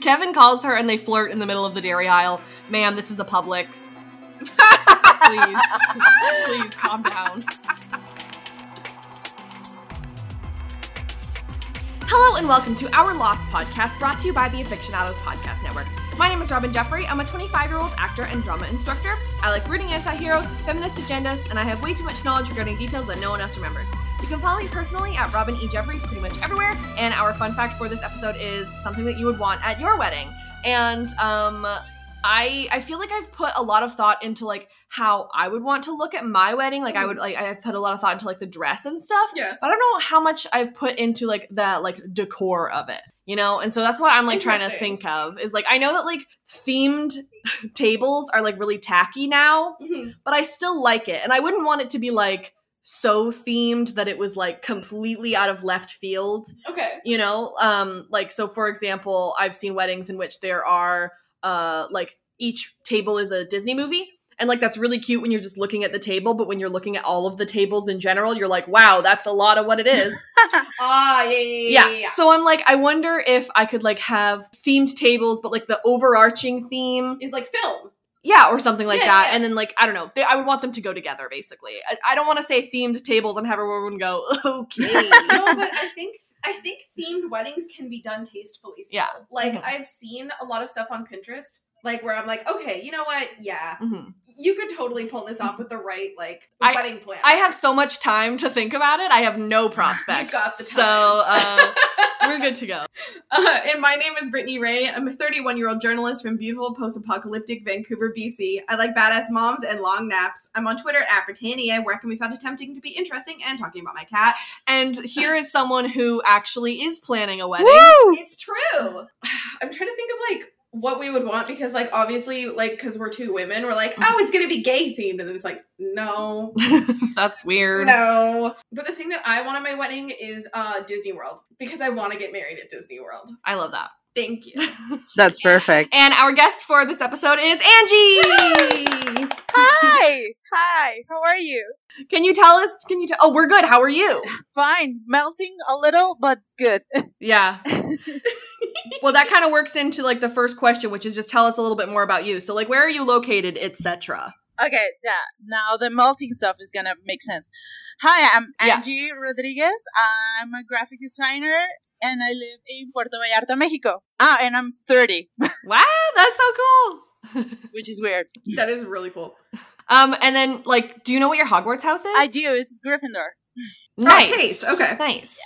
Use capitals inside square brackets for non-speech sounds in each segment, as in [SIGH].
Kevin calls her and they flirt in the middle of the dairy aisle. Ma'am, this is a Publix. Please, please calm down. Hello and welcome to Our Lost podcast, brought to you by the Aficionados Podcast Network. My name is Robin Jeffrey. I'm a 25 year old actor and drama instructor. I like rooting anti heroes, feminist agendas, and I have way too much knowledge regarding details that no one else remembers. You can follow me personally at Robin E. Jeffrey pretty much everywhere. And our fun fact for this episode is something that you would want at your wedding. And um, I I feel like I've put a lot of thought into like how I would want to look at my wedding. Like I would like I've put a lot of thought into like the dress and stuff. Yes. I don't know how much I've put into like the like decor of it, you know? And so that's what I'm like trying to Interesting. think of is like I know that like themed [LAUGHS] tables are like really tacky now, Mhm. but I still like it. And I wouldn't want it to be like so themed that it was like completely out of left field Okay. you know um like so for example i've seen weddings in which there are uh like each table is a disney movie and like that's really cute when you're just looking at the table but when you're looking at all of the tables in general you're like wow that's a lot of what it is Ah, yeah, yeah, yeah, yeah. yeah. so i'm like i wonder if i could like have themed tables but like the overarching theme Is like film. yeah or something like Yeah, that yeah. and then like i don't know they, i would want them to go together basically i, I don't want to say themed tables and have everyone go [LAUGHS] "Oh, [LAUGHS] okay no, but I think I think themed weddings can be done tastefully. Still. Yeah. Like Mhm. I've seen a lot of stuff on Pinterest, like where I'm like, okay, you know what? Yeah, Mhm. you could totally pull this off with the right like I- wedding plan. [LAUGHS] I have so much time to think about it. I have no prospects. You've got the time. So uh, we're good to go. Uh, and my name is Brittany Ray. I'm a 31 year old journalist from beautiful post apocalyptic Vancouver, BC. I like badass moms and long naps. I'm on Twitter at Britannia, where I can be found attempting to be interesting and talking about my cat. And here is someone who actually is planning a wedding. It's true. [SIGHS] I'm trying to think of like what we would want because, like, obviously, like, because we're two women, we're like, oh, it's gonna be gay themed. And then it's like, no, That's weird. no. But the thing that I want at my wedding is uh, Disney World because I want to get married at Disney World. I love that. Thank you. That's perfect. And our guest for this episode is [LAUGHS] Angie. Hi. [LAUGHS] Hi. How are you? can you tell us? Can you tell? Oh, we're good. How are you? Fine. Melting a little, but good. [LAUGHS] Yeah. well, that kind of works into like the first question, which is just tell us a little bit more about you. So, like, where are you located, etc. Okay, yeah. Now the melting stuff is gonna make sense. Hi, I'm Yeah. Angie Rodriguez. I'm a graphic designer and I live in Puerto Vallarta, Mexico. Ah, and I'm 30, Wow, that's so cool. which is weird. that is really cool. Um, and then like, do you know what your Hogwarts house is? I do. It's Gryffindor. Nice. Oh, taste, okay. Nice.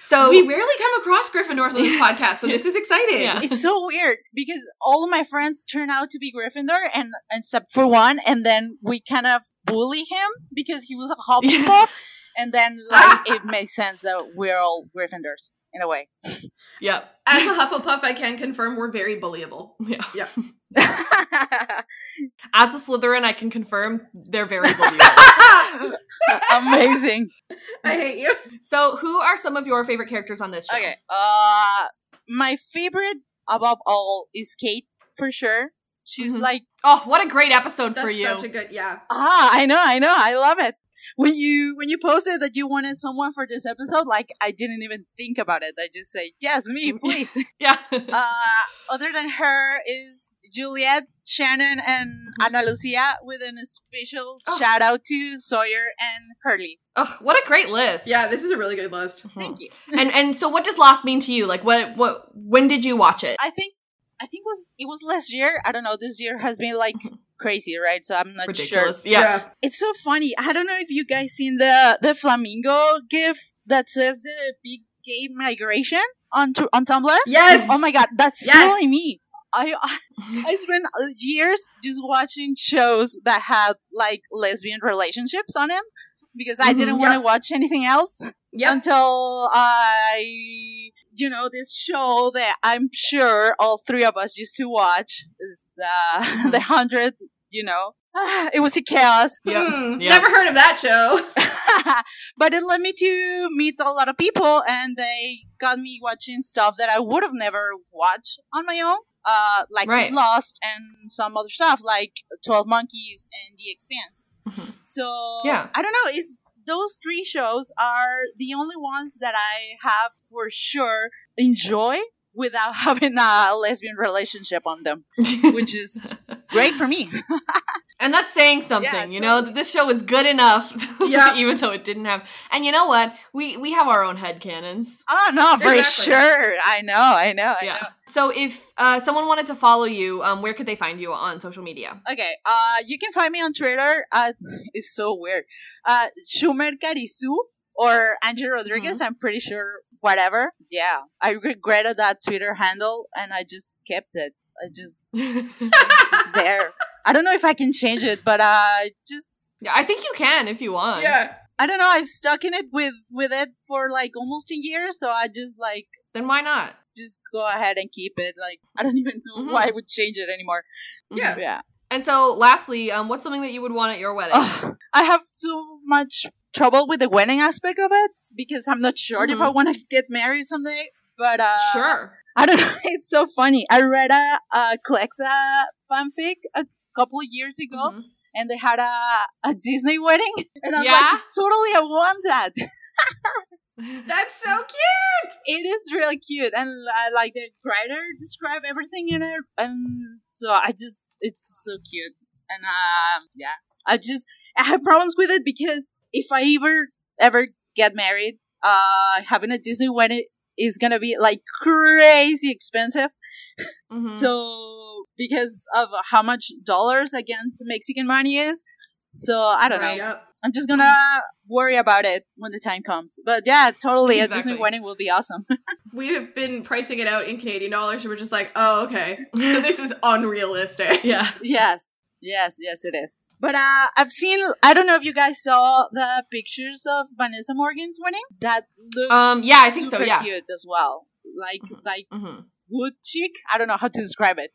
So we rarely come across Gryffindors on [LAUGHS] this podcast, so this is exciting. Yeah. It's so weird because all of my friends turn out to be Gryffindor, and except for one, and then we kind of bully him because he was a Hufflepuff. [LAUGHS] And then like [LAUGHS] it makes sense that we're all Gryffindors in a [LAUGHS] way. Yep. As a Hufflepuff, I can confirm we're very [LAUGHS] bullyable. Yeah. Amazing. As a Slytherin, I can confirm they're very [LAUGHS] bullying. I hate you. so, who are some of your favorite characters on this show? [LAUGHS] Okay. Uh my favorite above all is Kate for sure. She's Mhm. like Oh, what a great episode That's for you. such a good yeah. ah, I know, I know, I love it. When you when you posted that you wanted someone for this episode, like I didn't even think about it. I just say, Yes, me, [LAUGHS] please. yeah. [LAUGHS] uh, other than her is Juliet, Shannon, and Ana Lucia with an special Mm-hmm. Oh. shout out to Sawyer and Hurley. oh, what a great list. Yeah, this is a really good list. Mhm. Thank you. and and so, what does Lost mean to you? Like, what what when did you watch it? I think I think was it was last year. I don't know. This year has been like crazy, right? So I'm not sure. Mm-hmm. Ridiculous. [LAUGHS] Yeah. It's so funny. I don't know if you guys seen the the flamingo gif that says the big gay migration on tu- on Tumblr. Yes. Oh my god, that's Yes. really me. I I- I spent years just watching shows that had like lesbian relationships on them because I Mhm. didn't want to Mm-hmm, Yep. watch anything else Yep. until I, you know, this show that I'm sure all three of us used to watch is the [LAUGHS] Mhm. Mm-hmm. the hundred. You know, [SIGHS] it was a chaos, Yep. Hmm, Yep. Never heard of that show. [LAUGHS] but it led me to meet a lot of people, and they got me watching stuff that I would have never watched on my own. Uh, like Right. Lost and some other stuff like Twelve Monkeys and The Expanse. Mhm. So Yeah. I don't know. Is those three shows are the only ones that I have for sure enjoy without [LAUGHS] having a lesbian relationship on them, [LAUGHS] which is great for me. And that's saying something, Yeah, you know, totally. that this show is good enough, [LAUGHS] Yep. even though it didn't have. And you know what? We we have our own headcanons. Oh no, for Exactly. sure. I know, I know, I yeah. know. So if uh, someone wanted to follow you, um, where could they find you on social [LAUGHS] media? Okay, uh, you can find me on Twitter. Uh, [LAUGHS] it's so weird. Uh, Schumer Carisu or Andrew Rodriguez. I'm pretty sure. Whatever. Yeah, I regretted that Twitter handle, and I just kept it. I just yeah, it's there. I don't know if I can change it, but uh, just I think you can if you want. Yeah. I don't know. I've stuck in it with with it for like almost a year, so I just like Then why not? just go ahead and keep it. Like I don't [LAUGHS] even know Mhm. why I would change it anymore. Mm-hmm. Yeah. Yeah. And so, lastly, um, what's something that you would want at your wedding? Ugh, I have so much trouble with the wedding aspect of it because I'm not sure if Mhm. I want to get married someday. But uh, sure. [LAUGHS] I don't know. It's so funny. I read a, a Clexa fanfic a couple of years ago, Mhm. and they had a, a Disney wedding, [LAUGHS] and I'm Yeah? like, totally, I want that. Mm-hmm. That's so cute. it is really cute, and uh, like the writer described everything in it, and so I just, it's so cute, and um, yeah, I just I have problems with it because if I ever ever get married, uh, having a Disney wedding is gonna be like crazy expensive. Mhm. So because of how much dollars against Mexican money is, so I don't Right. know. Yep. I'm just gonna worry about it when the time comes. But yeah, totally, a Exactly. Disney wedding will be awesome. We have been pricing it out in Canadian dollars, and we're just like, oh, okay. [LAUGHS] So this is unrealistic. yeah. Yes, yes, yes, it is. But uh, I've seen. I don't know if you guys saw the pictures of Vanessa Morgan's wedding. That looks Um, yeah, I think so, super yeah. cute as well. Like Mhm. like hmm wood chick. I don't know how to describe it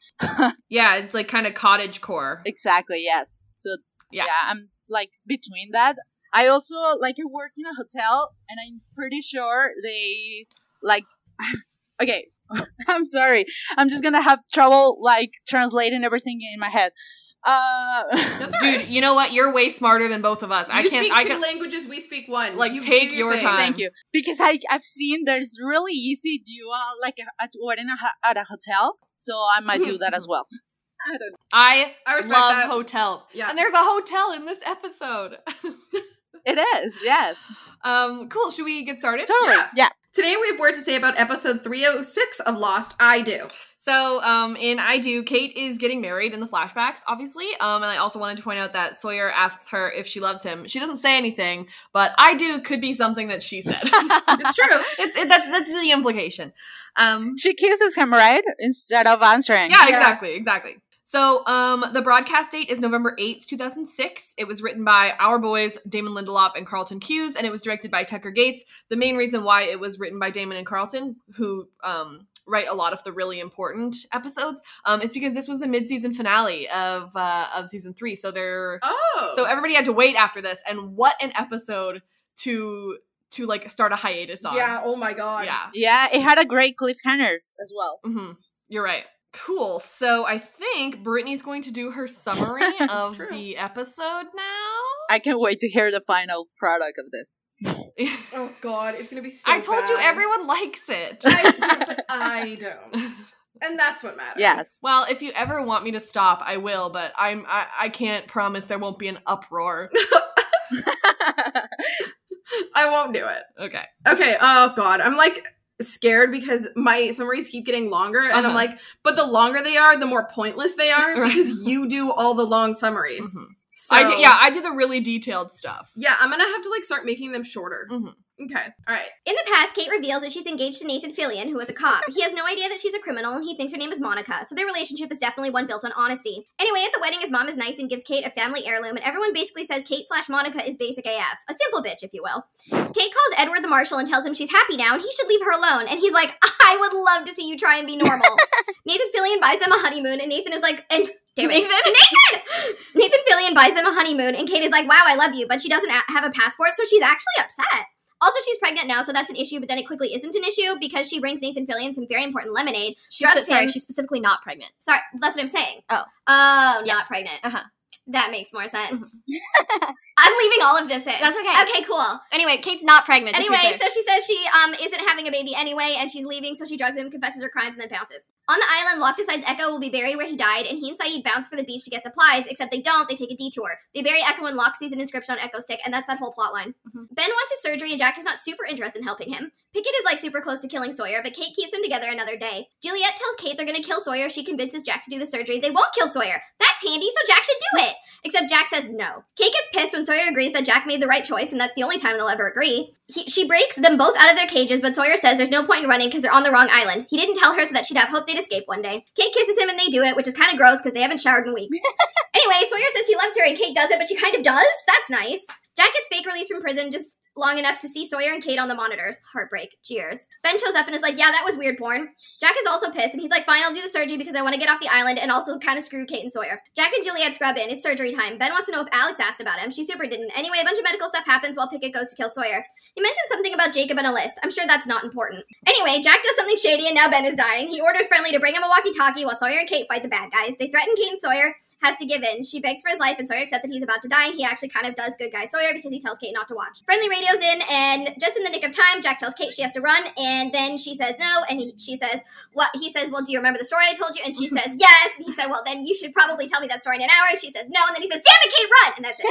Yeah, it's like kind of cottage core. exactly. Yes. So Yeah. yeah. I'm like between that. I also like I work in a hotel, and I'm pretty sure they like. [LAUGHS] okay. [LAUGHS] I'm sorry. I'm just gonna have trouble like translating everything in my head. Uh, [LAUGHS] That's all Dude, right. you know what? You're way smarter than both of us. I you can't. speak I two can. languages, we speak one. Like, You take do your your thing. time. Thank you. Because I, I've seen there's really easy dual, like at or in a, ho- at a hotel. So I might Mm-hmm. do that as well. I I respect love that. hotels. Yeah. And there's a hotel in this episode. [LAUGHS] Mm-hmm. It is, yes. um, cool. Should we get started? Totally. Yeah. Yeah. Today we have words to say about episode 306 of Lost I Do. So, um, in I Do, Kate is getting married in the flashbacks, obviously. Um, and I also wanted to point out that Sawyer asks her if she loves him. She doesn't say anything, but I do could be something that she said. [LAUGHS] It's true. [LAUGHS] it's it, that, that's the implication. Um, She kisses him, right? Instead of answering. yeah, Yeah. exactly, exactly. So, um, the broadcast date is November 8th, 2006. It was written by our boys, Damon Lindelof and Carlton Hughes, and it was directed by Tucker Gates. The main reason why it was written by Damon and Carlton, who um, write a lot of the really important episodes, um, is because this was the mid season finale of, uh, of season three. So, they're, Oh. so everybody had to wait after this, and what an episode to, to like start a hiatus on. Yeah, oh my god. Yeah. Yeah, it had a great cliffhanger as well. hmm You're right. Cool. So I think Brittany's going to do her [LAUGHS] summary of true. the episode now. [LAUGHS] I can't wait to hear the final product of this. [LAUGHS] I, Oh god, it's gonna be so told you bad. everyone likes [LAUGHS] it. [LAUGHS] I, yeah, but I don't. And that's what matters. Yes. well, if you ever want me to stop, I will, but I'm I, I can't promise there won't be an [LAUGHS] uproar. I won't do it. Okay. Okay, oh god. I'm like scared because my summaries keep getting longer and Uh-huh. I'm like, but the longer they are, the more pointless they [LAUGHS] are Right. because you do all the long summaries. Mhm. So I do, yeah, I do the really detailed stuff. Yeah, I'm gonna have to like start making them shorter. Mhm. Okay. All right. In the past, Kate reveals that she's engaged to Nathan Fillion, who is a cop. He has no idea that she's a criminal, and he thinks her name is Monica, so their relationship is definitely one built on honesty. Anyway, at the wedding, his mom is nice and gives Kate a family heirloom, and everyone basically says Kate slash Monica is basic AF. A simple bitch, if you will. Kate calls Edward the Marshal and tells him she's happy now and he should leave her alone, and he's like, I would love to see you try and be [LAUGHS] normal. Nathan Fillion buys them a honeymoon, and Nathan is like, and damn it. Nathan? Nathan! Nathan Fillion buys them a honeymoon, and Kate is like, wow, I love you, but she doesn't a- have a passport, so she's actually upset. Also, she's pregnant now, so that's an issue, but then it quickly isn't an issue because she brings Nathan Fillion some very important lemonade. She's She's spe- drugs sorry, him. she's specifically not pregnant. Sorry, that's what I'm saying. Oh. Oh, Yeah. not pregnant. Uh-huh. That makes more sense. [LAUGHS] I'm leaving all of this in. Mm-hmm. That's okay. Okay, cool. Anyway, Kate's not pregnant. just to be Anyway, clear. so she says she um isn't having a baby anyway, and she's leaving, so she drugs him, confesses her crimes, and then bounces. On the island, Locke decides Echo will be buried where he died, and he and Saeed bounce for the beach to get supplies, except they don't, they take a detour. They bury Echo and Locke sees an inscription on Echo's stick, and that's that whole plot line. Mhm. Ben wants his surgery, and Jack is not super interested in helping him. Pickett is like super close to killing Sawyer, but Kate keeps them together another day. Juliet tells Kate they're gonna kill Sawyer if she convinces Jack to do the surgery. They won't kill Sawyer. That's handy, so Jack should do it. Except Jack says no. Kate gets pissed when Sawyer agrees that Jack made the right choice, and that's the only time they'll ever agree. He, she breaks them both out of their cages, but Sawyer says there's no point in running because they're on the wrong island. He didn't tell her so that she'd have hope they'd escape one day. Kate kisses him and they do it, which is kind of gross because they haven't showered in weeks. anyway, Sawyer says he loves her and Kate does it, but she kind of does. That's nice. Jack gets fake released from prison just long enough to see Sawyer and Kate on the monitors. Heartbreak. Cheers. Ben shows up and is like, yeah, that was weird porn. Jack is also pissed and he's like, fine, I'll do the surgery because I want to get off the island and also kind of screw Kate and Sawyer. Jack and Juliet scrub in. It's surgery time. Ben wants to know if Alex asked about him. She super didn't. Anyway, a bunch of medical stuff happens while Pickett goes to kill Sawyer. He mentioned something about Jacob and a list. I'm sure that's not important. Anyway, Jack does something shady and now Ben is dying. He orders Friendly to bring him a walkie talkie while Sawyer and Kate fight the bad guys. They threaten Kate and Sawyer has to give in. She begs for his life, and Sawyer accepts that he's about to die, and he actually kind of does good guy Sawyer because he tells Kate not to watch. Friendly radio's in, and just in the nick of time, Jack tells Kate she has to run, and then she says no, and he, she says, "What?" He says, "Well, do you remember the story I told you?" [LAUGHS] And she says, "Yes." And he said, "Well, then you should probably tell me that story in an hour." And she says, "No," and then he says, "Damn it, Kate, run!" And that's [LAUGHS]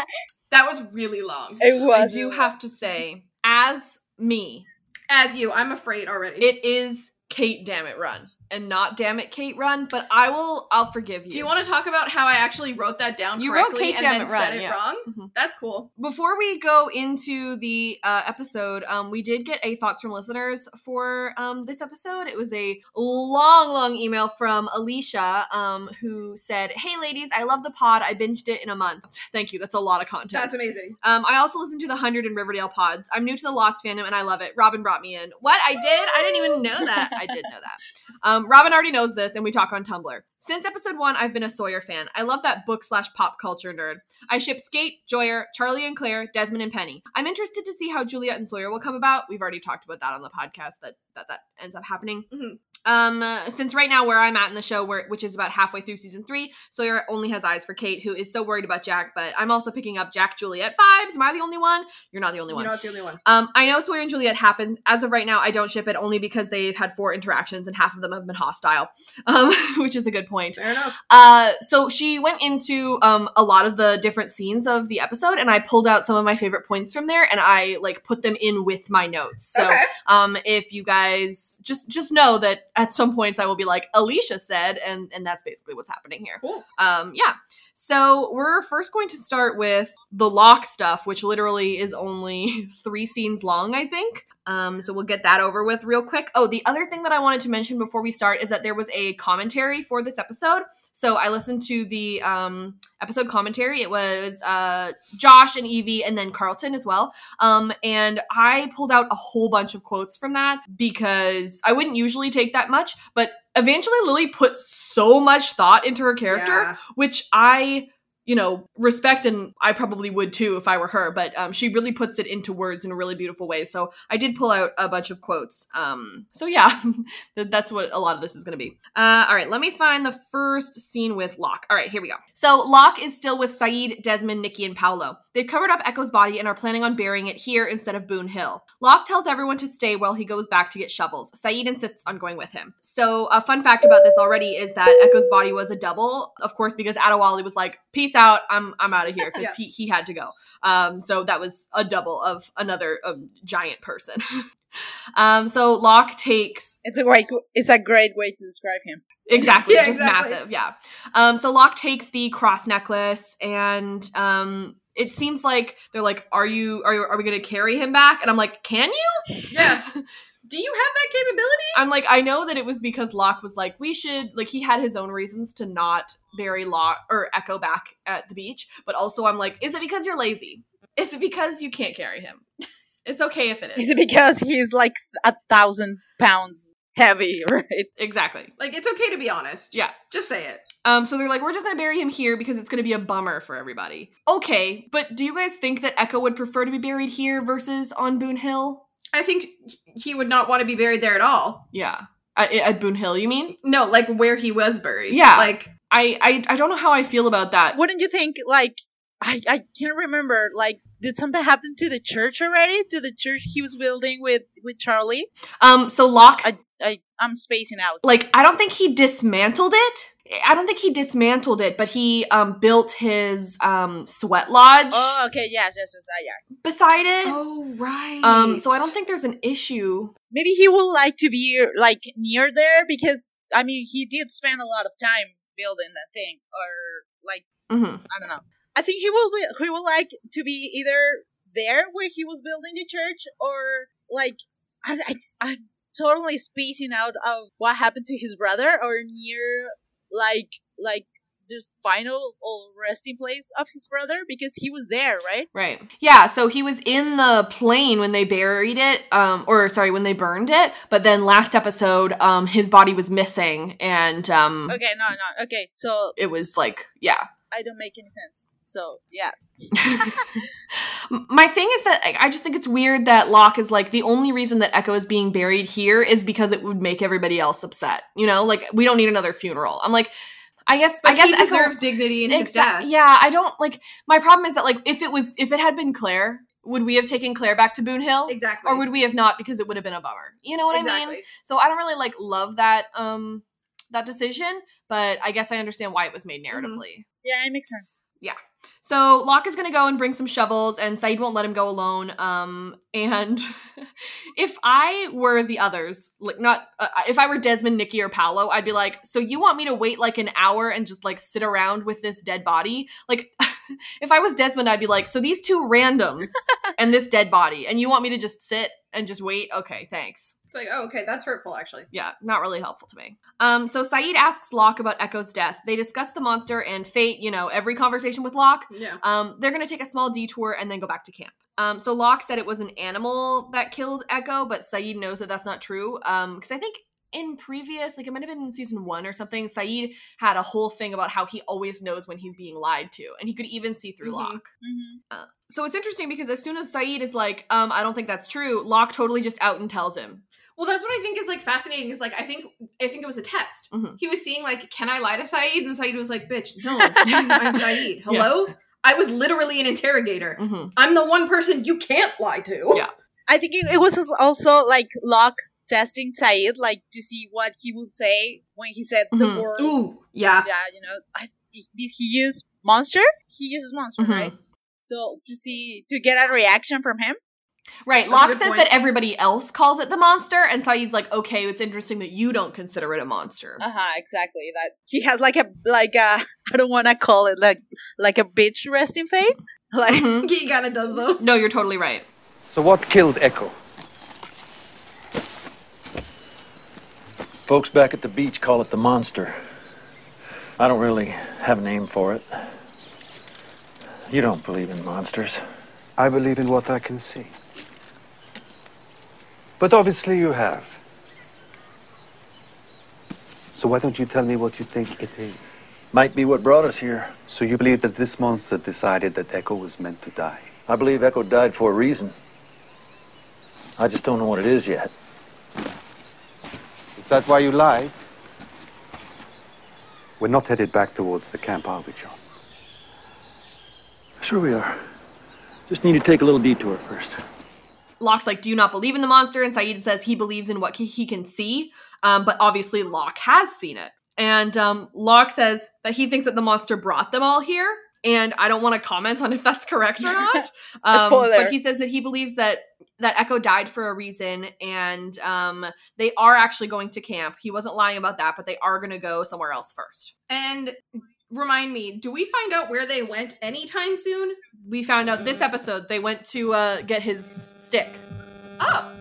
it. That was really long. It I was. do have to say, as me, As you, I'm afraid already. it is Kate Damn It Run. And not Damn It Kate Run, but I will, I'll forgive you. Do you want to talk about how I actually wrote that down You wrote correctly Kate and Dammit then Run, said it yeah. wrong? Mhm. That's cool. Before we go into the uh, episode, um, we did get a thoughts from listeners for um, this episode. It was a long, long email from Alicia, um, who said, "Hey, ladies, I love the pod. I binged it in a month. [LAUGHS] Thank you. That's a lot of content. That's amazing. Um, I also listen to the Hundred and Riverdale pods. I'm new to the Lost fandom and I love it. Robin brought me in. What I did? I didn't even know that. I did know that. Um, Robin already knows this, and we talk on Tumblr. Since episode one, I've been a Sawyer fan. I love that book slash pop culture nerd. I ship Skate, Joyer, Charlie and Claire, Desmond and Penny. I'm interested to see how Juliet and Sawyer will come about. We've already talked about that on the podcast. That that that ends up happening. Mhm. Um, uh, since right now where I'm at in the show, where which is about halfway through season three, Sawyer only has eyes for Kate, who is so worried about Jack. But I'm also picking up Jack Juliet vibes. Am I the only one? You're not the only You're one. not the only one. Um, I know Sawyer and Juliet happened. As of right now, I don't ship it only because they've had four interactions and half of them have been hostile, [LAUGHS] um, which is a good point. Fair enough. Uh, so she went into um, a lot of the different scenes of the episode, and I pulled out some of my favorite points from there, and I like put them in with my notes. So okay. um, if you guys just just know that at some points I will be like Alicia said, and and that's basically what's happening here. Cool. Um, yeah. So we're first going to start with the lock stuff, which literally is only [LAUGHS] three scenes long, I think. Um, so we'll get that over with real quick. Oh, the other thing that I wanted to mention before we start is that there was a commentary for this episode. So I listened to the um, episode commentary. It was uh, Josh and Evie, and then Carlton as well. Um, and I pulled out a whole bunch of quotes from that because I wouldn't usually take that much, but Evangeline Lilly put so much thought into her character Yeah. which I, you know, respect and I probably would too if I were her, but um, she really puts it into words in a really beautiful way. So I did pull out a bunch of quotes. Um, so yeah, [LAUGHS] that- that's what a lot of this is going to be. Uh, all right, let me find the first scene with Locke. All right, here we go. So Locke is still with Saeed, Desmond, Nikki, and Paolo. They've covered up Echo's body and are planning on burying it here instead of Boone Hill. Locke tells everyone to stay while he goes back to get shovels. Saeed insists on going with him. So a fun fact about this already is that Echo's body was a double, of course, because Adewale was like, "Peace out, I'm I'm out of here," because Yeah. he he had to go. Um, so that was a double of another um, giant person. [LAUGHS] um, so Locke takes It's a great. It's a great way to describe him. Exactly. Yeah, just exactly. massive. Yeah. Um, so Locke takes the cross necklace and um it seems like they're like, Are you are you, are we gonna carry him back? And I'm like, Can you? Yeah. [LAUGHS] Do you have that capability? I'm like, I know that it was because Locke was like, we should like he had his own reasons to not bury Locke or Echo back at the beach, but also I'm like, is it because you're lazy? Is it because you can't carry him? [LAUGHS] It's okay if it Is is. it because he's like a thousand pounds heavy, [LAUGHS] right? Exactly. Like, it's okay to be honest. Yeah. Just say it. Um, so they're like, we're just gonna bury him here because it's gonna be a bummer for everybody. Okay, but do you guys think that Echo would prefer to be buried here versus on Boone Hill? I think he would not want to be buried there at all. Yeah, Uh, at, at Boone Hill, you mean? No, like where he was buried. Yeah. Like, I, I I don't know how I feel about that. Wouldn't you think like I, I can't remember like did something happen to the church already? To the church he was building with with Charlie? Um, so Locke, I I I'm spacing out. like, I don't think he dismantled it. I don't think he dismantled it, but he um built his um sweat lodge Oh, okay, yes, yes, yes, ah, yeah. beside it. Oh right. Um, so I don't think there's an issue. Maybe he would like to be like near there because I mean he did spend a lot of time building that thing or like hmm I don't know. I think he will be, he will like to be either there where he was building the church or like I, I I'm totally spacing out of what happened to his brother or near like like the final or resting place of his brother because he was there, right? Right. Yeah. So he was in the plane when they buried it, um, or sorry, when they burned it. But then last episode, um, his body was missing, and um, Okay, no, no. Okay, so it was like, yeah. I don't make any sense. So, yeah. M- My thing is that I I just think it's weird that Locke is like the only reason that Echo is being buried here is because it would make everybody else upset. You know, like we don't need another funeral. I'm like, I guess, But I guess he Echo- deserves dignity in his Exact- death. Yeah, I don't like. My problem is that like if it was if it had been Claire, would we have taken Claire back to Boone Hill, Exactly. or would we have not? Because it would have been a bummer. You know what I exactly. mean? So I don't really like love that um that decision, but I guess I understand why it was made narratively. Yeah, it makes sense. So Locke is gonna go and bring some shovels, and Said won't let him go alone. Um, and [LAUGHS] if I were the others, like not uh, if I were Desmond, Nikki, or Paolo, I'd be like, so you want me to wait like an hour and just like sit around with this dead body? Like, [LAUGHS] if I was Desmond, I'd be like, so these two randoms and this dead body, and you want me to just sit and just wait? Okay, thanks. It's like, oh, okay, that's hurtful, actually. Yeah, not really helpful to me. Um, so Said asks Locke about Echo's death. They discuss the monster and fate. You know, every conversation with Locke. Yeah. Um, they're going to take a small detour and then go back to camp. Um, so Locke said it was an animal that killed Echo, but Saeed knows that that's not true. Because I think in previous, like it might have been in season one or something, Saeed had a whole thing about how he always knows when he's being lied to, and he could even see through Mhm. Locke. Mm-hmm. So it's interesting because as soon as Saeed is like, um, I don't think that's true, Locke totally just out and tells him. Well, that's what I think is like fascinating. Is like I think I think it was a test. Mhm. He was seeing like, can I lie to Saeed? And Saeed was [LAUGHS] like, bitch, [LAUGHS] no, I'm Saeed. Hello, I was literally an interrogator. Mm-hmm. I'm the one person you can't lie to. Yeah. I think it, it was also like Locke testing Said, like to see what he would say when he said Mhm. the word. Ooh, yeah. Yeah, you know, I, did he use monster? He uses monster, Mhm. right? So to see to get a reaction from him. Right. That's a Locke good says point. that everybody else calls it the monster, and Saeed's like, okay, it's interesting that you don't consider it a monster. Uh huh. Exactly. That he has like a like a [LAUGHS] I don't want to call it like like a bitch resting face. [LAUGHS] Like Mhm. [LAUGHS] He kind of does [LAUGHS] though. No, you're totally right. So what killed Echo? Folks back at the beach call it the monster. I don't really have a name for it. You don't believe in monsters. I believe in what I can see. But obviously you have. So why don't you tell me what you think it is? Might be what brought us here. So you believe that this monster decided that Echo was meant to die? I believe Echo died for a reason. I just don't know what it is yet. Is that why you lied? We're not headed back towards the camp, are we, John? Sure we are. Just need to take a little detour first. Locke's like, "Do you not believe in the monster?" And Saeed says he believes in what he- he can see, um, but obviously Locke has seen it. And um, Locke says that he thinks that the monster brought them all here. And I don't want to comment on if that's correct or not. Um, Spoiler. But he says that he believes that that Echo died for a reason, and um, they are actually going to camp. He wasn't lying about that, but they are going to go somewhere else first. And remind me, do we find out where they went anytime soon? We found out this episode they went to uh, get his stick. Oh,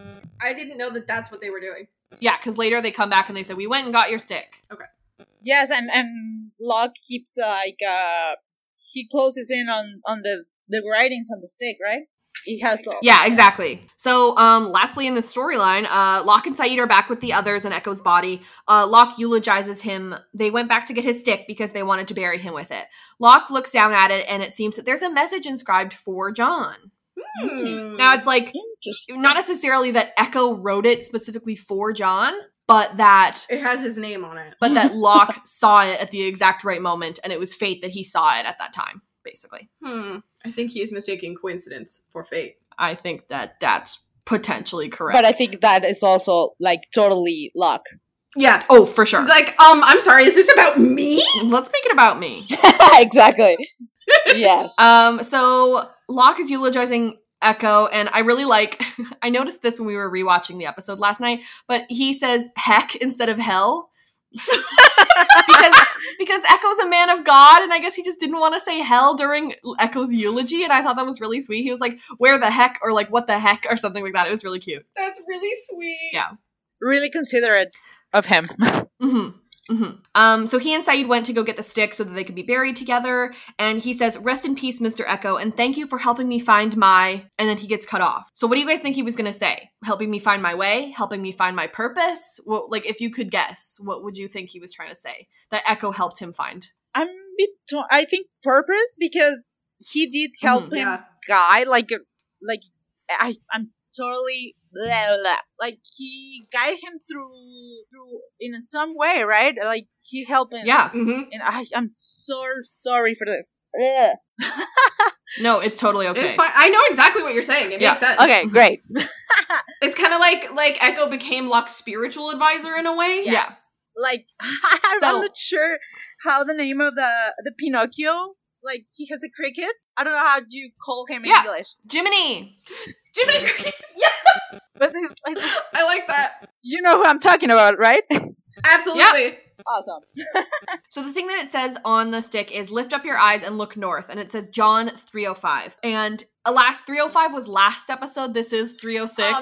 I didn't know that that's what they were doing. Yeah, because later they come back and they say, "We went and got your stick." Yes, and and Locke keeps uh, like uh he closes in on on the the writings on the stick, right? He has uh, Yeah, exactly. So, um, lastly in the storyline, uh, Locke and Saeed are back with the others in Echo's body. Uh, Locke eulogizes him. They went back to get his stick because they wanted to bury him with it. Locke looks down at it, and it seems that there's a message inscribed for John. Hmm. Now, it's like interesting. not necessarily that Echo wrote it specifically for John, but that It has his name on it. but [LAUGHS] that Locke saw it at the exact right moment, and it was fate that he saw it at that time. Basically, Hmm. I think he's mistaking coincidence for fate. I think that that's potentially correct. But I think that is also like totally [LAUGHS] luck. Yeah. oh, for sure. He's like, um, I'm sorry, is this about me? Let's make it about me. [LAUGHS] exactly. Yes. Um, so Locke is eulogizing Echo, and I really like. [LAUGHS] I noticed this when we were rewatching the episode last night, but he says "heck" instead of "hell" [LAUGHS] because because Echo's a man of God, and I guess he just didn't want to say "hell" during Echo's eulogy, and I thought that was really sweet. He was like, "Where the heck?" or like "What the heck?" or something like that. It was really cute. That's really sweet. Yeah. Really considerate of him. hmm hmm Um, so he and Saeed went to go get the stick so that they could be buried together. And he says, Rest in peace, Mr. Echo, and thank you for helping me find my. And then he gets cut off. So, what do you guys think he was going to say? Helping me find my way? Helping me find my purpose? What, like, if you could guess, what would you think he was trying to say that Echo helped him find? I'm a bit. to- I think purpose because he did help Mhm. him Yeah. guy like uh, like I I'm totally blah, blah, blah. like he guided him through through in some way right like he helped him Yeah. Mm-hmm. and I I'm so sorry for this. Ugh. No, it's totally okay. It's fine. I know exactly what you're saying. It Yeah. makes sense. [LAUGHS] Okay, great. It's kind of like like Echo became Locke's spiritual advisor in a way. Yeah. Yes. Like [LAUGHS] I'm So- not sure how the name of the the Pinocchio. Like he has a cricket. I don't know how do you call him in Yeah. English, Jiminy! Jiminy Cricket. but this like I like that. you know who I'm talking about, right? Absolutely. awesome. So the thing that it says on the stick is lift up your eyes and look north and it says John 305. And alas 305 was last episode. This is 306. Aw,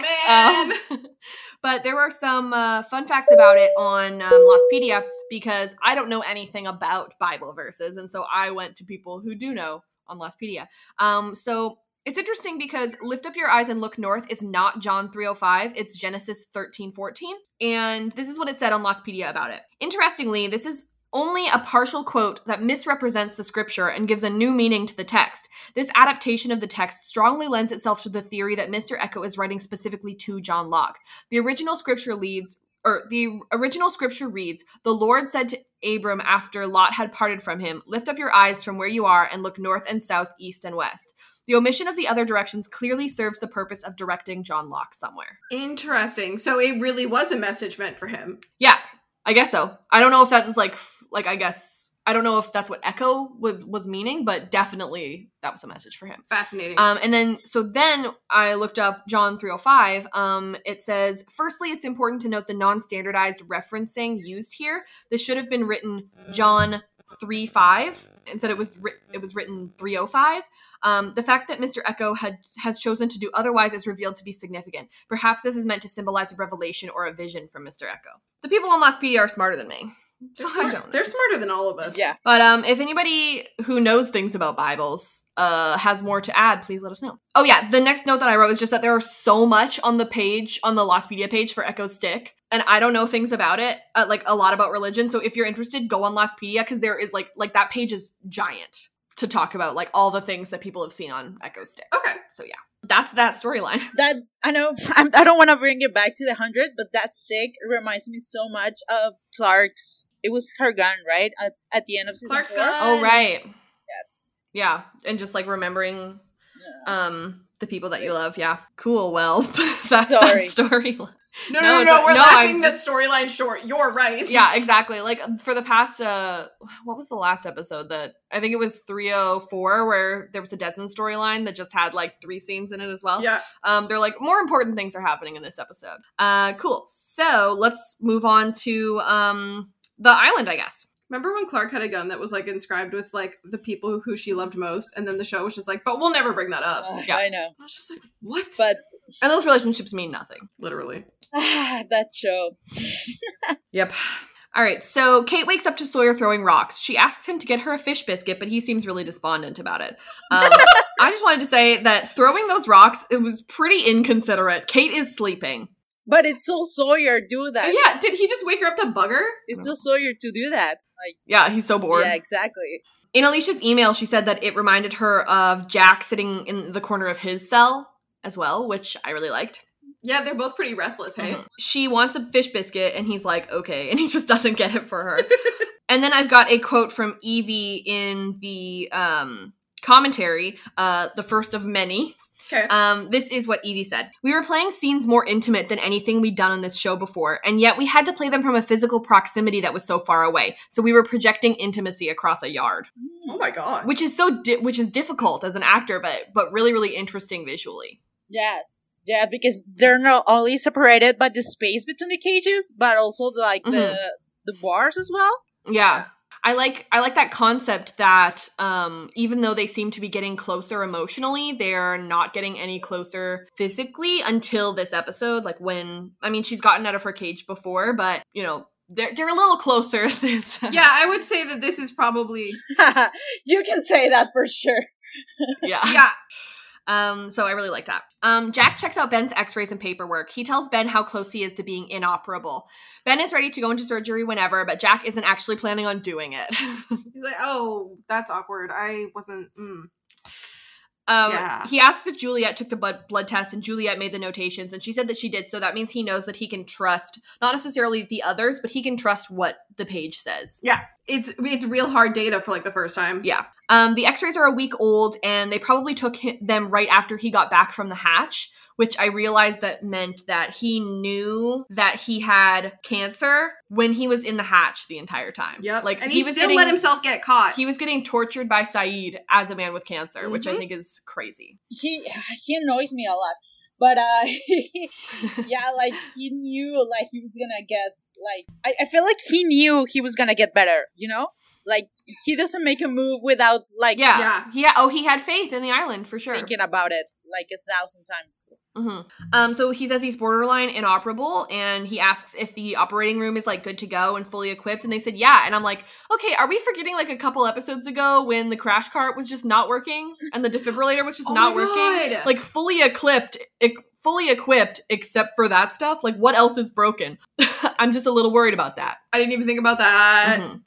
man. Um, [LAUGHS] but there were some uh, fun facts about it on um, Lostpedia because I don't know anything about Bible verses and so I went to people who do know on Lostpedia. Um so it's interesting because lift up your eyes and look north is not John 305, it's Genesis 13:14 and this is what it said on Lostpedia about it. Interestingly, this is only a partial quote that misrepresents the scripture and gives a new meaning to the text. This adaptation of the text strongly lends itself to the theory that Mr. Echo is writing specifically to John Locke. The original scripture leads or the original scripture reads, "The Lord said to Abram after Lot had parted from him, lift up your eyes from where you are and look north and south, east and west." The omission of the other directions clearly serves the purpose of directing John Locke somewhere. Interesting. So it really was a message meant for him. Yeah, I guess so. I don't know if that was like f- like I guess I don't know if that's what Echo would, was meaning, but definitely that was a message for him. Fascinating. Um, and then so then I looked up John 305. Um, it says, firstly, it's important to note the non-standardized referencing used here. This should have been written John 35. Instead, it was writ- it was written 305. Um, the fact that Mr. Echo had has chosen to do otherwise is revealed to be significant. Perhaps this is meant to symbolize a revelation or a vision from Mr. Echo. The people on Lostpedia are smarter than me. So they're, I smart- don't know. they're smarter than all of us. Yeah. But um, if anybody who knows things about Bibles uh, has more to add, please let us know. Oh yeah, the next note that I wrote is just that there are so much on the page on the Lostpedia page for Echo Stick, and I don't know things about it, uh, like a lot about religion. So if you're interested, go on Lostpedia because there is like like that page is giant to talk about like all the things that people have seen on Echo Stick. Okay. So yeah, that's that storyline. That I know. [LAUGHS] I'm, I don't want to bring it back to the hundred, but that sick reminds me so much of Clark's. It was her gun, right? At, at the end of season Clark's four. gun. oh right, Yes. yeah, and just like remembering um the people that you love. Yeah, cool. Well, [LAUGHS] that's Sorry. that storyline. No, No, no, no. it's no, a- we're no, laughing I'm that storyline short. You're [LAUGHS] right. yeah exactly like um, for the past uh what was the last episode that i think it was 304 where there was a desmond storyline that just had like three scenes in it as well Yeah. um they're like more important things are happening in this episode uh cool so let's move on to um the island i guess Remember when Clark had a gun that was like inscribed with like the people who she loved most, and then the show was just like, but we'll never bring that up. Ugh, Yeah. I know, I was just like, what? but and those relationships mean nothing Literally. Ah, that show. yep all right so kate wakes up to sawyer throwing rocks she asks him to get her a fish biscuit but he seems really despondent about it um, i just wanted to say that throwing those rocks it was pretty inconsiderate kate is sleeping But it's so Sawyer do that. yeah. Did he just wake her up to bug her? It's so Sawyer to do that. Like Yeah, he's so bored. yeah, exactly. In Alicia's email, she said that it reminded her of Jack sitting in the corner of his cell as well, which I really liked. Yeah, they're both pretty restless, hey? Uh-huh. She wants a fish biscuit, and he's like, okay, [LAUGHS] and he just doesn't get it for her. and then I've got a quote from Evie in the um, commentary, uh, the first of many. Okay. Um, this is what Evie said. We were playing scenes more intimate than anything we'd done on this show before, and yet we had to play them from a physical proximity that was so far away. So we were projecting intimacy across a yard, oh my god. which is so di- which is difficult as an actor, but but really really interesting visually. Yes. Yeah, because they're not only separated by the space between the cages, but also like the the bars as well. Yeah. I like I like that concept that um, even though they seem to be getting closer emotionally, they're not getting any closer physically until this episode. Like when I mean, she's gotten out of her cage before, but you know they're they're a little closer. [LAUGHS] This [LAUGHS] yeah, I would say that this is [LAUGHS] probably [LAUGHS] you can say that for sure. yeah yeah. Um, so I really like that. Um, Jack checks out Ben's x rays and paperwork. He tells Ben how close he is to being inoperable. Ben is ready to go into surgery whenever, but Jack isn't actually planning on doing it. [LAUGHS] um, He's like, oh, that's awkward. I wasn't. Mm. Yeah. Um, He asks if Juliet took the blood, blood test, and Juliet made the notations, and she said that she did, so that means he knows that he can trust not necessarily the others, but he can trust what the page says. It's it's real hard data for like the first time. Yeah. Um, the x-rays are a week old and they probably took hi- them right after he got back from the hatch, which I realized that meant that he knew that he had cancer when he was in the hatch the entire time. Yep. Like and he, he, was still getting, let himself get caught. he was getting tortured by Saeed as a man with cancer, which Mm-hmm. I think is crazy. He [SIGHS] he annoys me a lot. But uh [LAUGHS] yeah, like he knew like he was gonna get like I, I feel like he knew he was gonna get better, you know? Like he doesn't make a move without like Yeah. yeah. Yeah. Oh, he had faith in the island for sure. thinking about it like a thousand times. hmm Um, so he says he's borderline inoperable, and he asks if the operating room is like good to go and fully equipped, and they said yeah. And I'm like, okay, are we forgetting like a couple episodes ago when the crash cart was just not working and the defibrillator was just [LAUGHS] Oh not my working? God. Like fully equipped, e- fully equipped, except for that stuff. Like what else is broken? [LAUGHS] I'm just a little worried about that. I didn't even think about that. Mhm.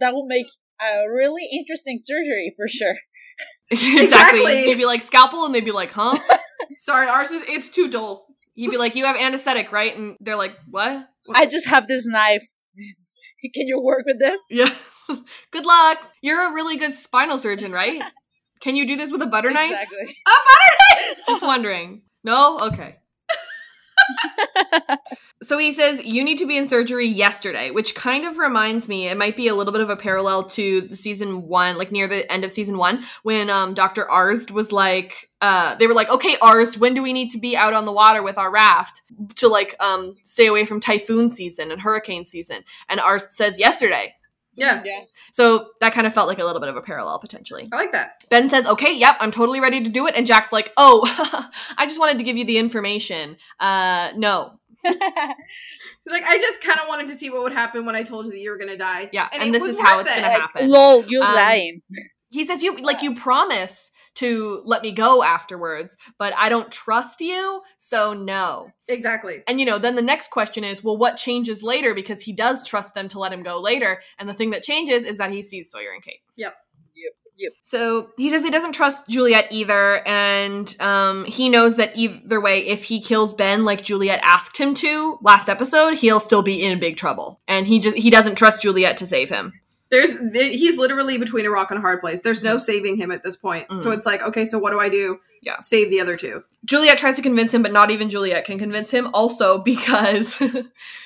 That would make a really interesting surgery for sure. [LAUGHS] exactly. Exactly. They'd be like scalpel, and they'd be like, [LAUGHS] huh? Mm-hmm. Sorry, ours is it's too dull. You'd be like, you have anesthetic, right? And they're like, what? I just have this knife. [LAUGHS] Can you work with this? Yeah. [LAUGHS] good luck. You're a really good spinal surgeon, right? Can you do this with a butter knife? Exactly. [LAUGHS] Just wondering. No? Okay. so he says, You need to be in surgery yesterday, which kind of reminds me, it might be a little bit of a parallel to the season one, like near the end of season one, when um, Dr. Arzd was like, uh, they were like, okay, Arzd, when do we need to be out on the water with our raft to like um, stay away from typhoon season and hurricane season? And Arzd says, yesterday. Yeah, Yes. So that kind of felt like a little bit of a parallel potentially. I like that. Ben says, "Okay, yep, I'm totally ready to do it." And Jack's like, "Oh, [LAUGHS] I just wanted to give you the information. Uh, no, He's like, I just kind of wanted to see what would happen when I told you that you were gonna die. yeah, and, it this was is how worth it's it. gonna happen." Lol, you Um, lying. He says, "You like you promise to let me go afterwards, but I don't trust you, so no." Exactly. And you know, then the next question is, well, what changes later? Because he does trust them to let him go later. And the thing that changes is that he sees Sawyer and Kate. Yep. Yep, yep. So he says he doesn't trust Juliet either, and um, he knows that either way, if he kills Ben like Juliet asked him to last episode, he'll still be in big trouble. And he just he doesn't trust Juliet to save him. There's th- he's literally between a rock and a hard place. There's no saving him at this point. Mm. So it's like, okay, so what do I do? Yeah. save the other [LAUGHS] two. Juliet tries to convince him, but not even Juliet can convince him. Also, [LAUGHS] because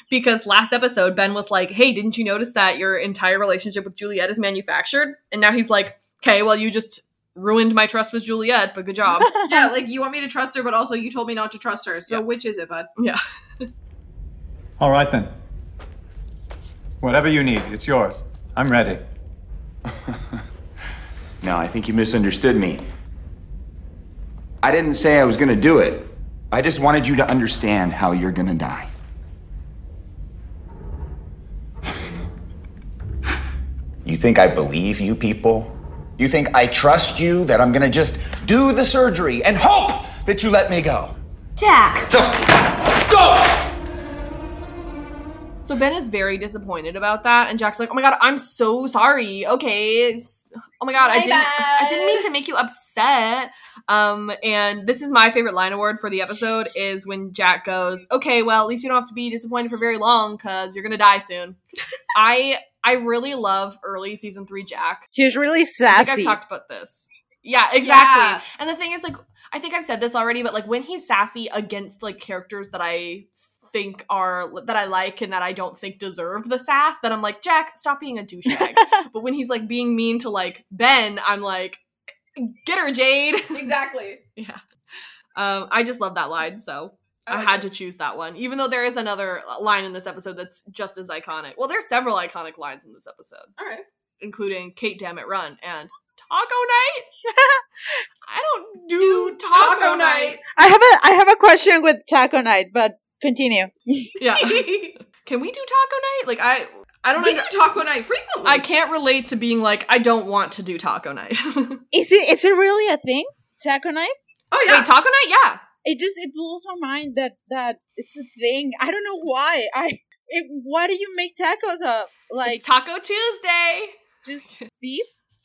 because last episode Ben was like, "Hey, didn't you notice that your entire relationship with Juliet is manufactured?" And now he's like, "Okay, well, you just ruined my trust with Juliet, but good job." yeah, like you want me to trust her, but also you told me not to trust her. So which is it, bud? yeah, All right then. Whatever you need, it's yours. I'm ready. No, I think you misunderstood me. I didn't say I was gonna do it. I just wanted you to understand how you're gonna die. You think I believe you people? You think I trust you that I'm gonna just do the surgery and hope that you let me go? Jack, Go! Go! So Ben is very disappointed about that, and Jack's like, "Oh my god, I'm so sorry. Okay, it's, oh my god, I My didn't, I didn't mean to make you upset." Um, and this is my favorite line award for the episode is when Jack goes, "Okay, well, at least you don't have to be disappointed for very long because you're gonna die soon." I I really love early season three Jack. He's really I think sassy. I've talked about this. Yeah, exactly. Yeah. And the thing is, like, I think I've said this already, but like when he's sassy against like characters that I think are that I like and that I don't think deserve the sass, then I'm like, Jack, stop being a douchebag. but when he's like being mean to like Ben, I'm like, get her, Jade. Exactly. yeah. Um, I just love that line, so I, had to choose that one. Even though there is another line in this episode that's just as iconic. Well, there's several iconic lines in this episode All right. including Kate Dammit Run and Taco Night. I don't do, Do taco, taco night. night. I have a I have a question with Taco Night, but continue. [LAUGHS] Yeah. Can we do taco night? Like I I don't we know. do taco night frequently. I can't relate to being like I don't want to do taco night. [LAUGHS] Wait, Is it is it really a thing? Taco Night? oh yeah. taco night? Yeah. It just it blows my mind that that it's a thing. I don't know why. I it, why do you make tacos up like It's Taco Tuesday. [LAUGHS] just beef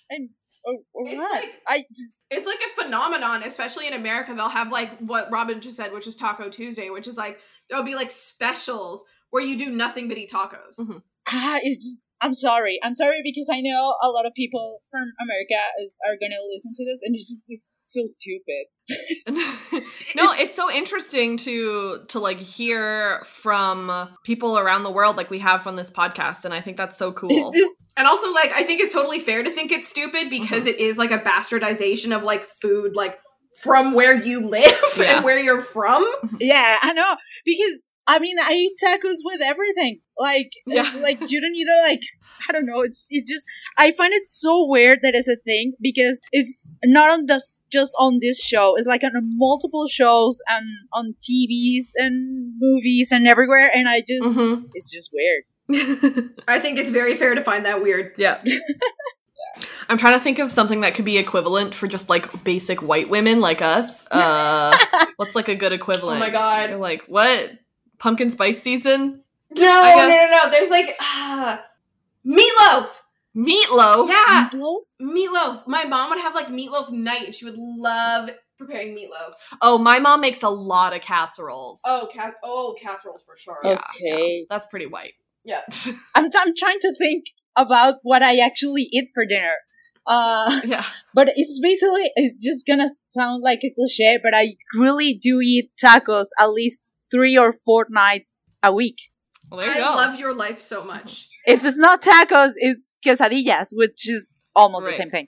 and or, or It's what? like- I just, it's like a phenomenon, especially in America. They'll have like what Robin just said, which is Taco Tuesday, which is like there'll be like specials where you do nothing but eat tacos. Mhm. ah, it's just. I'm sorry. I'm sorry because I know a lot of people from America is are gonna listen to this, and it's just it's so stupid. no, it's so interesting to to like hear from people around the world like we have from this podcast and I think that's so cool. It's just And also, like, I think it's totally fair to think it's stupid because it is like a bastardization of like food, like from where you live [LAUGHS] Yeah. and where you're from. yeah, I know because I mean I eat tacos with everything. [LAUGHS] Like Yeah. like you don't need to like I don't know. It's it's just I find it so weird that it's a thing because it's not on this just on this show. It's like on multiple shows and on TVs and movies and everywhere. And I just Mm-hmm. Mhm. it's just weird. [LAUGHS] I think it's very fair to find that weird. [LAUGHS] Yeah. I'm trying to think of something that could be equivalent for just like basic white women like us. [LAUGHS] Uh, what's like a good equivalent? Oh my God. You're like what? Pumpkin spice season? No, no, no, no. There's like uh, meatloaf. Meatloaf? Yeah, Meatloaf? meatloaf. My mom would have like meatloaf night. and She would love preparing meatloaf. Oh, my mom makes a lot of casseroles. Oh, ca- oh, casseroles for sure. Yeah. Okay. That's pretty white. [LAUGHS] [LAUGHS] Yeah. I'm I'm trying to think about what I actually eat for dinner. Uh Yeah. but it's basically it's just gonna sound like a cliche but i really do eat tacos at least three or four nights a week Well, there you I go. love your life so much. if it's not tacos it's quesadillas which is almost Right. the same thing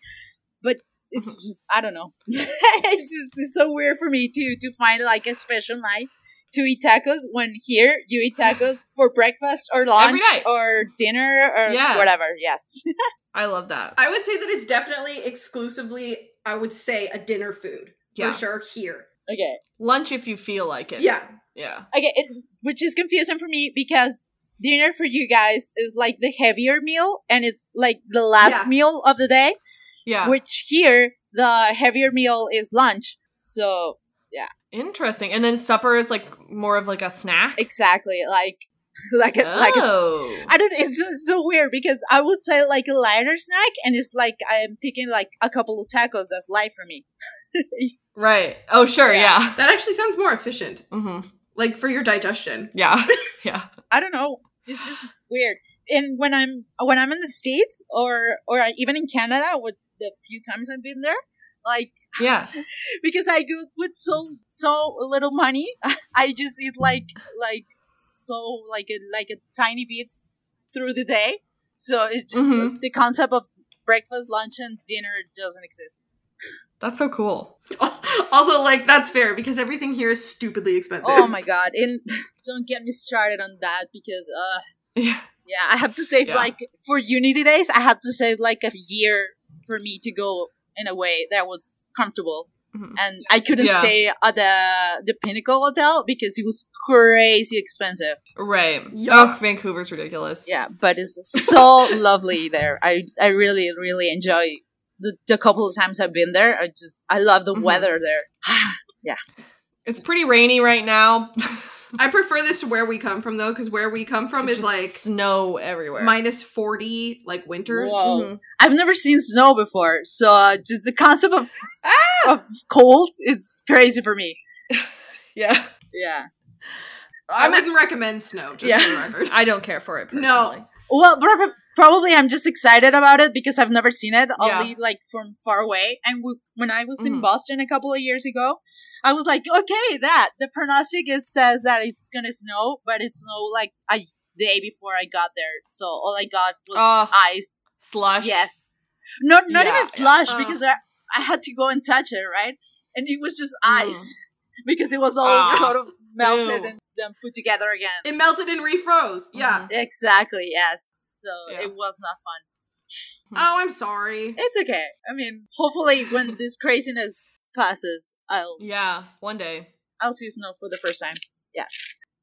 but [LAUGHS] it's just i don't know [LAUGHS] it's just it's so weird for me to to find like a special night to eat tacos when here you eat tacos [SIGHS] for breakfast or lunch night. or dinner or Yeah. whatever yes [LAUGHS] I love that. I would say that it's definitely exclusively, I would say, a dinner food Yeah. for sure here. okay Lunch if you feel like it. Yeah. Yeah. okay it, which is confusing for me because dinner for you guys is like the heavier meal and it's like the last Yeah. meal of the day Yeah. which here the heavier meal is lunch so Interesting. And then supper is like more of like a snack. [LAUGHS] exactly like [LAUGHS] like a, like a, oh. I don't. It's so, so weird because I would say like a lighter snack, and it's like I'm taking like a couple of tacos. That's light for me. [LAUGHS] right. Oh, sure. Yeah. Yeah. That actually sounds more efficient, hmm like for your digestion. [LAUGHS] Yeah. yeah. I don't know. It's just weird. And when I'm when I'm in the states or or even in Canada, with the few times I've been there, like Yeah. because I go with so so little money, [LAUGHS] I just eat like like so like a, like a tiny bits through the day. So it's just Mhm. the concept of breakfast, lunch, and dinner doesn't exist. That's so cool. [LAUGHS] Also, like, that's fair because everything here is stupidly expensive. Oh my god! And [LAUGHS] don't get me started on that because uh Yeah. yeah, I have to save Yeah. like for unity days. I had to save like a year for me to go in a way that was comfortable, Mhm. and I couldn't Yeah. stay at the the Pinnacle Hotel because it was crazy expensive. Right. Yeah. Oh, Vancouver's ridiculous. Yeah, but it's so lovely there. I I really really enjoy the, the couple of times I've been there. I just I love the Mhm. weather there. It's pretty rainy right now. [LAUGHS] I prefer this to where we come from though, because where we come from It's is just like snow everywhere. minus forty, like winters. Whoa. I've never seen snow before, so uh, just the concept of, of cold is crazy for me. yeah, Yeah. I wouldn't recommend snow, just yeah. for the [LAUGHS] record. I don't care for it. Personally. No. Well, prob- probably I'm just excited about it because I've never seen it, Yeah. only like from far away. And we, when I was in Mhm. Boston a couple of years ago, I was like, okay, that the pronostic is says that it's gonna snow, but it snowed like a day before I got there, so all I got was Oh. ice. slush. Yes. Not not Yeah, even yeah. slush Uh. because I, I had to go and touch it, right? And it was just Mm. ice [LAUGHS] because it was all Ah. sort of melted Ew. and then put together again. It melted and refroze. Mhm. Yeah. exactly, yes. So Yeah. it was not fun. Oh, I'm sorry. It's okay. I mean, hopefully when this craziness passes, I'll Yeah. One day. I'll see snow for the first time. Yes.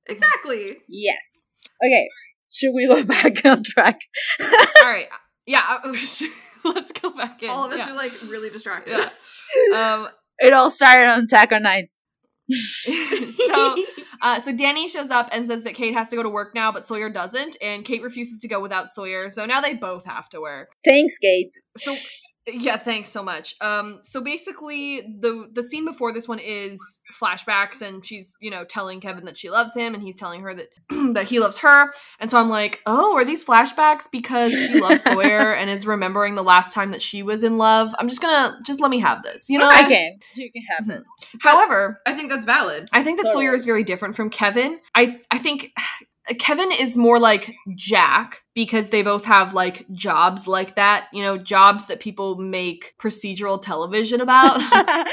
Exactly. Yes. Okay. Should we go [LAUGHS] back on track? All right. Yeah. I- [LAUGHS] Let's go back in. All of us yeah. are like really distracted. Yeah. Um, It all started on Taco Night. [LAUGHS] so, uh, so Danny shows up and says that Kate has to go to work now, but Sawyer doesn't, and Kate refuses to go without Sawyer. So now they both have to work. Thanks, Kate. So, yeah, thanks so much. Um, so basically, the the scene before this one is flashbacks, and she's you know telling Kevin that she loves him, and he's telling her that [CLEARS THROAT] that he loves her. And so I'm like, oh, are these flashbacks because she loves Sawyer and is remembering the last time that she was in love? I'm just gonna just let me have this, you know. I can. You can have Mhm. this. [LAUGHS] However, I think that's valid. I think that Totally. Sawyer is very different from Kevin. I I think [SIGHS] Kevin is more like Jack because they both have like jobs like that, you know, jobs that people make procedural television about. [LAUGHS]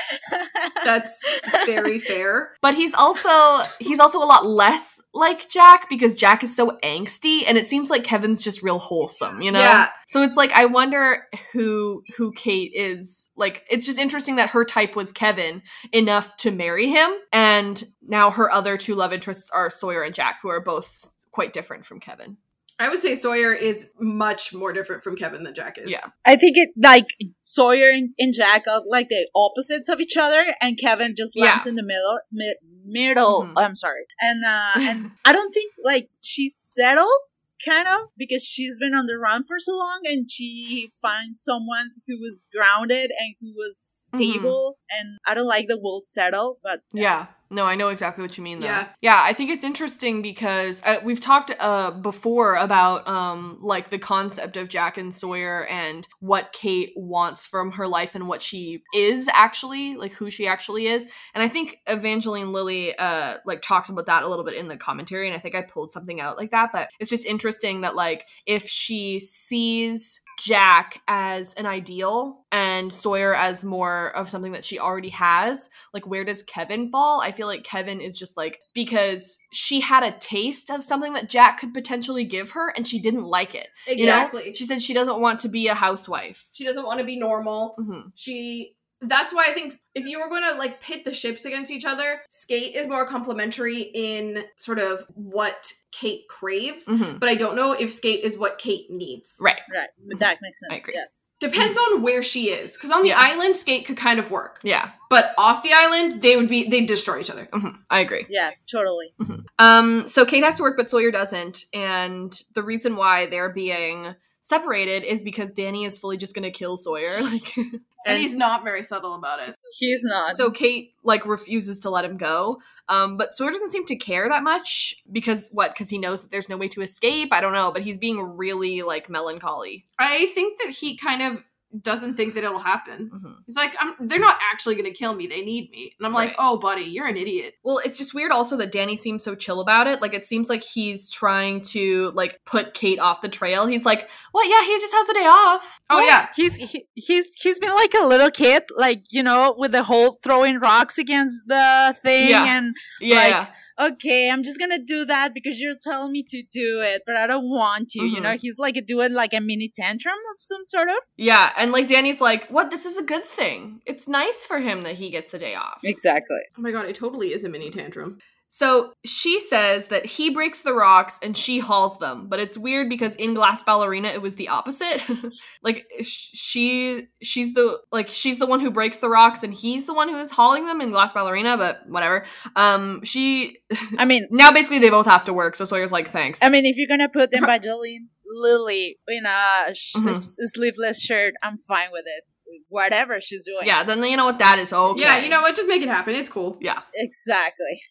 That's very fair. but he's also he's also a lot less like Jack because Jack is so angsty and it seems like Kevin's just real wholesome, you know? Yeah. So it's like I wonder who who Kate is. Like it's just interesting that her type was Kevin enough to marry him and now her other two love interests are Sawyer and Jack who are both quite different from Kevin. I would say Sawyer is much more different from Kevin than Jack is. Yeah. I think it like Sawyer and, and Jack are like the opposites of each other, and Kevin just Yeah. lands in the middle. Mi- middle. Mhm. I'm sorry, and [LAUGHS] uh, and I don't think like she settles kind of because she's been on the run for so long, and she finds someone who was grounded and who was Mhm. stable. And I don't like the word settle, but Yeah. No, I know exactly what you mean though. Yeah. Yeah. I think it's interesting because uh, we've talked uh before about um like the concept of Jack and Sawyer and what Kate wants from her life and what she is actually, like who she actually is. And I think Evangeline Lilly uh like talks about that a little bit in the commentary and I think I pulled something out like that, but it's just interesting that like if she sees Jack as an ideal and Sawyer as more of something that she already has, like where does Kevin fall? I feel like Kevin is just like because she had a taste of something that Jack could potentially give her and she didn't like it. you know? Exactly. She said she doesn't want to be a housewife. She doesn't want to be normal. Mhm. She that's why I think if you were going to like pit the ships against each other, Skate is more complementary in sort of what Kate craves, Mhm. but I don't know if Skate is what Kate needs. Right. right, that makes sense. I agree. Yes, Depends on where she is cuz on the Yeah. island Skate could kind of work, Yeah, but off the island they would be they'd destroy each other. Mhm. I agree. yes, totally. Um, so Kate has to work, but Sawyer doesn't, and the reason why they're being separated is because Danny is fully just going to kill Sawyer. [LAUGHS] Like, And he's not very subtle about it. He's not. So Kate like refuses to let him go, um, but Sawyer doesn't seem to care that much because what? Because he knows that there's no way to escape. I don't know, but he's being really like melancholy. I think that he kind of doesn't think that it'll happen. Mhm. He's like, I'm, they're not actually going to kill me. They need me. And I'm like, Right. oh, buddy, you're an idiot. Well, it's just weird also that Danny seems so chill about it. Like it seems like he's trying to like put Kate off the trail. He's like, well, yeah, he just has a day off. Oh, yeah. he's he, he's he's been like a little kid, like you know, with the whole throwing rocks against the thing, Yeah. and yeah, Like, yeah. okay, I'm just gonna do that because you're telling me to do it, but I don't want to. Mm-hmm. You know, he's like doing like a mini tantrum of some sort of. yeah. And like Danny's like, what? This is a good thing. It's nice for him that he gets the day off. Exactly. Oh my god, it totally is a mini tantrum. So she says that he breaks the rocks and she hauls them, but it's weird because in Glass Ballerina it was the opposite. [LAUGHS] like sh- she she's the like she's the one who breaks the rocks and he's the one who is hauling them in Glass Ballerina, but whatever. Um she I mean, now basically they both have to work, so Sawyer's like thanks. I mean, if you're gonna put Evangeline Lily in a sh- Mhm. sleeveless shirt, I'm fine with it. Whatever she's doing. yeah, then you know what that is okay. Yeah, you know what? Just make it happen. It's cool. Yeah. exactly.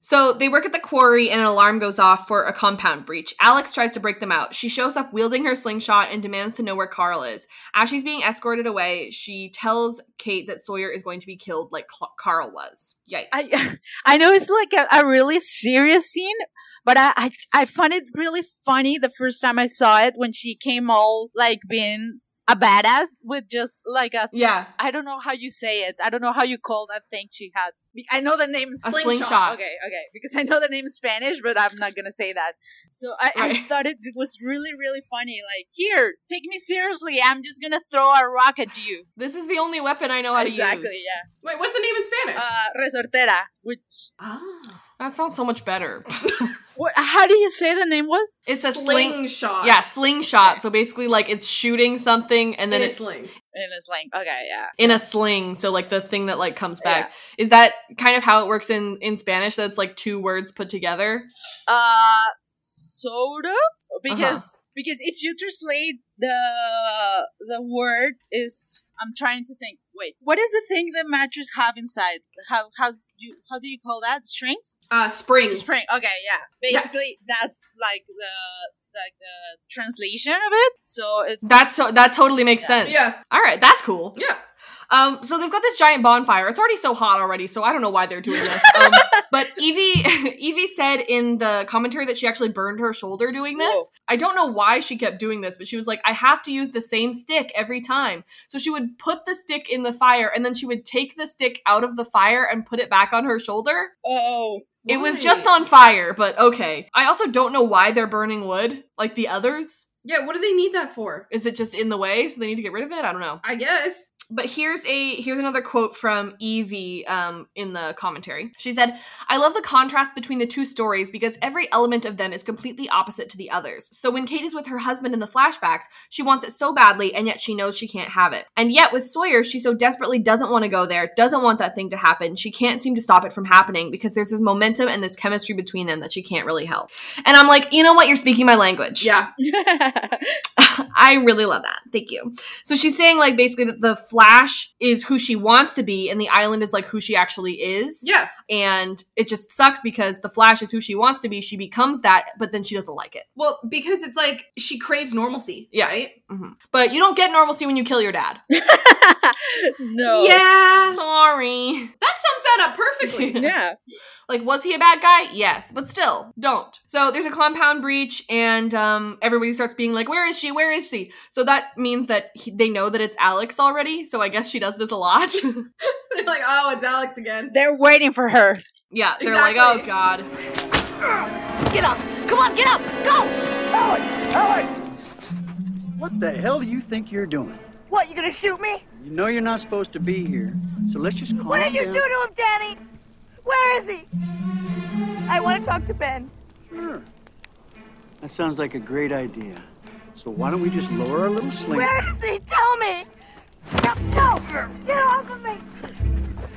So they work at the quarry and an alarm goes off for a compound breach. Alex tries to break them out. She shows up wielding her slingshot and demands to know where Carl is. As she's being escorted away, she tells Kate that Sawyer is going to be killed like Cl- Carl was. Yikes. I [LAUGHS] I know it's like a, a really serious scene, but I, I I found it really funny the first time I saw it when she came all like being a badass with just like a yeah. I don't know how you say it. I don't know how you call that thing she has. Be- I know the name A slingshot. slingshot. Okay, okay, because I know the name in Spanish, but I'm not gonna say that. So I, I Right. thought it was really, really funny. Like, here, take me seriously. I'm just gonna throw a rock at you. This is the only weapon I know how to exactly. use. Yeah. Wait, what's the name in Spanish? Uh, resortera. Which? Ah. That sounds so much better. What, how do you say the name was? it's a sling. slingshot. Yeah, slingshot. So basically, like it's shooting something and And then then a it's sling. And it's like, okay, yeah. in a sling so like the thing that like comes back is that kind of how it works in in spanish that's like two words put together Uh, sort of because because if you translate the the word is I'm trying to think. Wait, what is the thing that mattress have inside? How how's you how do you call that? Strings? Uh, spring. Spring. Okay, yeah. Yeah. Basically, that's like the like the translation of it. So [LAUGHS] it that's so that totally makes Yeah. sense Yeah. all right that's cool Yeah. um so they've got this giant bonfire it's already so hot already so i don't know why they're doing this um, [LAUGHS] but evie [LAUGHS] evie said in the commentary that she actually burned her shoulder doing this Whoa. i don't know why she kept doing this but she was like i have to use the same stick every time so she would put the stick in the fire and then she would take the stick out of the fire and put it back on her shoulder oh It was just on fire, but okay. I also don't know why they're burning wood like the others. Yeah, what do they need that for? Is it just in the way, so they need to get rid of it? I don't know. I guess. But here's a here's another quote from Evie um, in the commentary. She said, "I love the contrast between the two stories because every element of them is completely opposite to the others. So when Kate is with her husband in the flashbacks, she wants it so badly, and yet she knows she can't have it. And yet with Sawyer, she so desperately doesn't want to go there, doesn't want that thing to happen. She can't seem to stop it from happening because there's this momentum and this chemistry between them that she can't really help. And I'm like, you know what? You're speaking my language. Yeah. [LAUGHS] I really love that. Thank you. So she's saying like basically that the Flash is who she wants to be and the island is like who she actually is. Yeah. And it just sucks because the Flash is who she wants to be. She becomes that, but then she doesn't like it. Well, because it's like she craves normalcy. Yeah. Mm-hmm. Right? But you don't get normalcy when you kill your dad. no. Yeah. Sorry. [LAUGHS] That sums that up [LAUGHS] perfectly. [LAUGHS] Yeah. Like, was he a bad guy? Yes, but still, don't. So there's a compound breach, and um, everybody starts being like, "Where is she? Where is she?" So that means that he, they know that it's Alex already. So I guess she does this a lot. [LAUGHS] They're like, oh, it's Alex again. They're waiting for her. yeah, they're like, Exactly. "Oh God." What the hell do you think you're doing? What, you gonna shoot me? You know you're not supposed to be here, so let's just calm What did you do to him, Danny? Where is he? I wanna talk to Ben. Sure. That sounds like a great idea. So why don't we just lower our little sling? Where is he? Tell me! No, no! Get off of me!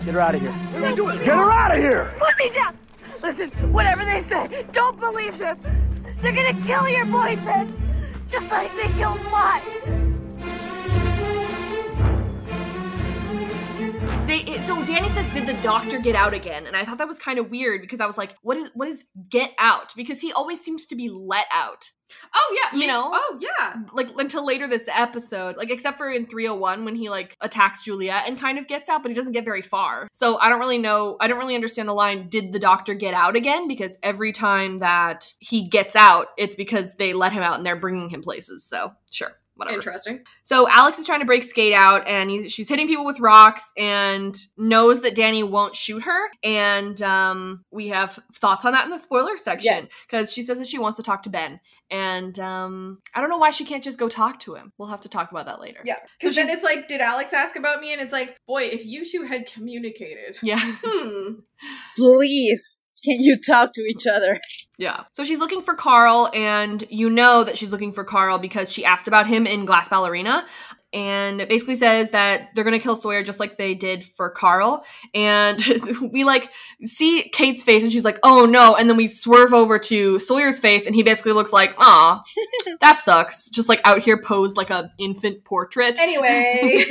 Get her out of here. Get her out of here! Put me down! Listen, whatever they say, don't believe them! They're gonna kill your boyfriend! Just like they killed mine! They so Danny says, "Did the doctor get out again?" And I thought that was kind of weird because I was like, "What is what is get out?" Because he always seems to be let out. Oh, yeah. You me- know? Oh, yeah. like until later this episode like except for in 301 when he like attacks julia and kind of gets out but he doesn't get very far so i don't really know i don't really understand the line did the doctor get out again because every time that he gets out it's because they let him out and they're bringing him places so sure whatever Interesting. so Alex is trying to break Skate out, and he, she's hitting people with rocks, and knows that Danny won't shoot her. And um, we have thoughts on that in the spoiler section Yes. because she says that she wants to talk to Ben, and um, I don't know why she can't just go talk to him. We'll have to talk about that later. Yeah. So Because then she's- it's like, did Alex ask [LAUGHS] about me? And it's like, boy, if you two had communicated. Yeah. Hmm. Please. Can you talk to each other? Yeah. So she's looking for Carl, and you know that she's looking for Carl because she asked about him in Glass Ballerina. And it basically says that they're gonna kill Sawyer just like they did for Carl. And [LAUGHS] we like see Kate's face and she's like, oh no. And then we swerve over to Sawyer's face and he basically looks like, ah, that sucks. Just like out here posed like a infant portrait. Anyway.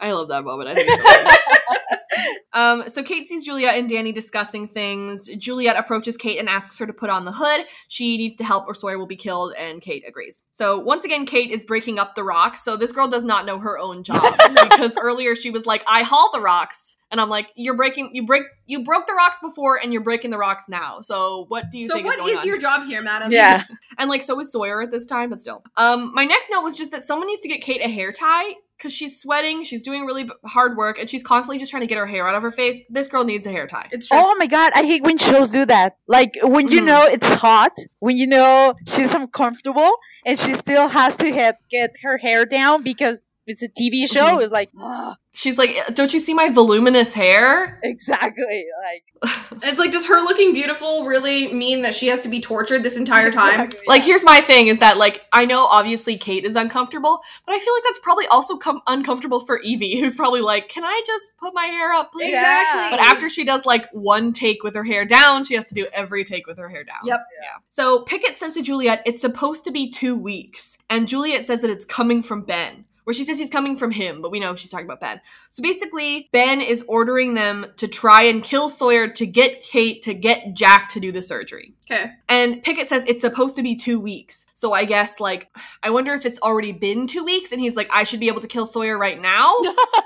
I love that moment. I think it's [LAUGHS] so funny. um, so Kate sees Juliet and Danny discussing things. Juliet approaches Kate and asks her to put on the hood. She needs to help or Sawyer will be killed, and Kate agrees. So once again, Kate is breaking up the rocks. So this girl does not know her own [LAUGHS] job because earlier she was like, "I haul the rocks," and I'm like, "You're breaking. You break. You broke the rocks before, and you're breaking the rocks now. So what do you so think is what going is on your job here, madam? Yeah. and like so is Sawyer at this time, but still. Um, my next note was just that someone needs to get Kate a hair tie because she's sweating, she's doing really b- hard work, and she's constantly just trying to get her hair out of her face. This girl needs a hair tie. [LAUGHS] It's true. Oh my god, I hate when shows do that. Like when you Mhm. know it's hot, when you know she's uncomfortable, and she still has to ha- get her hair down because it's a TV show. Mhm. It's like [LAUGHS] "Ugh, She's like, "Eh, don't you see my voluminous hair? exactly like And it's like, does her looking beautiful really mean that she has to be tortured this entire time? Exactly, Like, yeah. here's my thing is that, like, I know obviously Kate is uncomfortable, but I feel like that's probably also com- uncomfortable for Evie, who's probably like, can I just put my hair up, please? Exactly. But after she does like one take with her hair down, she has to do every take with her hair down. Yep. Yeah. So Pickett says to Juliet, it's supposed to be two weeks. And Juliet says that it's coming from Ben, where she says he's coming from him, but we know she's talking about Ben. So basically, Ben is ordering them to try and kill Sawyer to get Kate, to get Jack to do the surgery. Okay. And Pickett says it's supposed to be two weeks. So I guess, like, I wonder if it's already been two weeks and he's like, I should be able to kill Sawyer right now?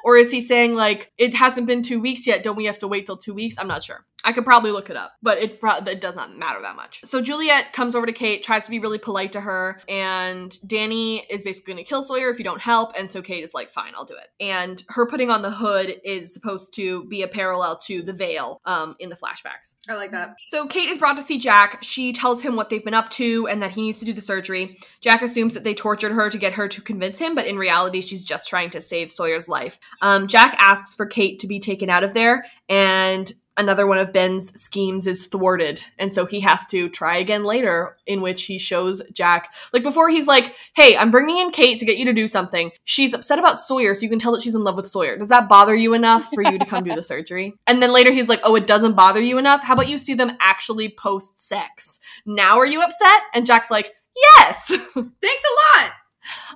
or is he saying, like, it hasn't been two weeks yet? Don't we have to wait till two weeks? I'm not sure. I could probably look it up, but it, pro- it does not matter that much. So Juliet comes over to Kate, tries to be really polite to her, and Danny is basically going to kill Sawyer if you don't help. And so Kate is like, fine, I'll do it. And her putting on the hood is supposed to be a parallel to the veil um, in the flashbacks. I like that. So Kate is brought to see Jack. She tells him what they've been up to and that he needs to do the surgery. Jack assumes that they tortured her to get her to convince him, but in reality, she's just trying to save Sawyer's life. Um, Jack asks for Kate to be taken out of there, and another one of Ben's schemes is thwarted. And so he has to try again later, in which he shows Jack, like before he's like, Hey, I'm bringing in Kate to get you to do something. She's upset about Sawyer, so you can tell that she's in love with Sawyer. Does that bother you enough for you to come do the surgery? And then later he's like, Oh, it doesn't bother you enough. How about you see them actually post sex? Now are you upset? And Jack's like, Yes, [LAUGHS] Thanks a lot.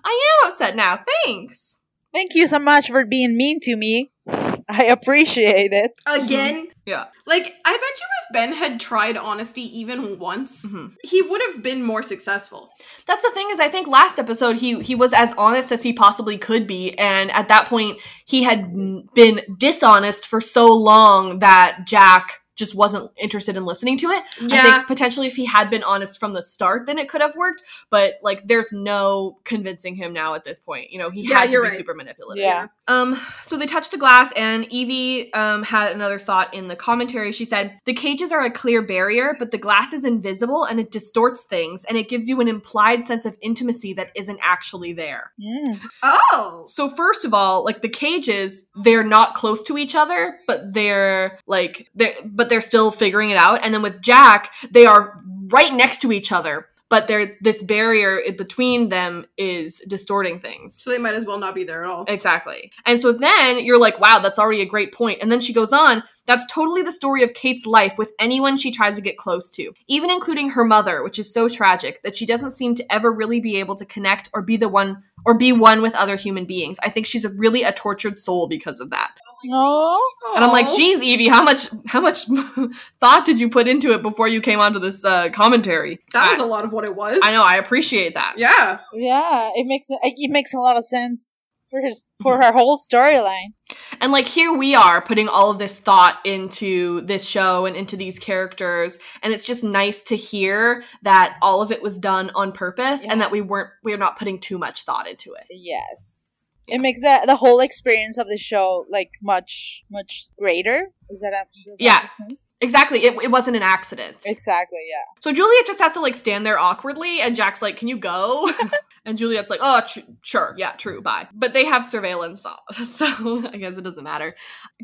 I am upset now. Thanks. thank you so much for being mean to me. [LAUGHS] I appreciate it. Mhm. Again. Yeah. Like, I bet you if Ben had tried honesty even once, Mhm. he would have been more successful. That's the thing is I think last episode he he was as honest as he possibly could be and at that point he had n- been dishonest for so long that Jack just wasn't interested in listening to it. I Yeah. think potentially if he had been honest from the start then it could have worked, but like there's no convincing him now at this point. You know, he Yeah, had to be you're right. super manipulative. Yeah. Um, so they touched the glass, and Evie um, had another thought in the commentary. She said, The cages are a clear barrier, but the glass is invisible and it distorts things, and it gives you an implied sense of intimacy that isn't actually there. Mm. Oh. So, first of all, like the cages, they're not close to each other, but they're like, they're, but they're still figuring it out. And then with Jack, they are right next to each other, but they're, this barrier in between them is distorting things. So they might as well not be there at all. Exactly. And so then you're like, wow, that's already a great point. And then she goes on, that's totally the story of Kate's life with anyone she tries to get close to, even including her mother, which is so tragic that she doesn't seem to ever really be able to connect or be the one or be one with other human beings. I think she's a really a tortured soul because of that. No, Oh. And I'm like, Aw. geez, Evie, how much how much [LAUGHS] thought did you put into it before you came onto this uh, commentary? that I- was a lot of what it was. I know, I appreciate that. Yeah. yeah, it makes it makes a lot of sense for his for her whole storyline. And like here we are putting all of this thought into this show and into these characters and it's just nice to hear that all of it was done on purpose Yeah. and that we weren't we're not putting too much thought into it. Yes. It makes that the whole experience of the show like much much greater. Is that a does that Yeah. make sense? Exactly. It, it wasn't an accident. Exactly. Yeah. So Juliet just has to like stand there awkwardly, and Jack's like, "Can you go?" [LAUGHS] and Juliet's like, "Oh, tr- sure, yeah, true, bye." But they have surveillance, [LAUGHS] so- so I guess it doesn't matter.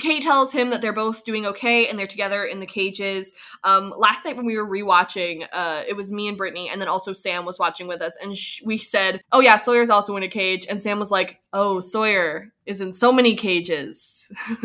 Kate tells him that they're both doing okay, and they're together in the cages. Um, last night when we were rewatching, uh, it was me and Brittany, and then also Sam was watching with us, and sh- we said, "Oh yeah, Sawyer's also in a cage," and Sam was like, "Oh, Sawyer is in so many cages. [LAUGHS]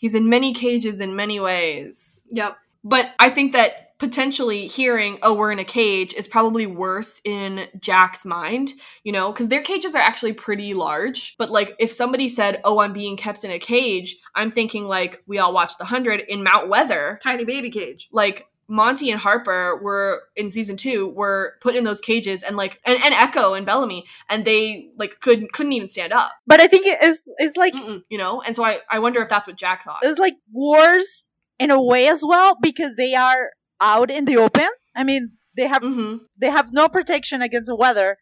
He's in many cages in many ways." Yep. But I think that potentially hearing, oh, we're in a cage is probably worse in Jack's mind, you know, because their cages are actually pretty large. But like if somebody said, oh, I'm being kept in a cage, I'm thinking like we all watched The 100 in Mount Weather. Tiny baby cage. Like Monty and Harper were in season two were put in those cages and like and, and Echo and Bellamy and they like could couldn't even stand up. But I think it's it's like Mm-mm, you know, and so I, I wonder if that's what Jack thought. it's like wars in a way as well because they are out in the open. I mean, they have Mm-hmm. they have no protection against the weather,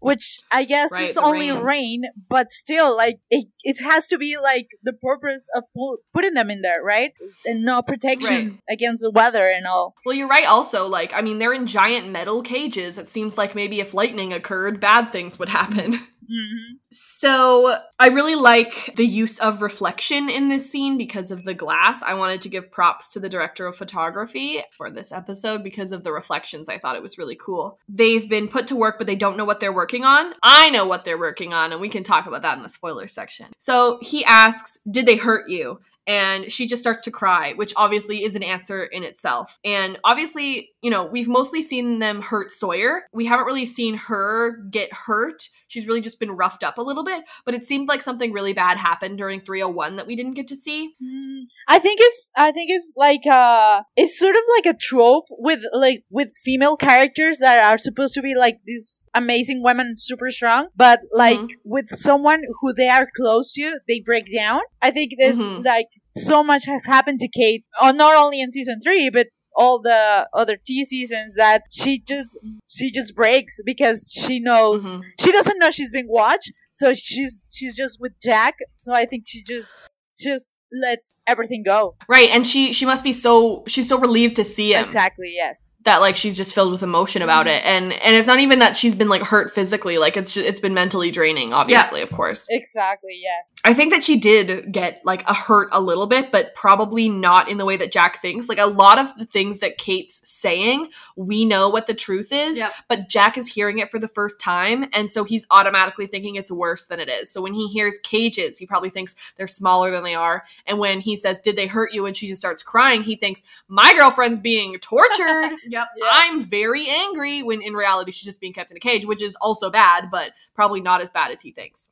which I guess Right, is the only rain. rain. But still, like it, it has to be like the purpose of pu- putting them in there, right? And no protection against the weather and all. Well, you're right. Also, like, I mean, they're in giant metal cages. It seems like maybe if lightning occurred, bad things would happen. [LAUGHS] Mm. So, I really like the use of reflection in this scene because of the glass. I wanted to give props to the director of photography for this episode because of the reflections. I thought it was really cool. They've been put to work, but they don't know what they're working on. I know what they're working on, and we can talk about that in the spoiler section. So, he asks, Did they hurt you? and she just starts to cry, which obviously is an answer in itself. And obviously, you know, we've mostly seen them hurt Sawyer. We haven't really seen her get hurt. She's really just been roughed up a little bit, but it seemed like something really bad happened during 301 that we didn't get to see. Mm, I think it's I think it's like uh it's sort of like a trope with like with female characters that are supposed to be like these amazing women super strong, but like with someone who they are close to, they break down. I think this Mhm. like so much has happened to Kate, uh, not only in season three, but all the other T seasons that she just she just breaks because she knows she doesn't know she's being watched, so she's she's just with Jack. So I think she just just lets everything go. Right, and she she must be so she's so relieved to see him. Exactly. Yes. That like she's just filled with emotion about it, and and it's not even that she's been like hurt physically, like it's just, it's been mentally draining, obviously, of course. Exactly. Yes. I think that she did get like a hurt a little bit, but probably not in the way that Jack thinks. Like a lot of the things that Kate's saying, we know what the truth is, Yep. but Jack is hearing it for the first time. And so he's automatically thinking it's worse than it is. So when he hears cages, he probably thinks they're smaller than they are. And when he says, Did they hurt you? and she just starts crying, he thinks, My girlfriend's being tortured. Yep. I'm very angry when in reality she's just being kept in a cage, which is also bad, but probably not as bad as he thinks.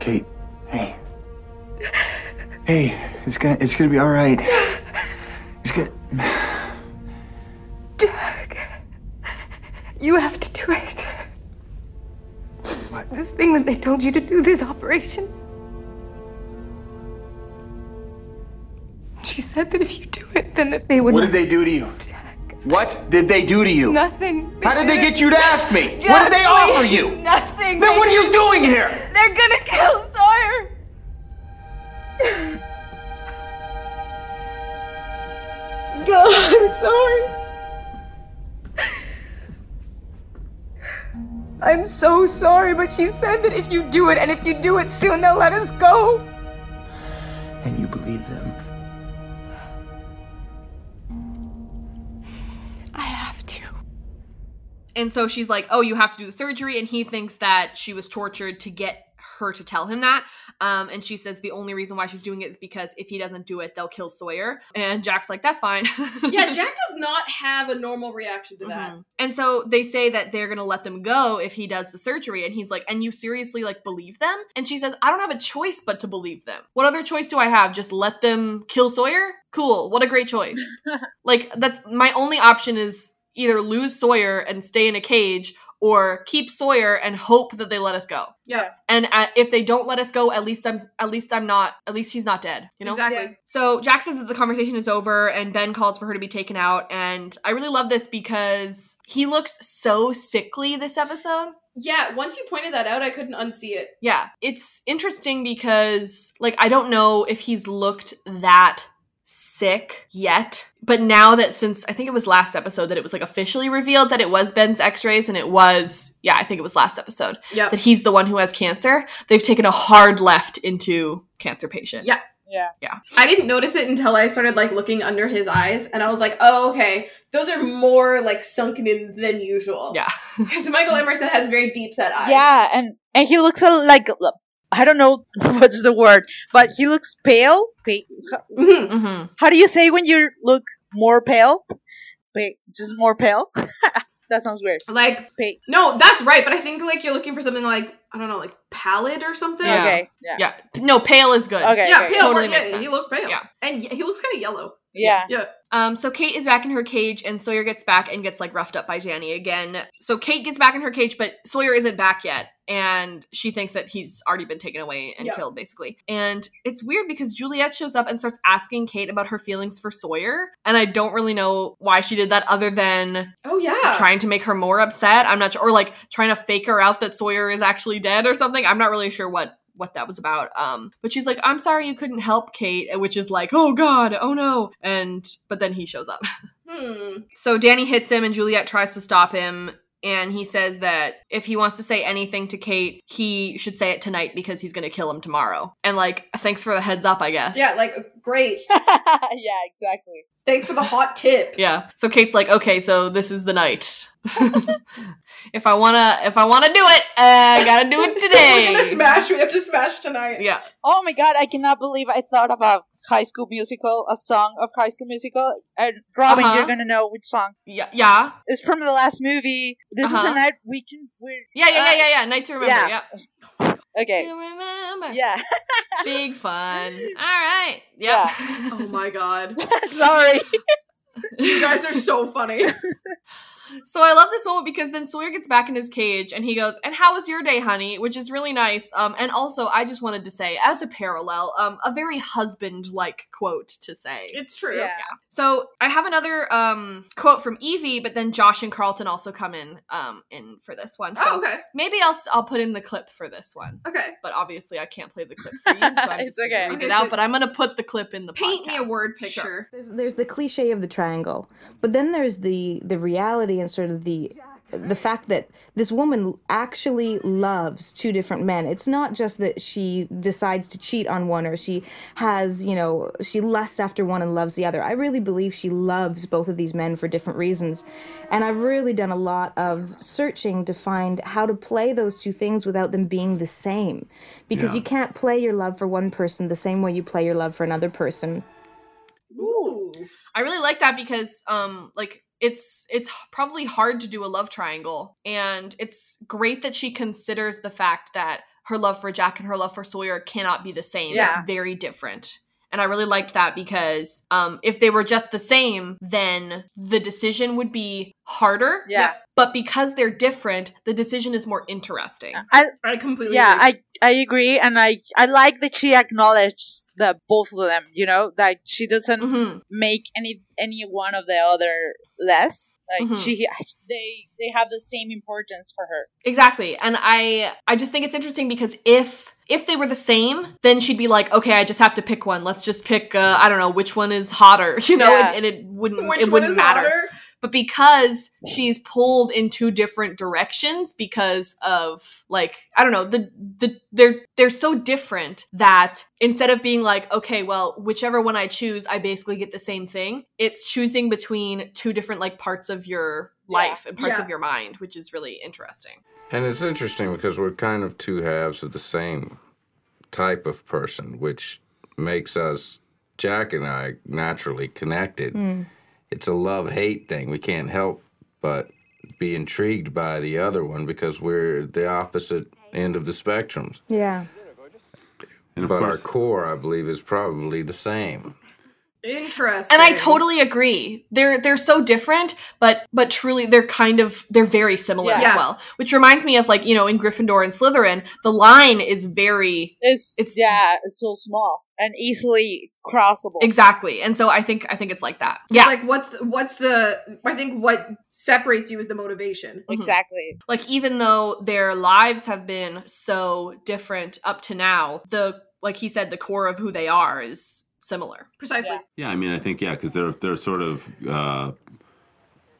Kate, hey. Hey, it's gonna it's gonna be alright. It's gonna Jack, you have to do it. This thing that they told you to do, this operation. She said that if you do it, then that they would. What did they do to you? What did they do to you? Nothing. How did they get you to ask me? Jack, what did they please, offer you? Nothing. Then what are you doing here? They're gonna kill Sawyer. [LAUGHS] God, I'm sorry. I'm so sorry, but she said that if you do it, and if you do it soon, they'll let us go. and you believe them. I have to. And so she's like, "Oh, you have to do the surgery," and he thinks that she was tortured to get her to tell him that. Um, and she says the only reason why she's doing it is because if he doesn't do it, they'll kill Sawyer. And Jack's like, "That's fine." yeah, [LAUGHS] Jack does not have a normal reaction to that. And so they say that they're gonna let them go if he does the surgery. And he's like, "And you seriously like believe them?" And she says, "I don't have a choice but to believe them. What other choice do I have? Just let them kill Sawyer? Cool. What a great [LAUGHS] choice." like that's my only option is either lose Sawyer and stay in a cage or keep Sawyer and hope that they let us go. Yeah. And uh, if they don't let us go, at least I'm at least I'm not at least he's not dead, you know? Exactly. Yeah. So Jack says that the conversation is over and Ben calls for her to be taken out and I really love this because he looks so sickly this episode. Yeah, once you pointed that out, I couldn't unsee it. Yeah, it's interesting because like I don't know if he's looked that sick yet. But now that since I think it was last episode that it was like officially revealed that it was Ben's x-rays and it was yeah, I think it was last episode Yep. that he's the one who has cancer, they've taken a hard left into cancer patient. Yeah. Yeah. Yeah. I didn't notice it until I started like looking under his eyes and I was like, oh, okay, those are more like sunken in than usual. [LAUGHS] Yeah. Because Michael Emerson has very deep set eyes. [LAUGHS] Yeah, and and he looks a, like I don't know [LAUGHS] what's the word, but he looks pale. Pa- Mhm. Mhm. How do you say when you look more pale? Wait, just more pale. [LAUGHS] that sounds weird. Like, Pa- no, that's right. But I think like you're looking for something like, I don't know, like pallid or something. Yeah. Okay. Yeah. Yeah. No, pale is good. Okay. Yeah, okay. pale. Totally yeah, makes sense. he looks pale. Yeah. And y- he looks kind of yellow. Yeah. [LAUGHS] Yeah. Um, so Kate is back in her cage, and Sawyer gets back and gets like roughed up by Danny again. So Kate gets back in her cage, but Sawyer isn't back yet, and she thinks that he's already been taken away and Yeah. killed, basically. And it's weird because Juliet shows up and starts asking Kate about her feelings for Sawyer, and I don't really know why she did that other than Oh yeah. trying to make her more upset. I'm not sure, or like trying to fake her out that Sawyer is actually dead or something. I'm not really sure what what that was about. Um, but she's like, "I'm sorry you couldn't help Kate," which is like, "Oh God, oh no!" And but then he shows up. [LAUGHS] Hmm. So Danny hits him, and Juliet tries to stop him. And he says that if he wants to say anything to Kate, he should say it tonight because he's going to kill him tomorrow. And like, thanks for the heads up, I guess. Yeah, like great. yeah. Exactly. Thanks for the [LAUGHS] hot tip. Yeah. So Kate's like, okay, so this is the night. [LAUGHS] if I wanna, if I wanna do it, uh, I gotta do [LAUGHS] it today. [LAUGHS] We're gonna smash. We have to smash tonight. Yeah. Oh my god! I cannot believe I thought about High School Musical, a song of High School Musical. And Robin, Uh-huh. you're gonna know which song. Yeah. Yeah. It's from the last movie. This is Uh-huh. a night we can. We're, Yeah. Yeah. Yeah. Yeah. yeah. Night to remember. Uh, yeah. Yeah. okay. You remember. Yeah. Big [LAUGHS] fun. All right. [LAUGHS] Yep. Yeah. Oh my god. [LAUGHS] [LAUGHS] Sorry. You guys are so funny. So I love this moment because then Sawyer gets back in his cage and he goes, "And how was your day, honey?" Which is really nice. Um, and also I just wanted to say, as a parallel, um, a very husband-like quote to say. It's true. Yeah. So I have another um, quote from Evie, but then Josh and Carlton also come in um, in for this one. So Oh, okay. maybe I'll s- I'll put in the clip for this one, okay. but obviously I can't play the clip for you, so [LAUGHS] I'm [LAUGHS] It's just gonna okay. read Okay, it so out. But I'm gonna put the clip in the Paint me a podcast. word picture. There's, there's the cliche of the triangle, but then there's the the reality and sort of the the fact that this woman actually loves two different men. It's not just that she decides to cheat on one or she has, you know, she lusts after one and loves the other. I really believe she loves both of these men for different reasons. And I've really done a lot of searching to find how to play those two things without them being the same. Because you can't play your love for one person the same way you play your love for another person. Ooh. I really like that because um like it's it's h- probably hard to do a love triangle and it's great that she considers the fact that her love for Jack and her love for Sawyer cannot be the same. Yeah. It's very different. And I really liked that because um if they were just the same, then the decision would be harder. Yeah. But because they're different, the decision is more interesting. I I completely. yeah agree. I I agree, and I I like that she acknowledges that both of them. You know that she doesn't Mhm. make any any one of the other less. Like Mhm. she they they have the same importance for her. Exactly. And I I just think it's interesting because if if they were the same, then she'd be like, okay, I just have to pick one. Let's just pick uh, I don't know which one is hotter, [LAUGHS] you know, Yeah. and, and it wouldn't Which it one wouldn't is matter. hotter? But because she's pulled in two different directions because of like I don't know, the the they're they're so different that instead of being like, okay, well, whichever one I choose, I basically get the same thing. It's choosing between two different like parts of your Yeah. life and parts Yeah. of your mind, which is really interesting. And it's interesting because we're kind of two halves of the same type of person, which makes us, Jack and I, naturally connected. It's a love hate thing. We can't help but be intrigued by the other one because we're the opposite end of the spectrums. Yeah. But our core, I believe, is probably the same. Interesting. and I totally agree. They're they're so different, but but truly they're kind of they're very similar Yeah. as well. Which reminds me of like you know in Gryffindor and Slytherin, the line is very It's, It's- yeah, it's so small and easily crossable. exactly, and so I think I think it's like that. It's Yeah, like, like what's the, what's the I think what separates you is the mm-hmm. motivation. Exactly. even though their lives have been so different up to now, the like he said, the core of who they are is similar. Precisely. Yeah, I mean, I think yeah, because they're they're sort of uh,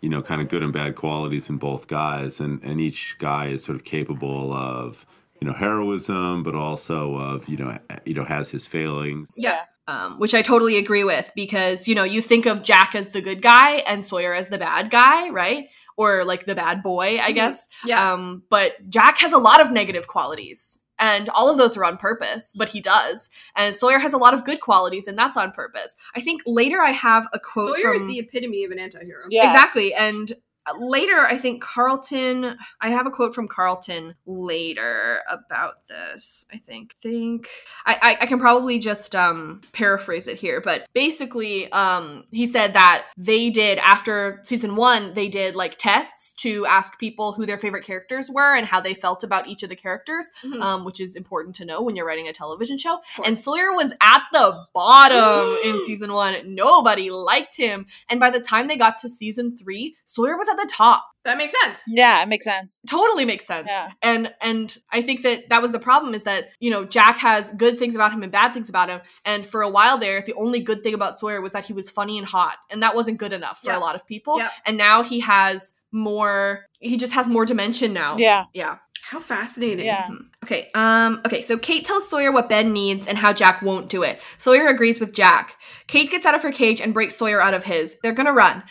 you know kind of good and bad qualities in both guys, and and each guy is sort of capable of you know heroism, but also of you know you know has his failings. Yeah. Um, which I totally agree with because, you know, you think of Jack as the good guy and Sawyer as the bad guy, right? Or like the bad boy, I Mhm. guess. Yeah. Um, but Jack has a lot of negative qualities and all of those are on purpose, but he does. And Sawyer has a lot of good qualities and that's on purpose. I think later I have a quote Sawyer is from- the epitome of an antihero. Exactly. And uh, later, I think Carlton, I have a quote from Carlton later about this. I think, think I, I, I can probably just um, paraphrase it here, but basically, um, he said that they did after season one, they did like tests to ask people who their favorite characters were and how they felt about each of the characters, Mhm. um, which is important to know when you're writing a television show. And Sawyer was at the bottom in season one. Nobody liked him. And by the time they got to season three, Sawyer was at the top. That makes sense. Yeah, it makes sense. Totally makes sense. Yeah. And and I think that that was the problem is that, you know, Jack has good things about him and bad things about him. And for a while there, the only good thing about Sawyer was that he was funny and hot. And that wasn't good enough for Yeah. a lot of people. Yeah. And now he has more he just has more dimension now. Yeah. Yeah. How fascinating. Yeah. Okay. Um. Okay. So Kate tells Sawyer what Ben needs and how Jack won't do it. Sawyer agrees with Jack. Kate gets out of her cage and breaks Sawyer out of his. They're gonna run.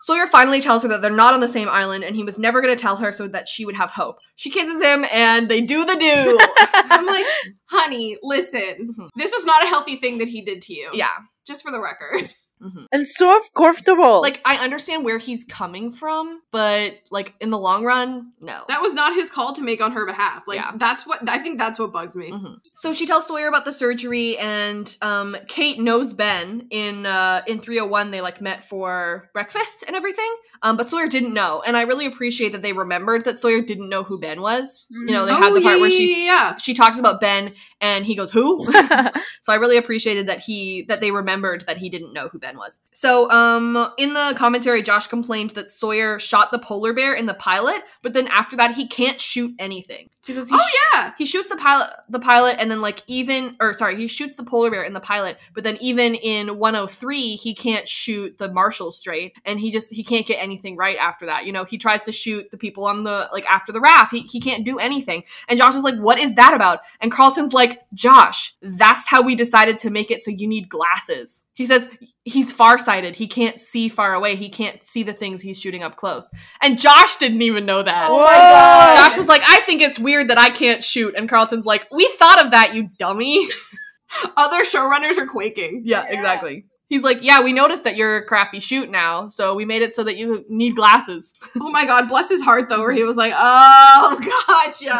Sawyer finally tells her that they're not on the same island and he was never gonna tell her so that she would have hope. She kisses him and they do the do. [LAUGHS] [LAUGHS] I'm like, honey, listen. This was not a healthy thing that he did to you. Yeah. Just for the record. [LAUGHS] And so comfortable. [LAUGHS] Like I understand where he's coming from, but like in the long run, no. That was not his call to make on her behalf. Like that's what I think that's what bugs me. Mm-hmm. So she tells Sawyer about the surgery, and um, Kate knows Ben in uh, in 301. They like met for breakfast and everything, um, but Sawyer didn't know. And I really appreciate that they remembered that Sawyer didn't know who Ben was. You know, they had Oh, the part yeah, where yeah, she yeah, yeah. she talks about Ben, and he goes [LAUGHS] who. so I really appreciated that he that they remembered that he didn't know who Ben was. So um, in the commentary, Josh complained that Sawyer shot the polar bear in the pilot, but then after that, he can't shoot anything. He says, he Oh, yeah!" he shoots the pilot, the pilot, and then like even, or sorry, he shoots the polar bear in the pilot, but then even in 103, he can't shoot the marshal straight, and he just he can't get anything right after that. You know, he tries to shoot the people on the like after the raft, he he can't do anything. And Josh is like, "What is that about?" And Carlton's like, "Josh, that's how we decided to make it. So you need glasses." He says he's farsighted. He can't see far away. He can't see the things he's shooting up close. And Josh didn't even know that. Oh my God. Josh was like, I think it's weird that I can't shoot. And Carlton's like, We thought of that, you dummy. [LAUGHS] Other showrunners are quaking. yeah, exactly. He's like, Yeah, we noticed that you're a crappy shoot now, so we made it so that you need glasses. Oh my god, bless his heart though, where he was like, [LAUGHS] Oh gotcha.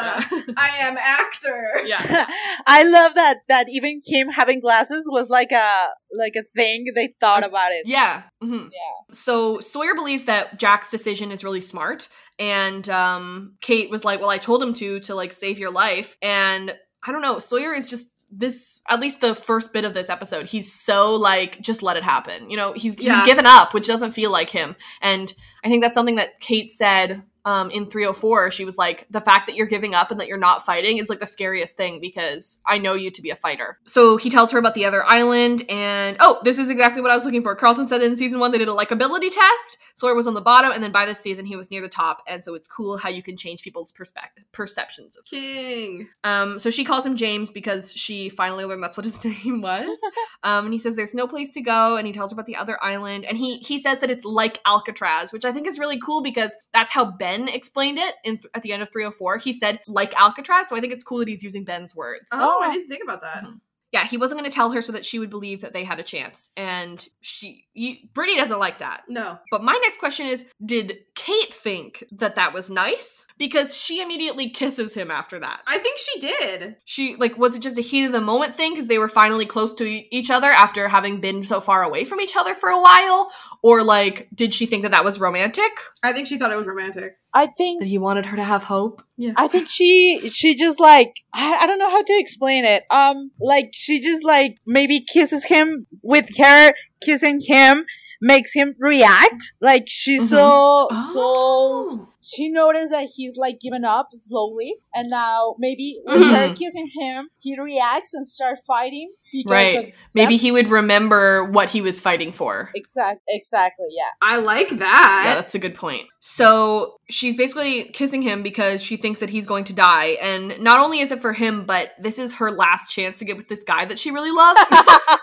I am actor. Yeah. I love that that even him having glasses was like a like a thing they thought about it. Yeah. hmm Yeah. So Sawyer believes that Jack's decision is really smart, and um, Kate was like, "Well, I told him to to like save your life," and I don't know. Sawyer is just this at least the first bit of this episode he's so like just let it happen you know he's Yeah. he's given up which doesn't feel like him and i think that's something that kate said um in 304 she was like the fact that you're giving up and that you're not fighting is like the scariest thing because i know you to be a fighter so he tells her about the other island and oh this is exactly what i was looking for carlton said in season one they did a likability test sawyer was on the bottom and then by this season he was near the top and so it's cool how you can change people's perspective perceptions of King. um, so she calls him James because she finally learned that's what his [LAUGHS] name was. Um, and he says there's no place to go, and he tells her about the other island, and he he says that it's like Alcatraz, which I think is really cool because that's how Ben explained it in at the end of 304. He said like Alcatraz, so I think it's cool that he's using Ben's words. Oh, I didn't think about that. Yeah, he wasn't going to tell her so that she would believe that they had a chance, and she you, Brittany doesn't like that. No. But my next question is Did Kate think that that was nice? Because she immediately kisses him after that. I think she did. She, like, was it just a heat of the moment thing because they were finally close to e- each other after having been so far away from each other for a while? Or, like, did she think that that was romantic? I think she thought it was romantic. I think that he wanted her to have hope. Yeah. I think she she just like I, I don't know how to explain it. Um like she just like maybe kisses him with her Oh. kissing him makes him react. Like she's so so she noticed that he's like given up slowly, and now maybe with her Mhm. kissing him, he reacts and start fighting because of Right. Maybe he would remember what he was fighting for. exact exactly yeah. I like that. Yeah, that's a good point. So she's basically kissing him because she thinks that he's going to die. And not only is it for him, but this is her last chance to get with this guy that she really [LAUGHS] loves.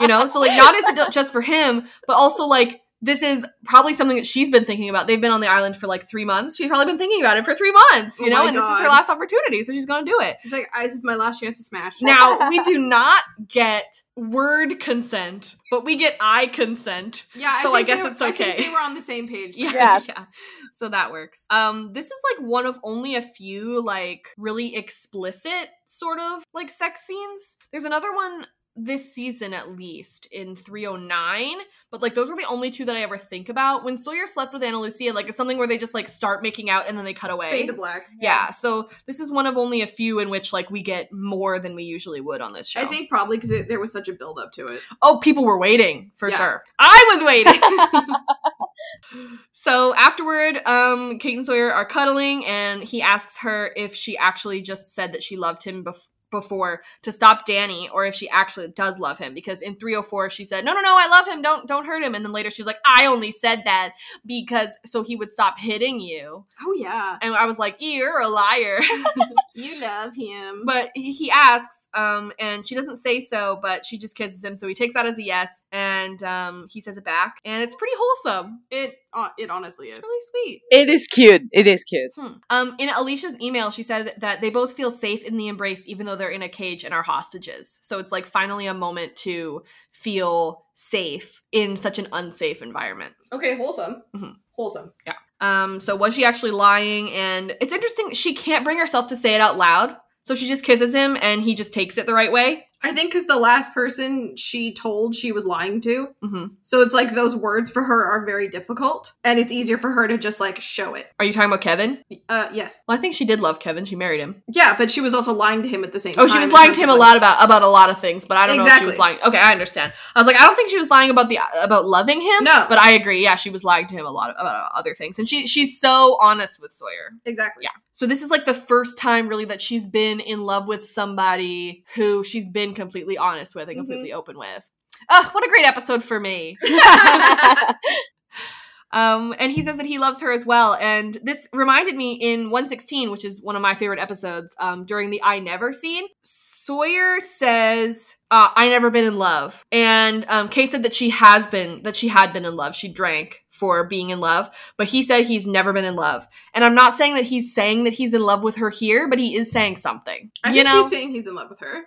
you know? So, like, not is it just for him, but also, like, this is probably something that she's been thinking about. They've been on the island for like three months. She's probably been thinking about it for three months, you Oh know? my And this is her God. last opportunity, so she's gonna do it. She's like, I, this is my last chance to smash. Now, we [LAUGHS] do not get word consent, but we get eye consent. [LAUGHS] Yeah, so I, think guess they- it's okay. I think they were on the same page. Yeah, Yeah. [LAUGHS] yeah. So that works. Um, this is like one of only a few like really explicit sort of like sex scenes. There's another one this season at least in 309 but like those were the only two that i ever think about when sawyer slept with anna lucia like it's something where they just like start making out and then they cut away Fade to black. yeah. so this is one of only a few in which like we get more than we usually would on this show I think probably because there was such a build up to it. Oh, people were waiting for Yeah. sure. I was waiting. [LAUGHS] so afterward, um, Kate and Sawyer are cuddling, and he asks her if she actually just said that she loved him bef- before to stop Danny, or if she actually does love him. Because in 304, she said, "No, no, no, I love him. Don't, don't hurt him." And then later, she's like, "I only said that because so he would stop hitting you." Oh yeah, And I was like, "You're a liar." you love him. But he, he asks, um, and she doesn't say so, but she just kisses him. So he takes that as a yes, and um, he says it back, and it's pretty wholesome. It uh, it honestly is really sweet. It is cute. It is [LAUGHS] cute. Um, in Alicia's email, she said that they both feel safe in the embrace, even though they're in a cage and are hostages. So it's like finally a moment to feel safe in such an unsafe environment. okay, wholesome, Mm-hmm. wholesome. Yeah. Um, so was she actually lying? And it's interesting, she can't bring herself to say it out loud. So she just kisses him and he just takes it the right way. I think because the last person she told she was lying to, Mhm. so it's like those words for her are very difficult, and it's easier for her to just like show it. Are you talking about Kevin? Uh, yes. Well, I think she did love Kevin. She married him. Yeah, but she was also lying to him at the same Oh, time. she was lying to him a lot about about a lot of things, but I don't know if she was Exactly. lying. Okay, I understand. I was like, I don't think she was lying about the about loving him. No. but I agree. Yeah, she was lying to him a lot about other things, and she she's so honest with Sawyer. Exactly. Yeah. So this is like the first time really that she's been in love with somebody who she's been completely honest with and Mm-hmm. completely open with. Ugh, what a great episode for me. Um, and he says that he loves her as well. And this reminded me in 116, which is one of my favorite episodes, um, during the I Never scene, Sawyer says, uh, I never been in love. And um, Kate said that she has been, that she had been in love. She drank for being in love, but he said he's never been in love. And I'm not saying that he's saying that he's in love with her here, but he is saying something. I you think know? he's saying he's in love with her.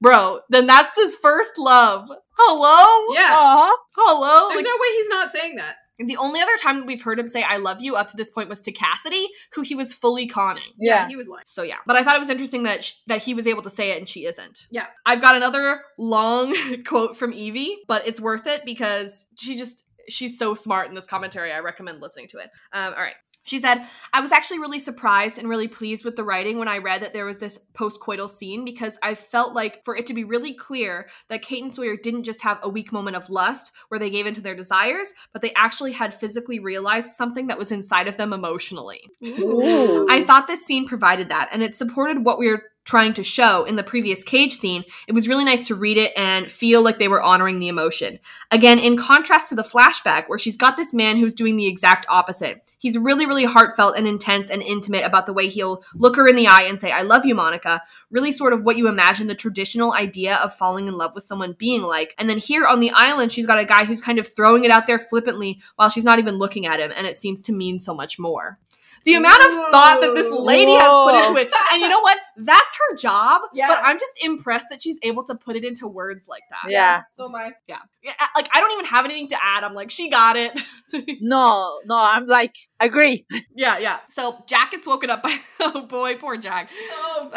Bro, then that's his first love. Hello? Yeah. Hello? There's Like- no way he's not saying that. the only other time that we've heard him say "I love you" up to this point was to Cassidy, who he was fully conning. Yeah. he was lying. So yeah, but I thought it was interesting that sh- that he was able to say it and she isn't. Yeah. I've got another long [LAUGHS] quote from Evie, but it's worth it because she just she's so smart in this commentary. I recommend listening to it. Um, all right. She said, I was actually really surprised and really pleased with the writing when I read that there was this post-coital scene because I felt like for it to be really clear that Kate and Sawyer didn't just have a weak moment of lust where they gave into their desires, but they actually had physically realized something that was inside of them emotionally. Ooh. I thought this scene provided that, and it supported what we were trying to show in the previous cage scene. It was really nice to read it and feel like they were honoring the emotion. Again, in contrast to the flashback, where she's got this man who's doing the exact opposite. He's really, really heartfelt and intense and intimate about the way he'll look her in the eye and say, I love you, Monica. Really, sort of what you imagine the traditional idea of falling in love with someone being like. And then here on the island, she's got a guy who's kind of throwing it out there flippantly while she's not even looking at him, and it seems to mean so much more. The amount of thought that this lady has put into it. And you know what? That's her job. Yeah. But I'm just impressed that she's able to put it into words like that. Yeah. So am I. Yeah. Yeah, I- Like I don't even have anything to add. I'm like, she got it. [LAUGHS] No, no, I'm like agree. yeah, yeah. So Jack gets woken up by [LAUGHS] oh boy, poor Jack. Oh,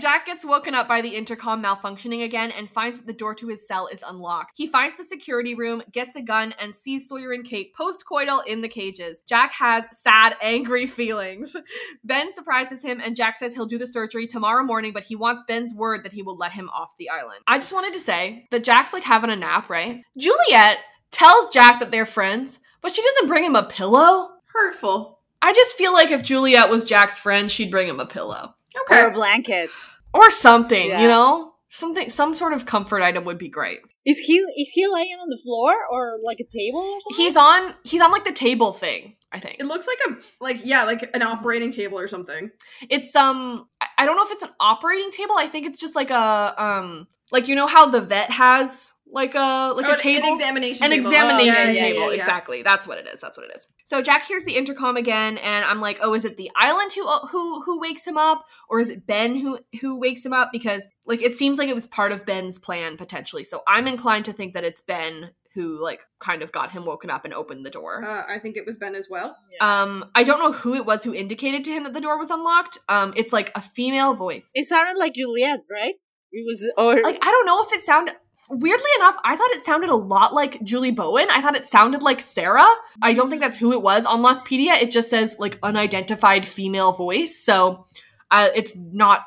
Jack. gets woken up by the intercom malfunctioning again and finds that the door to his cell is unlocked. He finds the security room, gets a gun, and sees Sawyer and Kate post-coital in the cages. Jack has sad, angry feelings. [LAUGHS] Ben surprises him, and Jack says he'll do the surgery tomorrow morning, but he wants Ben's word that he will let him off the island. I just wanted to say that Jack's like having a nap, right? Juliet tells Jack that they're friends, but she doesn't bring him a pillow. Hurtful. I just feel like if Juliet was Jack's friend, she'd bring him a pillow Okay. Or a blanket. or something. Yeah. You know, something, some sort of comfort item would be great. Is he is he laying on the floor or like a table or something? He's on. He's on like the table thing. I think It looks like a like yeah, like an operating table or something. it's um. I- I don't know if it's an operating table. I think it's just like a um. Like you know how the vet has like a like Oh, an- a an table examination an table. Oh, examination yeah, yeah, table yeah, yeah. exactly that's what it is that's what it is so jack hears the intercom again and i'm like oh is it the island who who who wakes him up or is it ben who who wakes him up because like it seems like it was part of ben's plan potentially so i'm inclined to think that it's ben who like kind of got him woken up and opened the door Uh, I think it was Ben as well. um i don't know who it was who indicated to him that the door was unlocked um it's like a female voice it sounded like juliet right it was or like i don't know if it sounded weirdly enough i thought it sounded a lot like julie bowen i thought it sounded like sarah i don't think that's who it was on lostpedia it just says like unidentified female voice so uh, it's not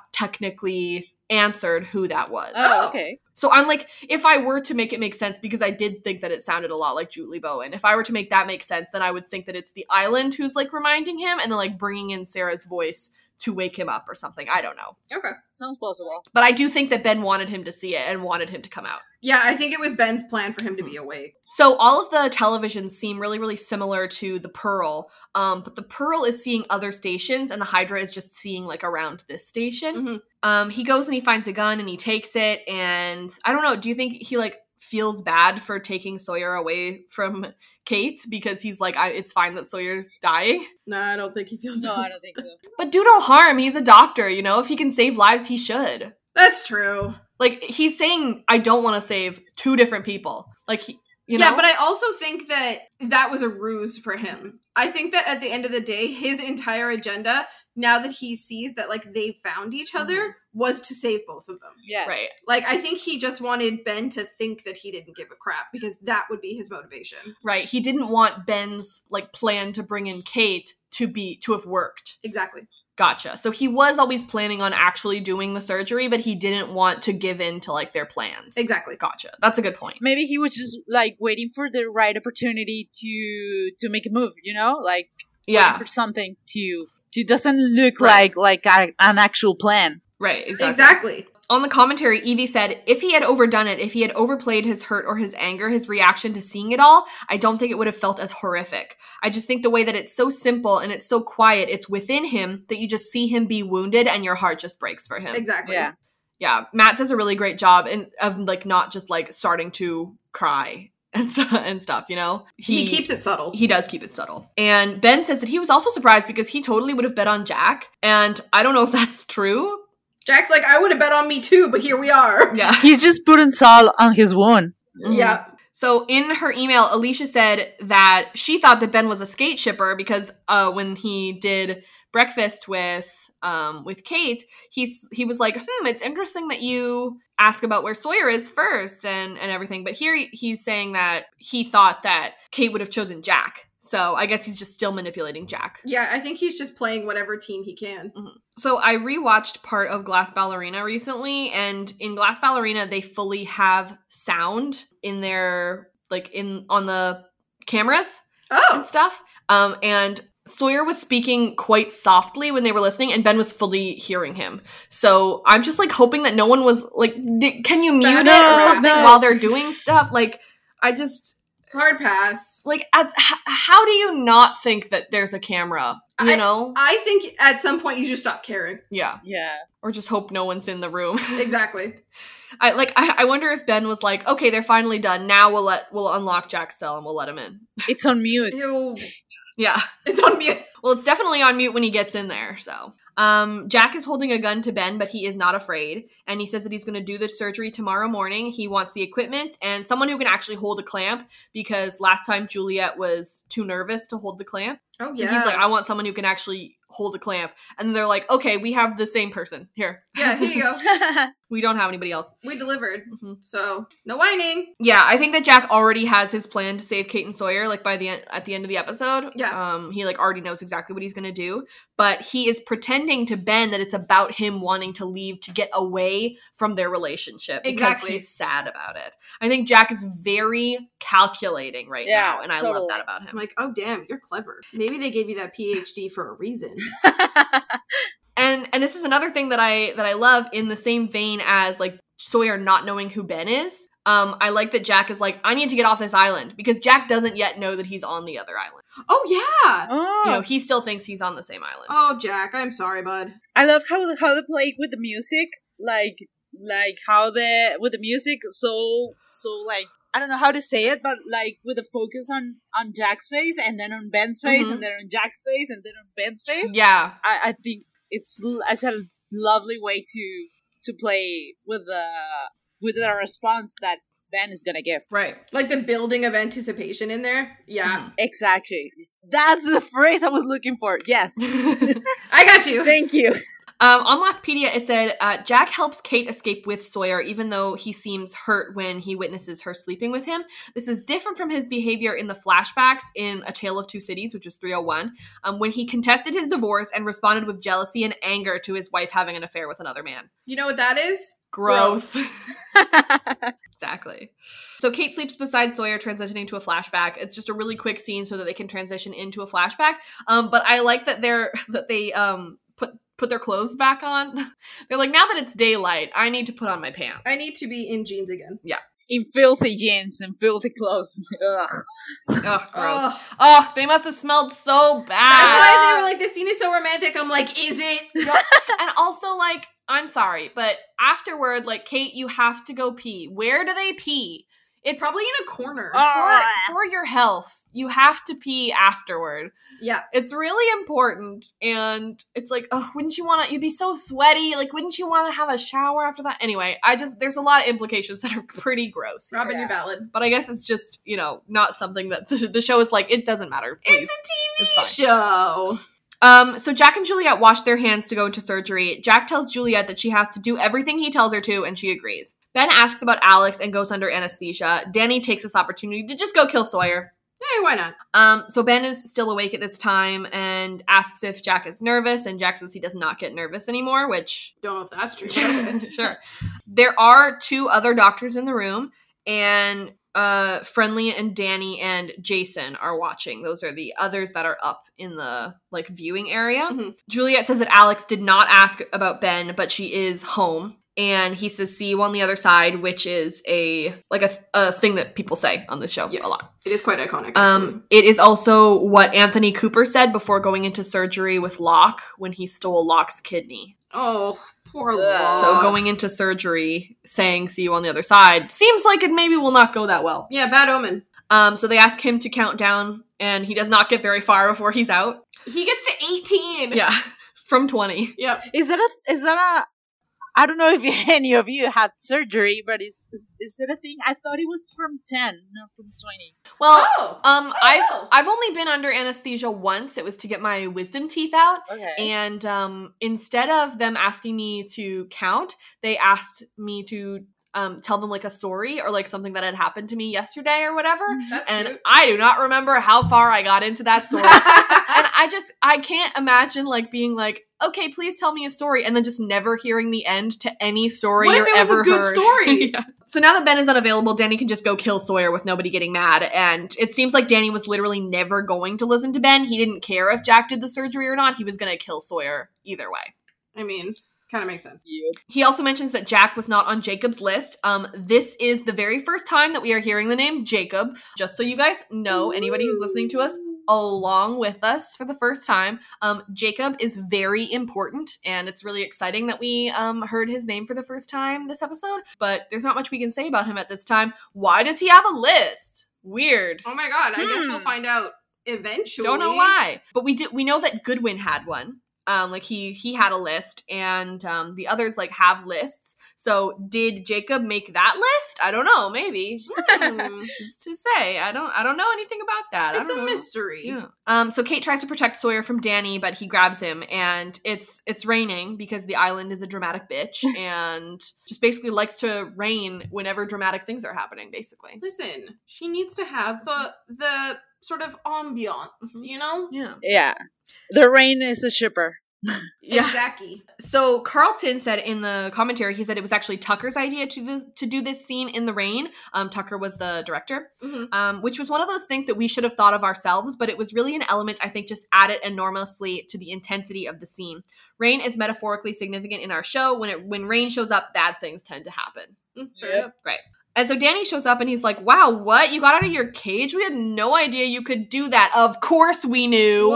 technically answered who that was Oh, okay. so i'm like if i were to make it make sense because i did think that it sounded a lot like julie bowen if i were to make that make sense then i would think that it's the island who's like reminding him and then like bringing in sarah's voice to wake him up or something i don't know Okay. Sounds plausible. but I do think that Ben wanted him to see it and wanted him to come out. Yeah, I think it was Ben's plan for him to be Hmm. awake. So all of the televisions seem really, really similar to the Pearl, um, but the Pearl is seeing other stations, and the Hydra is just seeing like around this station. Mm-hmm. Um, he goes and he finds a gun and he takes it, and I don't know. Do you think he like feels bad for taking Sawyer away from Kate because he's like, I, it's fine that Sawyer's dying? No, I don't think he feels. No, bad. I don't think so. But do no harm. He's a doctor, you know. If he can save lives, he should. That's true. Like he's saying, I don't want to save two different people. Like he, you yeah, know? but I also think that that was a ruse for him. I think that at the end of the day, his entire agenda, now that he sees that like they found each other, Mm-hmm. was to save both of them. Yeah. Right. Like I think he just wanted Ben to think that he didn't give a crap because that would be his motivation. Right. He didn't want Ben's like plan to bring in Kate to be to have worked. Exactly. Gotcha. So he was always planning on actually doing the surgery, but he didn't want to give in to like their plans. Exactly. Gotcha. That's a good point. Maybe he was just like waiting for the right opportunity to to make a move, you know? Like waiting Yeah. for something to to doesn't look like like a, an actual plan. Right, exactly. Exactly. On the commentary, Evie said, if he had overdone it, if he had overplayed his hurt or his anger, his reaction to seeing it all, I don't think it would have felt as horrific. I just think the way that it's so simple and it's so quiet, it's within him that you just see him be wounded and your heart just breaks for him. Exactly. Yeah. yeah matt does a really great job in, of like not just like starting to cry [LAUGHS] and, stu- and stuff you know He keeps it subtle. he does keep it subtle and ben says that he was also surprised because he totally would have bet on jack and i don't know if that's true Jack's like, I would have bet on me too, but here we are. yeah He's just putting salt on his wound. [LAUGHS] Yeah. So in her email, Alicia said that she thought that Ben was a skate shipper because uh, when he did breakfast with um, with Kate, he's he was like, "Hmm, it's interesting that you ask about where Sawyer is first and and everything." But here he- he's saying that he thought that Kate would have chosen Jack. So I guess he's just still manipulating Jack. Yeah, I think he's just playing whatever team he can. So I rewatched part of Glass Ballerina recently, and in Glass Ballerina, they fully have sound in their like in on the cameras Oh. and stuff. Um, and Sawyer was speaking quite softly when they were listening, and Ben was fully hearing him. So I'm just like hoping that no one was like, D- "Can you mute That- it or no, something no. while they're doing stuff?" Like, I just Hard pass. like at, h- how do you not think that there's a camera? You I- know? I think at some point you just stop caring. Yeah. Yeah. Or just hope no one's in the room. Exactly. I like. I, I wonder if Ben was like, "Okay, they're finally done. Now we'll let we'll unlock Jack's cell and we'll let him in." It's on mute. Ew. Yeah, [LAUGHS] it's on mute. Well, it's definitely on mute when he gets in there. So, um, Jack is holding a gun to Ben, but he is not afraid, and he says that he's going to do the surgery tomorrow morning. He wants the equipment and someone who can actually hold a clamp because last time Juliet was too nervous to hold the clamp. Oh So yeah. "Ah." he's like, "I want someone who can actually hold a clamp. And they're like, okay, we have the same person. Here. Yeah, here [LAUGHS] [LAUGHS] you go. we don't have anybody else. we delivered. So no whining. Yeah, I think that Jack already has his plan to save Kate and Sawyer. Like by the end, at the end of the episode, yeah, um, he like already knows exactly what he's gonna do. But he is pretending to Ben that it's about him wanting to leave to get away from their relationship Exactly. because he's sad about it. I think Jack is very calculating right now, and I love that about him. I'm like, oh damn, you're clever. Maybe they gave you that PhD for a reason. and and this is another thing that i that i love in the same vein as like sawyer not knowing who ben is um i like that jack is like i need to get off this island because jack doesn't yet know that he's on the other island [LAUGHS] oh yeah you know he still thinks he's on the same island Oh, Jack, I'm sorry, bud. I love how how they play with the music, like like how the with the music so so like I don't know how to say it, but like with the focus on on Jack's face and then on Ben's face Mhm. and then on Jack's face and then on Ben's face. Yeah. I, I think it's l- it's a lovely way to to play with the with the response that Ben is gonna give. Right, [LAUGHS] like the building of anticipation in there. Yeah, exactly. That's the phrase I was looking for. Yes, I got you. Thank you. Um, on Lastpedia, it said uh, Jack helps Kate escape with Sawyer, even though he seems hurt when he witnesses her sleeping with him. This is different from his behavior in the flashbacks in A Tale of Two Cities, which is 301, um, when he contested his divorce and responded with jealousy and anger to his wife having an affair with another man. You know what that is? Growth. exactly. So Kate sleeps beside Sawyer, transitioning to a flashback. It's just a really quick scene so that they can transition into a flashback. Um, but I like that they're [LAUGHS] that they um put put their clothes back on. [LAUGHS] They're like, now that it's daylight, I need to put on my pants. I need to be in jeans again. Yeah. [LAUGHS] in filthy jeans and filthy clothes. [LAUGHS] Ugh. Ugh, gross. Ugh. Ugh, they must have smelled so bad. That's why they were like, this scene is so romantic. I'm like, is it? and also like i'm sorry but afterward like kate you have to go pee where do they pee it's Probably in a corner. for, for your health you have to pee afterward yeah it's really important and it's like oh wouldn't you want to you'd be so sweaty like wouldn't you want to have a shower after that anyway i just there's a lot of implications [LAUGHS] that are pretty gross here. Robin, you're valid. but i guess it's just you know not something that [LAUGHS] the, the show is like it doesn't matter please it's fine. show. Um, so Jack and Juliet wash their hands to go into surgery. Jack tells Juliet that she has to do everything he tells her to, and she agrees. Ben asks about Alex and goes under anesthesia. Danny takes this opportunity to just go kill Sawyer. Hey, why not? Um, so Ben is still awake at this time and asks if Jack is nervous, and Jack says he does not get nervous anymore, [LAUGHS] which [LAUGHS] Don't know if that's true. sure. There are two other doctors in the room, and uh Friendly and Danny and Jason are watching. Those are the others that are up in the like viewing area. Juliet says that Alex did not ask about Ben, but she is home. And he says, "See you on the other side," which is a like a, a thing that people say on this show a lot. It is quite iconic. actually. Um, it is also what Anthony Cooper said before going into surgery with Locke when he stole Locke's kidney. oh, poor Locke. So going into surgery saying "see you on the other side" seems like it maybe will not go that well. Yeah, bad omen. Um, so they ask him to count down, and he does not get very far before he's out. He gets to 18. Yeah, [LAUGHS] from twenty. Yep. Is that a is that a I don't know if [LAUGHS] any of you had surgery, but is is, is it a thing? I thought it was from ten, not from twenty. Well, Oh. um, I've I've only been under anesthesia once. It was to get my wisdom teeth out, Okay. and um, instead of them asking me to count, they asked me to um, tell them like a story or like something that had happened to me yesterday or whatever. Mm, That's and cute. I do not remember how far I got into that [LAUGHS] [LAUGHS] story, and I just I can't imagine like being like. Okay, please tell me a story, and then just never hearing the end to any story What you're if it was a ever good heard. [LAUGHS] story? [LAUGHS] Yeah. So now that Ben is unavailable, Danny can just go kill Sawyer with nobody getting mad. And it seems like Danny was literally never going to listen to Ben. He didn't care if Jack did the surgery or not. He was going to kill Sawyer either way. I mean, kind of makes sense. He also mentions that Jack was not on Jacob's list. Um, this is the very first time that we are hearing the name Jacob. Just so you guys know, anybody who's listening to us along with us for the first time, um, Jacob is very important, and it's really exciting that we um, heard his name for the first time this episode. But there's not much we can say about him at this time. Why does he have a list? Weird. Oh my god, I guess we'll Hmm. find out eventually. Hmm. [LAUGHS] Don't know why. But we do. We know that Goodwin had one. um, like he he had a list and um, the others like have lists so did jacob make that list i don't know maybe [LAUGHS] Hmm, it's to say i don't i don't know anything about that I It's don't a know. mystery. Yeah. um so kate tries to protect sawyer from danny but he grabs him and it's it's raining because the island is a dramatic [LAUGHS] bitch and just basically likes to rain whenever dramatic things are happening basically Listen, she needs to have the the sort of ambiance, Mm-hmm. you know? Yeah. Yeah. The rain is a shipper. Exactly. So Carlton said in the commentary, he said it was actually Tucker's idea to this, to do this scene in the rain. Um, Tucker was the director, um, which was one of those things that we should have thought of ourselves, but it was really an element I think just added enormously to the intensity of the scene. Rain is metaphorically significant in our show. When it when rain shows up, bad things tend to happen. Mm-hmm. Yep. Right. And so Danny shows up and he's like, "Wow, what? You got out of your cage? We had no idea you could do that. Of course we knew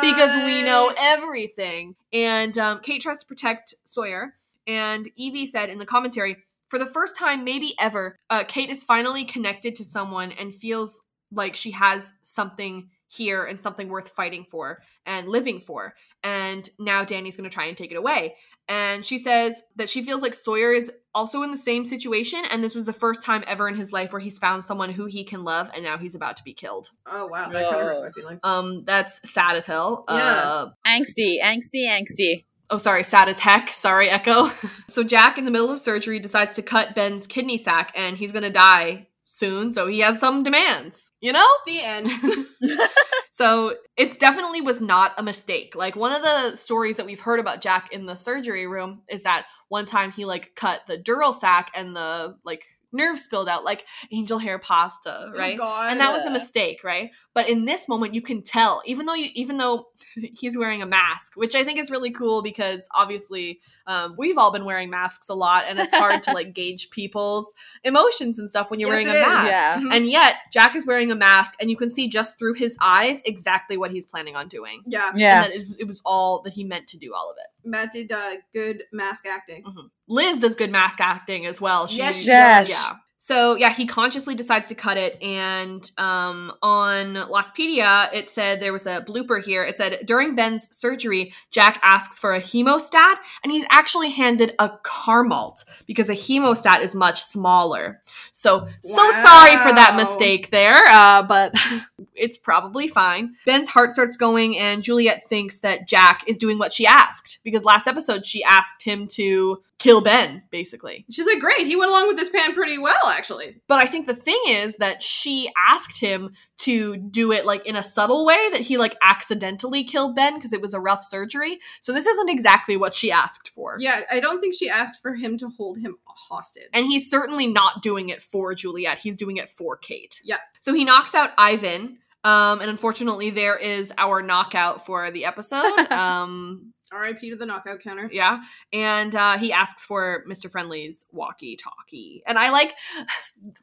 because we know everything." And um, Kate tries to protect Sawyer. And Evie said in the commentary, "For the first time, maybe ever, uh, Kate is finally connected to someone and feels like she has something." Here and something worth fighting for and living for. And now Danny's going to try and take it away. And she says that she feels like Sawyer is also in the same situation, and this was the first time ever in his life where he's found someone who he can love, and now he's about to be killed. Oh wow, that kind of hurts my [LAUGHS] feelings. Oh, Um, that's sad as hell. Yeah. Uh, angsty, angsty, angsty. Oh, sorry, sad as heck. Sorry, Echo. [LAUGHS] so Jack, in the middle of surgery, decides to cut Ben's kidney sac, and he's gonna die soon, so he has some demands. You know? The end. So it definitely was not a mistake. Like one of the stories that we've heard about Jack in the surgery room is that one time he like cut the dural sac and the like nerve spilled out like angel hair pasta, [LAUGHS] Oh, right? God. And that was a Yeah. mistake, right? But in this moment you can tell even though you even though [LAUGHS] he's wearing a mask, which I think is really cool because obviously um, we've all been wearing masks a lot and it's [LAUGHS] hard to like gauge people's emotions and stuff when you're Yes, wearing it a is. mask. Mm-hmm. Yeah. Mhm. And yet, Jack is wearing a mask, and you can see just through his eyes exactly what he's planning on doing. Yeah. yeah. Yeah. And that it, it was all that he meant to do, all of it. Matt did uh, good mask acting. Liz does good mask acting as well. She, Yes, she does. Yeah. So yeah, he consciously decides to cut it, and um, on Lostpedia it said there was a blooper here. It said during Ben's surgery, Jack asks for a hemostat, and he's actually handed a Carmalt because a hemostat is much smaller. So so sorry for that Wow. mistake there, uh, but [LAUGHS] it's probably fine. Ben's heart starts going, and Juliet thinks that Jack is doing what she asked because last episode she asked him to kill Ben, basically. She's like, great, he went along with this plan pretty well, actually. But I think the thing is that she asked him to do it like in a subtle way that he like accidentally killed Ben because it was a rough surgery. So this isn't exactly what she asked for. Yeah, I don't think she asked for him to hold him hostage. And he's certainly not doing it for Juliet. He's doing it for Kate. Yeah. So he knocks out Ivan. Um, and unfortunately, there is our knockout for the [LAUGHS] episode. Um, R.I.P. to the knockout counter. yeah. And uh, he asks for Mr. Friendly's walkie talkie. And I like,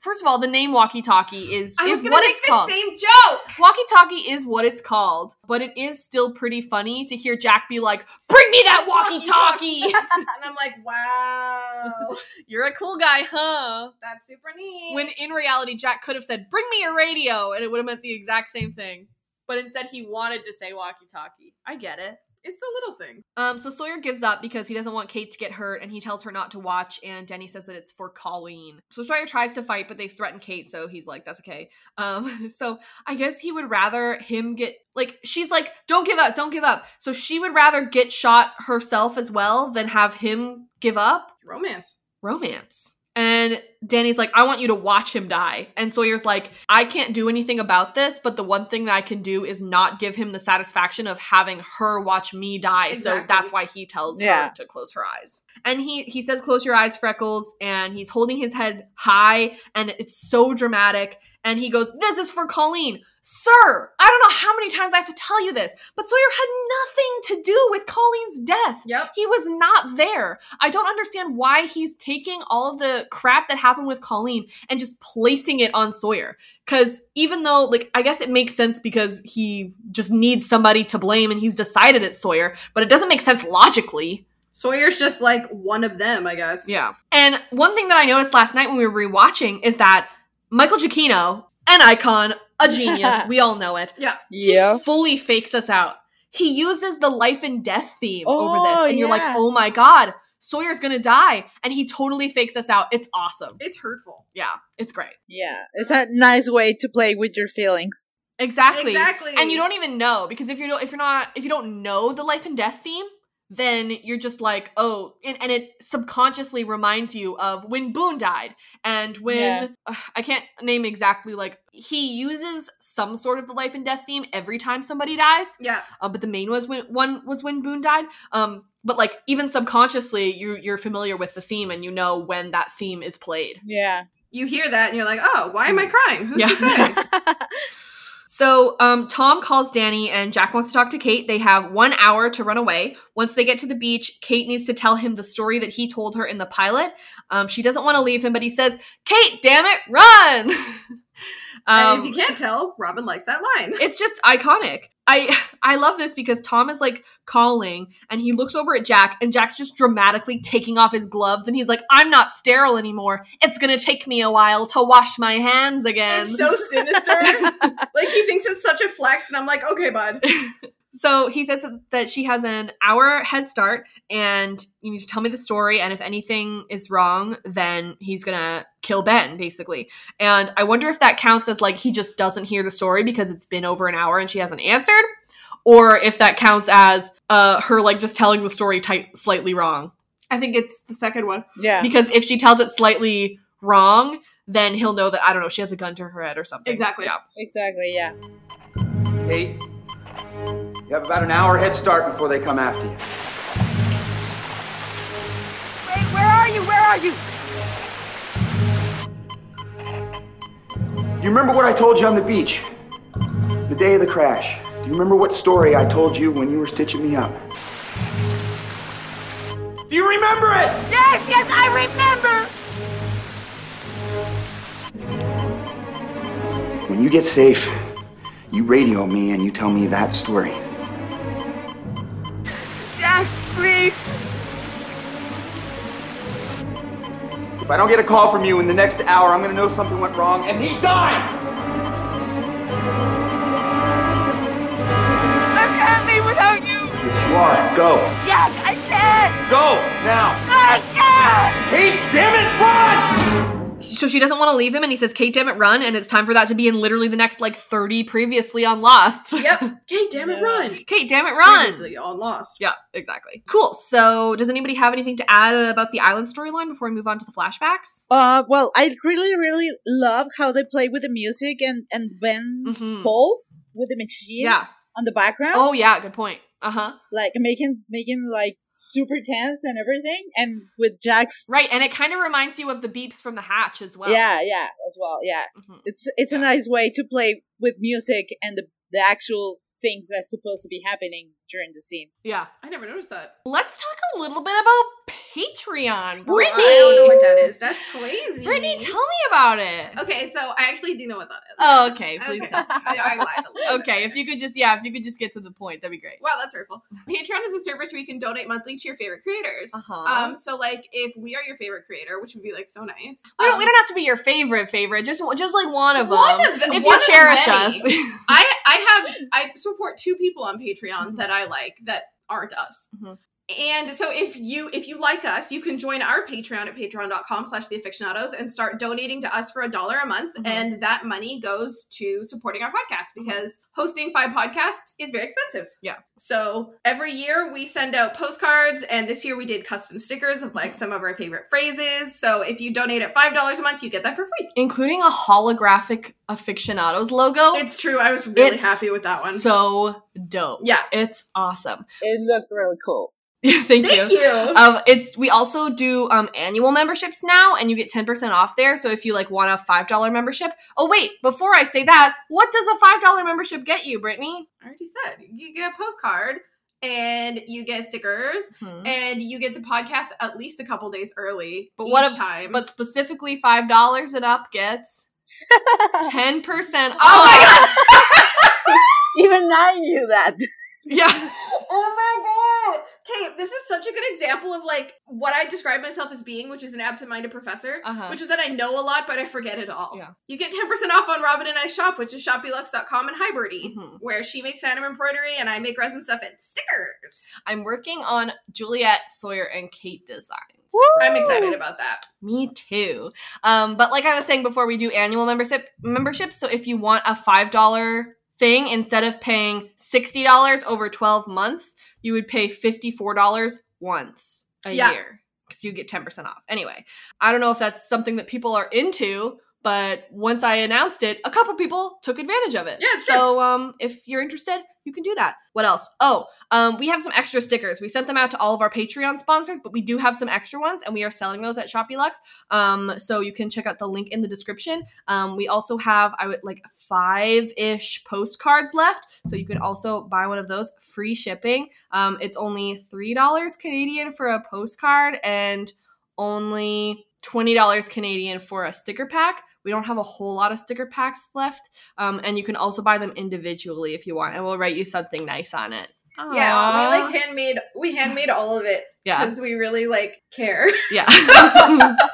first of all, the name walkie talkie is, I was is gonna what make it's the called. same joke! Walkie talkie is what it's called, but it is still pretty funny to hear Jack be like, bring me that walkie talkie. and I'm like, wow. [LAUGHS] You're a cool guy, huh? That's super neat. When in reality, Jack could have said, Bring me a radio, and it would have meant the exact same thing. But instead, he wanted to say walkie talkie. I get it. it's the little thing. Um, so Sawyer gives up because he doesn't want Kate to get hurt and he tells her not to watch. And Denny says that it's for Colleen. So Sawyer tries to fight, but they threaten Kate. So he's like, that's okay. Um, [LAUGHS] so I guess he would rather him get, like, she's like, don't give up, don't give up. So she would rather get shot herself as well than have him give up Romance. romance. And Danny's like, I want you to watch him die. And Sawyer's like, I can't do anything about this, but the one thing that I can do is not give him the satisfaction of having her watch me die. So Exactly. that's why he tells Yeah. her to close her eyes. And he he says, Close your eyes, Freckles, and he's holding his head high, and it's so dramatic. And he goes, This is for Colleen. Sir, I don't know how many times I have to tell you this, but Sawyer had nothing to do with Colleen's death. Yep. He was not there. I don't understand why he's taking all of the crap that happened with Colleen and just placing it on Sawyer. Because even though, like, I guess it makes sense because he just needs somebody to blame and he's decided it's Sawyer, but it doesn't make sense logically. Sawyer's just like one of them, I guess. Yeah. And one thing that I noticed last night when we were rewatching is that Michael Giacchino, an icon, a genius, we all know it. Yeah. He fully fakes us out. he uses the life and death theme over Oh, this, and you're yeah. like, oh my god, Sawyer's gonna die, and he totally fakes us out. It's awesome. It's hurtful. Yeah, it's great. [LAUGHS] Yeah, it's a nice way to play with your feelings. Exactly. Exactly. And you don't even know because if you don't, if you're not, if you don't know the life and death theme, then you're just like, oh, and, and it subconsciously reminds you of when Boone died and when Yeah. ugh, I can't name exactly. Like he uses some sort of the life and death theme every time somebody dies. Yeah. Uh, but the main was when one was when Boone died. Um, but like even subconsciously, you you're familiar with the theme and you know when that theme is played. Yeah. You hear that and you're like, oh, why am I Mm-hmm. crying? Who's to say? [LAUGHS] So um, Tom calls Danny, and Jack wants to talk to Kate. They have one hour to run away. Once they get to the beach, Kate needs to tell him the story that he told her in the pilot. Um, she doesn't want to leave him, but he says, "Kate, damn it, run!" [LAUGHS] Um, and if you can't tell, Robin likes that line. [LAUGHS] it's just iconic. I [LAUGHS] I love this because Tom is like calling and he looks over at Jack and Jack's just dramatically taking off his gloves and he's like, I'm not sterile anymore. It's gonna take me a while to wash my hands again. It's so sinister. [LAUGHS] like he thinks it's such a flex, and I'm like, okay, bud. So he says that, that she has an hour head start and you need to tell me the story. And if anything is wrong, then he's going to kill Ben, basically. And I wonder if that counts as like he just doesn't hear the story because it's been over an hour and she hasn't answered, or if that counts as uh, her like just telling the story tight, slightly wrong. I think it's the second one. Yeah. Because if she tells it slightly wrong, then he'll know that, I don't know, she has a gun to her head or something. Exactly. Yeah. Exactly, yeah. Kate, you have about an hour head start before they come after you. Where are you? Where are you? Do you remember what I told you on the beach? The day of the crash. Do you remember what story I told you when you were stitching me up? Do you remember it? Yes, yes, I remember. When you get safe, you radio me and you tell me that story. Jack, please. If I don't get a call from you in the next hour, I'm gonna know something went wrong and he dies! I can't leave without you. Yes, you are. Go. Yes, I can. Go now. I can. Hey, damn it, run! so she doesn't want to leave him and he says kate damn it run and it's time for that to be in literally the next like 30 previously on lost yep kate damn it run [LAUGHS] kate damn it run Previously on lost yeah exactly cool so does anybody have anything to add about the island storyline before we move on to the flashbacks Uh, well, I really, really love how they play with the music and and Ben's Mhm. pulse with the machine Yeah. on the background. oh yeah good point uh-huh like making making like super tense and everything, and with Jack's right and it kind of reminds you of the beeps from the hatch as well Mm-hmm. yeah, yeah, as well, yeah. It's it's a nice way to play with music and the the actual things that's supposed to be happening during the scene. yeah i never noticed that let's talk a little bit about patreon Well, I brittany don't know what that is. That's crazy. brittany tell me about it okay so i actually do know what that is oh okay please Okay. I, [LAUGHS] I lied a little bit. okay if you could just yeah if you could just get to the point that'd be great Wow, that's hurtful. Patreon is a service where you can donate monthly to your favorite creators. Uh-huh. Um, so like if we are your favorite creator, which would be like so nice. We don't, we um, don't have to be your favorite favorite. Just just like one of One them. of them- If one of you cherish us. [LAUGHS] many. I I have I support two people on Patreon Mm-hmm. that I like that aren't us. And so if you if you like us, you can join our Patreon at patreon.com slash the aficionados and start donating to us for a dollar a month. Mhm. And that money goes to supporting our podcast because hosting five podcasts is very expensive. Mm-hmm. Yeah. So every year we send out postcards and this year we did custom stickers of Mm-hmm. like some of our favorite phrases. So if you donate at five dollars a month, you get that for free. Including a holographic aficionados logo. It's true. I was really It's happy with that one. So dope. Yeah. It's awesome. [LAUGHS] It looked really cool. Thank, Thank you. you. Um, it's we also do um annual memberships now, and you get ten percent off there. So if you like want a five dollar membership, oh wait, before I say that, what does a five dollar membership get you, Brittany? I already said you get a postcard and you get stickers Mhm. and you get the podcast at least a couple days early. But each what if, time? Eh, But specifically, five dollars and up [LAUGHS] gets ten percent. Oh my god! Even I knew that. [LAUGHS] Yeah. oh my god! Okay, this is such a good example of like what I describe myself as being, which is an absent-minded professor, Uh-huh. which is that I know a lot but I forget it all. Yeah. You get 10% off on Robin and I shop, which is shopbelux.com and Hi Birdie, Mm-hmm. where she makes phantom embroidery and I make resin stuff and stickers. I'm working on Juliet Sawyer and Kate designs. I'm excited about that. Me too. Um, but like I was saying before, we do annual membership memberships. So if you want a five dollar thing instead of paying sixty dollars over twelve months, you would pay fifty four dollars once a Yeah. year because you get ten percent off. Anyway, I don't know if that's something that people are into. But once I announced it, a couple people took advantage of it. Yeah, it's true. So um, if you're interested, you can do that. What else? Oh, um, we have some extra stickers. We sent them out to all of our Patreon sponsors, but we do have some extra ones, and we are selling those at Shopulux. Um, so you can check out the link in the description. Um, we also have I would like five ish postcards left, so you can also buy one of those. Free shipping. Um, it's only three dollars Canadian for a postcard, and only $20 Canadian for a sticker pack. We don't have a whole lot of sticker packs left. Um, and you can also buy them individually if you want, and we'll write you something nice on it. Yeah, we Aw. like handmade we handmade all of it. Yeah. Because we really like [LAUGHS] care. Yeah.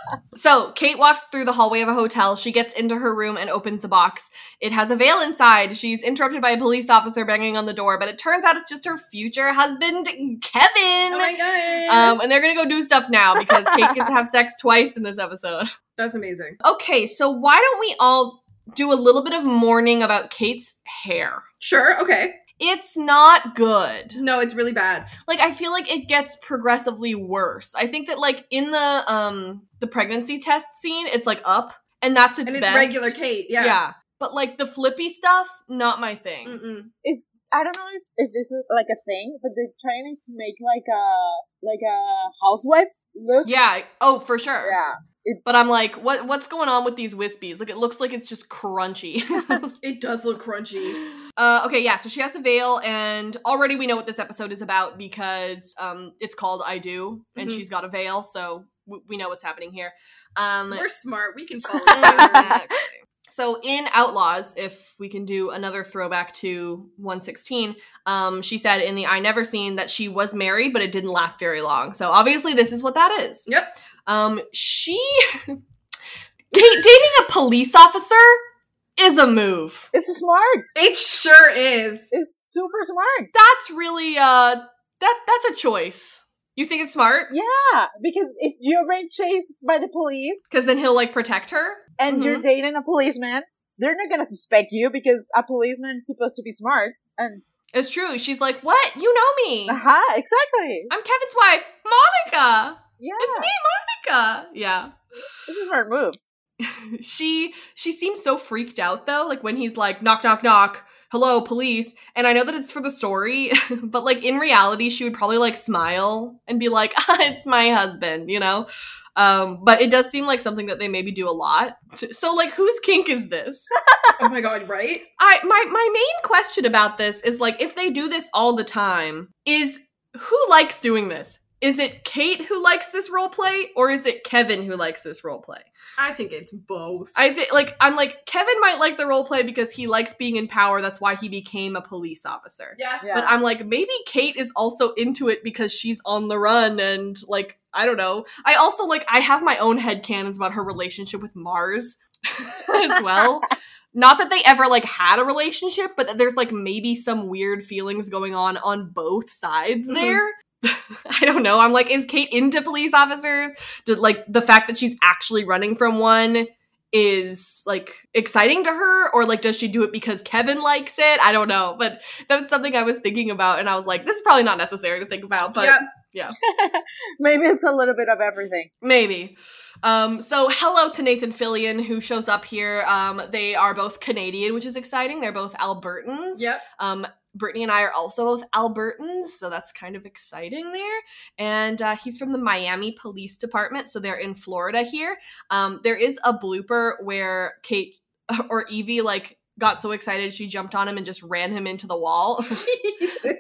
[LAUGHS] so Kate walks through the hallway of a hotel. She gets into her room and opens a box. It has a veil inside. She's interrupted by a police officer banging on the door, but it turns out it's just her future husband, Kevin. Oh my god. Um, and they're gonna go do stuff now because Kate gets to have sex twice in this episode. [LAUGHS] That's amazing. Okay, so why don't we all do a little bit of mourning about Kate's hair? Sure, okay. It's not good. No, it's really bad. Like I feel like it gets progressively worse. I think that like in the um the pregnancy test scene, it's like up and that's its And it's best. regular Kate, yeah. Yeah. But like the flippy stuff, not my thing. Is I don't know if, if this is like a thing, but they're trying to make like a like a housewife look. Yeah. Oh, for sure. Yeah. But I'm like, what what's going on with these wispies? Like it looks like it's just crunchy. [LAUGHS] it does look crunchy. Uh, okay, yeah, so she has the veil, and already we know what this episode is about because um, it's called I Do, and Mhm. she's got a veil, so w- we know what's happening here. Um, We're smart. [LAUGHS] We can follow. so in Outlaws, if we can do another throwback to 116, um, she said in the I Never Seen that she was married, but it didn't last very long. So obviously, this is what that is. Yep. Um, she. [LAUGHS] Kate, dating a police officer is a move. It's smart. It sure is. It's super smart. That's really uh that that's a choice. You think it's smart? Yeah, because if you're being chased by the police, because then he'll like protect her, and you're Mhm. dating a policeman, they're not gonna suspect you because a policeman is supposed to be smart. And it's true. She's like, "What? You know me? Aha, exactly. I'm Kevin's wife, Monica. Yeah, It's me, Monica. Yeah." This is her move. she she seems so freaked out though, like when he's like knock knock knock, hello police, and I know that it's for the story, [LAUGHS] but like in reality she would probably like smile and be like, [LAUGHS] ah, "It's my husband," you know? Um but it does seem like something that they maybe do a lot. [LAUGHS] So like whose kink is this? oh my god, right? I my my main question about this is like if they do this all the time, is who likes doing this? Is it Kate who likes this role play or is it Kevin who likes this role play? I think it's both. I think like I'm like Kevin might like the role play because he likes being in power. That's why he became a police officer. Yeah. But I'm like maybe Kate is also into it because she's on the run and like I don't know. I also like I have my own headcanons about her relationship with Mars [LAUGHS] as well. Not that they ever like had a relationship, but that there's like maybe some weird feelings going on on both sides Mhm. there. [LAUGHS] I don't know. I'm like, is Kate into police officers? Did like the fact that she's actually running from one is like exciting to her, or like does she do it because Kevin likes it? I don't know. But that's something I was thinking about, and I was like, this is probably not necessary to think about, but Yep. yeah, Maybe it's a little bit of everything. maybe. Um, so hello to Nathan Fillion who shows up here. Um, they are both Canadian, which is exciting. They're both Albertans. Yep. Um, Brittany and I are also both Albertans, so that's kind of exciting there. And uh, he's from the Miami Police Department, so they're in Florida here. Um, there is a blooper where Kate [LAUGHS] or Evie like got so excited she jumped on him and just ran him into the wall [LAUGHS] [LAUGHS] of [LAUGHS] the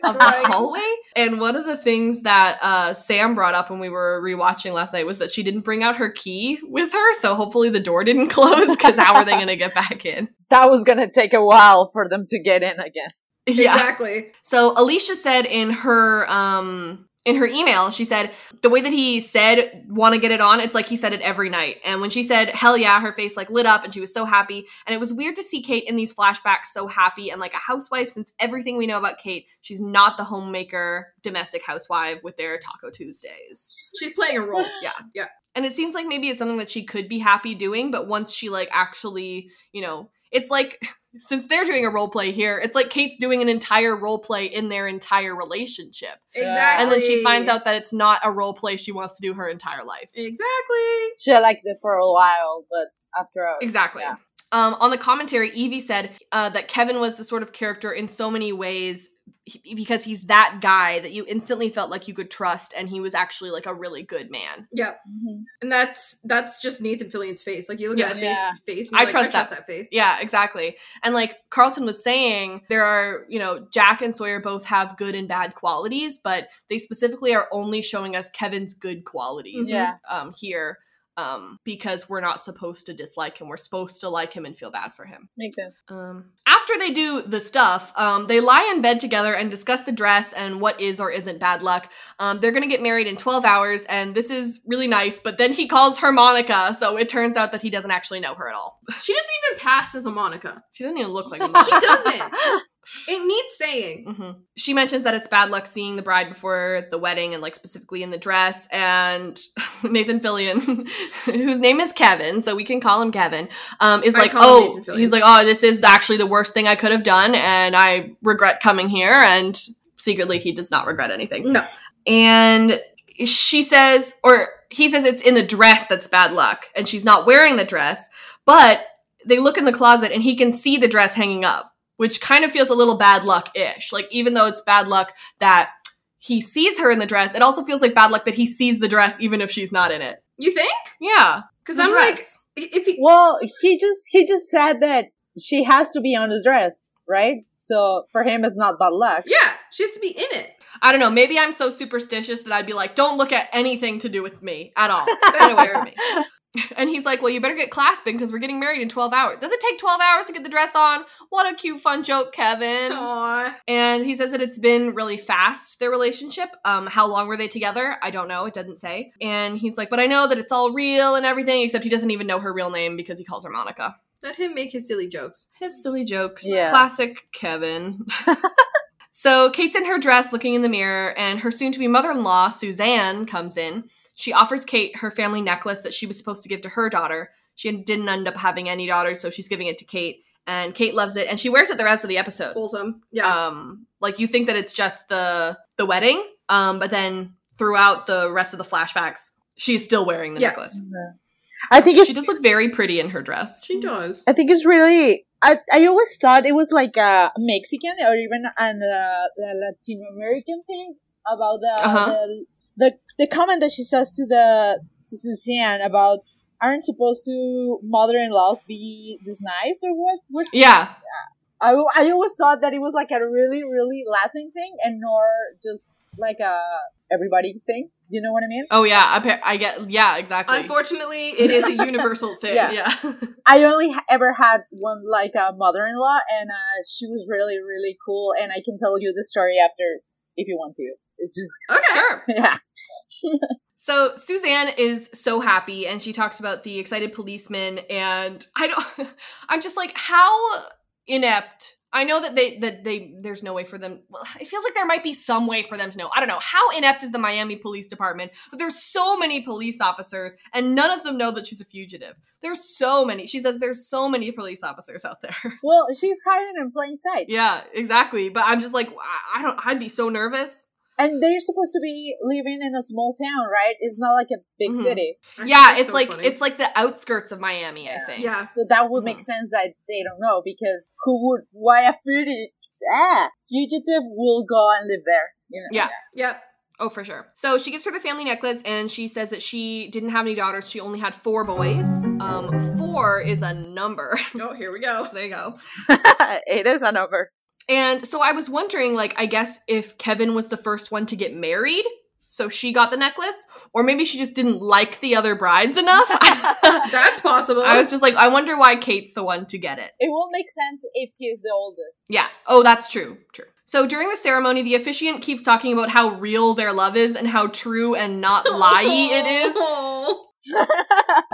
Christ. hallway. And one of the things that uh, Sam brought up when we were rewatching last night was that she didn't bring out her key with her, so hopefully the door didn't [LAUGHS] close because how are they going to get back in? That was gonna take a while for them to get in, I guess. Yeah. Exactly. So Alicia said in her um in her email, she said the way that he said want to get it on, it's like he said it every night. And when she said hell yeah, her face like lit up and she was so happy. And it was weird to see Kate in these flashbacks so happy and like a housewife since everything we know about Kate, she's not the homemaker domestic housewife with their taco Tuesdays. She's playing a role. Yeah. Yeah. And it seems like maybe it's something that she could be happy doing, but once she like actually, you know, it's like [LAUGHS] since they're doing a role play here, it's like Kate's doing an entire role play in their entire relationship. Exactly. And then she finds out that it's not a role play she wants to do her entire life. Exactly. She liked it for a while, but after a, Exactly. yeah. Um, on the commentary, Evie said uh, that Kevin was the sort of character in so many ways he- because he's that guy that you instantly felt like you could trust, and he was actually like a really good man. Yeah. Mm-hmm. mm-hmm. And that's that's just Nathan Fillion's face. Like you look Yeah. at that Yeah. face. I trust, that. that. that face. Yeah, exactly. And like Carlton was saying, there are, you know, Jack and Sawyer both have good and bad qualities, but they specifically are only showing us Kevin's good qualities Mhm. Yeah. um, here um, because we're not supposed to dislike him. We're supposed to like him and feel bad for him. Makes sense. Um, After they do the stuff, um, they lie in bed together and discuss the dress and what is or isn't bad luck. Um, they're going to get married in 12 hours, and this is really nice, but then he calls her Monica, so it turns out that he doesn't actually know her at all. She doesn't even pass as a Monica. She doesn't even [LAUGHS] look like a Mm-hmm. she doesn't. It needs saying. She mentions that it's bad luck seeing the bride before the wedding and, like, specifically in the dress. And [LAUGHS] Nathan Fillion, [LAUGHS] whose name is Kevin, so we can call him Kevin, um, is I like, call him oh, Nathan Fillion. he's like, oh, this is actually the worst thing I could have done, and I regret coming here. And secretly, he does not regret anything. No. And she says, or he says, it's in the dress that's bad luck, and she's not wearing the dress. But they look in the closet, and he can see the dress hanging up, which kind of feels a little bad luck ish. Like, even though it's bad luck that he sees her in the dress, it also feels like bad luck that he sees the dress even if she's not in it. You think? Yeah. Because The I'm like, dress. if he well, he just he just said that she has to be on the dress, right? So for him, it's not bad luck. Yeah, she has to be in it. I don't know. Maybe I'm so superstitious that I'd be like, don't look at anything to do with me at [LAUGHS] all. Get away from me. And he's like, well, you better get clasping because we're getting married in 12 hours. Does it take 12 hours to get the dress on? What a cute, fun joke, Kevin. And he says that it's been really fast, their relationship. Um, how long were they together? I don't know. It doesn't say. And he's like, but I know that it's all real and everything, except he doesn't even know her real name because he calls her Monica. Let him make his silly jokes. His silly jokes. Yeah. Classic Kevin. [LAUGHS] so Kate's in her dress looking in the mirror, and her soon to be mother in law, Suzanne, comes in. She offers Kate her family necklace that she was supposed to give to her daughter. She didn't end up having any daughters, so she's giving it to Kate. And Kate loves it, and she wears it the rest of the episode. Wholesome, yeah. Um, like you think that it's just the the wedding, um, but then throughout the rest of the flashbacks, she's still wearing the Yeah. necklace. I think it's She does look very pretty in her dress. She does. I think it's really. I, I always thought it was like a Mexican or even an uh, a Latin American thing about the, Uh-huh. the the the comment that she says to the to Suzanne about aren't supposed to mother-in-laws be this nice or what? what Yeah. I, I always thought that it was like a really really Latin thing and nor just like a everybody thing. You know what I mean? Oh yeah, appa- I get yeah, exactly. Unfortunately, [LAUGHS] it is a universal thing. Yeah. I only ha- ever had one like a mother-in-law, and uh, she was really, really cool. And I can tell you the story after if you want to. It's just [LAUGHS] Sure. yeah. So Suzanne is so happy and she talks about the excited policeman and I don't [LAUGHS] I'm just like how inept. I know that they that they there's no way for them. Well, it feels like there might be some way for them to know. I don't know how inept is the Miami Police Department, but there's so many police officers and none of them know that she's a fugitive. There's so many. She says there's so many police officers out there. [LAUGHS] Well, she's hiding in plain sight. Yeah, exactly. But I'm just like I, I don't I'd be so nervous. And they're supposed to be living in a small town, right? It's not like a big Mhm. city. Yeah, it's like it's like the outskirts of Miami, I think. yeah. So that would make sense that they don't know because who would? Why a fugitive? Ah, fugitive will go and live there. You know? Yeah. [LAUGHS] Yep. Oh, for sure. So she gives her the family necklace and she says that she didn't have any daughters. She only had four boys. Um, four is a number. [LAUGHS] Oh, here we go. so there you go. it is an over. And so I was wondering, like, I guess if Kevin was the first one to get married, so she got the necklace, or maybe she just didn't like the other brides [LAUGHS] enough. [LAUGHS] That's possible. I was just like, I wonder why Kate's the one to get it. It will make sense if he is the oldest. Yeah. Oh, that's true. True. So during the ceremony, the officiant keeps talking about how real their love is and how true and not [LAUGHS] lie it is.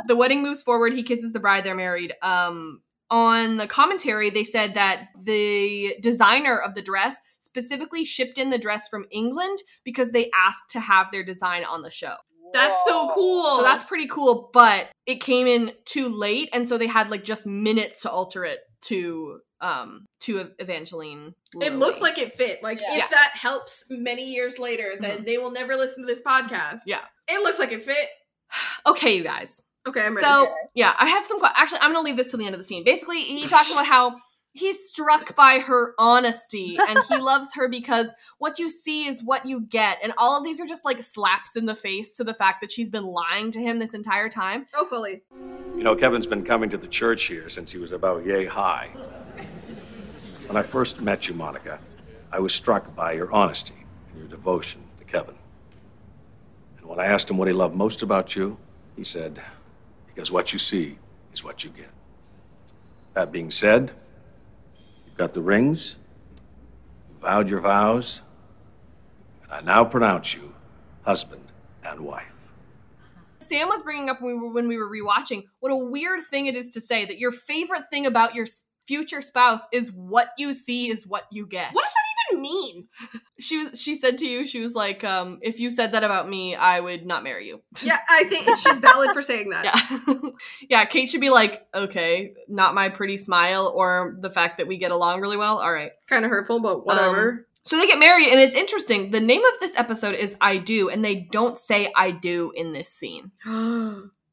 the wedding moves forward. He kisses the bride. They're married. Um, on the commentary, they said that the designer of the dress specifically shipped in the dress from England because they asked to have their design on the show. That's so cool. So that's pretty cool, but it came in too late, and so they had like just minutes to alter it to um to Ev- Evangeline. It looks like it fit. Like if Yeah. Mm-hmm. that helps many years later, then they will never listen to this podcast. yeah. It looks like it fit. Okay, you guys. Okay, I'm ready. So yeah, I have some. que- Actually, I'm gonna leave this till the end of the scene. Basically, he talks about how he's struck by her honesty and [LAUGHS] he loves her because what you see is what you get, and all of these are just like slaps in the face to the fact that she's been lying to him this entire time. Oh, fully. You know, Kevin's been coming to the church here since he was about yay high. When I first met you, Monica, I was struck by your honesty and your devotion to Kevin. And when I asked him what he loved most about you, he said, Because what you see is what you get. That being said, you've got the rings, you vowed your vows, and I now pronounce you husband and wife. Sam was bringing up when we were, when we were rewatching what a weird thing it is to say that your favorite thing about your s- future spouse is what you see is what you get. What does that even mean? [LAUGHS] she was she said to you she was like um if you said that about me i would not marry you Yeah, I think she's valid for saying that. yeah [LAUGHS] yeah kate should be like okay not my pretty smile or the fact that we get along really well all right Kind of hurtful, but whatever. Um, [GASPS] so they get married and it's interesting the name of this episode is i do and they don't say i do in this scene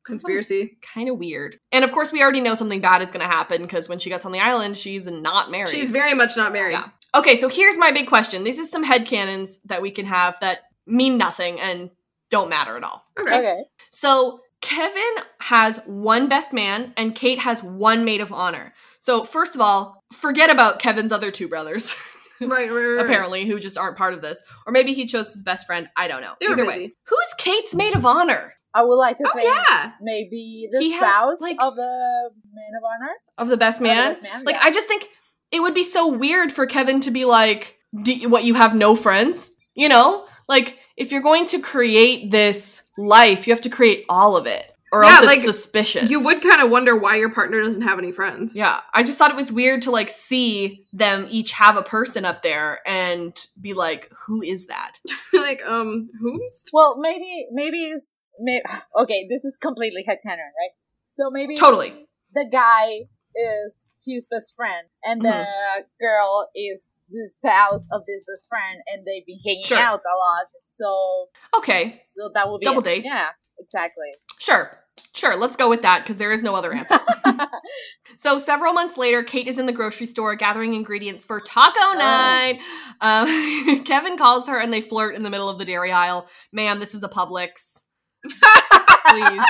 Conspiracy. kind of weird and of course we already know something bad is going to happen because when she gets on the island she's not married She's very much not married. Okay, so here's my big question. These are some headcanons that we can have that mean nothing and don't matter at all. Okay. So Kevin has one best man and Kate has one maid of honor. So first of all, forget about Kevin's other two brothers. [LAUGHS] [LAUGHS] Right, right, right, right. Apparently, who just aren't part of this. Or maybe he chose his best friend. I don't know. They were Either busy. way. Who's Kate's maid of honor? I would like to Oh, think yeah. maybe the He had, spouse like- of the man of honor. Of the best Of the man? best man, like yeah. I just think it would be so weird for Kevin to be like, Do you, what you have no friends? You know? Like if you're going to create this life, you have to create all of it. Or Yeah, else it's like, suspicious. You would kind of wonder why your partner doesn't have any friends. Yeah, I just thought it was weird to like see them each have a person up there and be like, "Who is that?" [LAUGHS] like, um, whomst? Well, maybe, maybe it's may [SIGHS] okay. This is completely headcanon, right? So maybe Totally. the guy is his best friend, and the Mm-hmm. girl is the spouse of this best friend, and they've been hanging Sure. out a lot. So Okay, so that would be Double it. date. Yeah, exactly. Sure. Sure, let's go with that because there is no other answer. [LAUGHS] so, several months later, Kate is in the grocery store gathering ingredients for taco night. Um, [LAUGHS] Kevin calls her and they flirt in the middle of the dairy aisle. Ma'am, this is a Publix. please,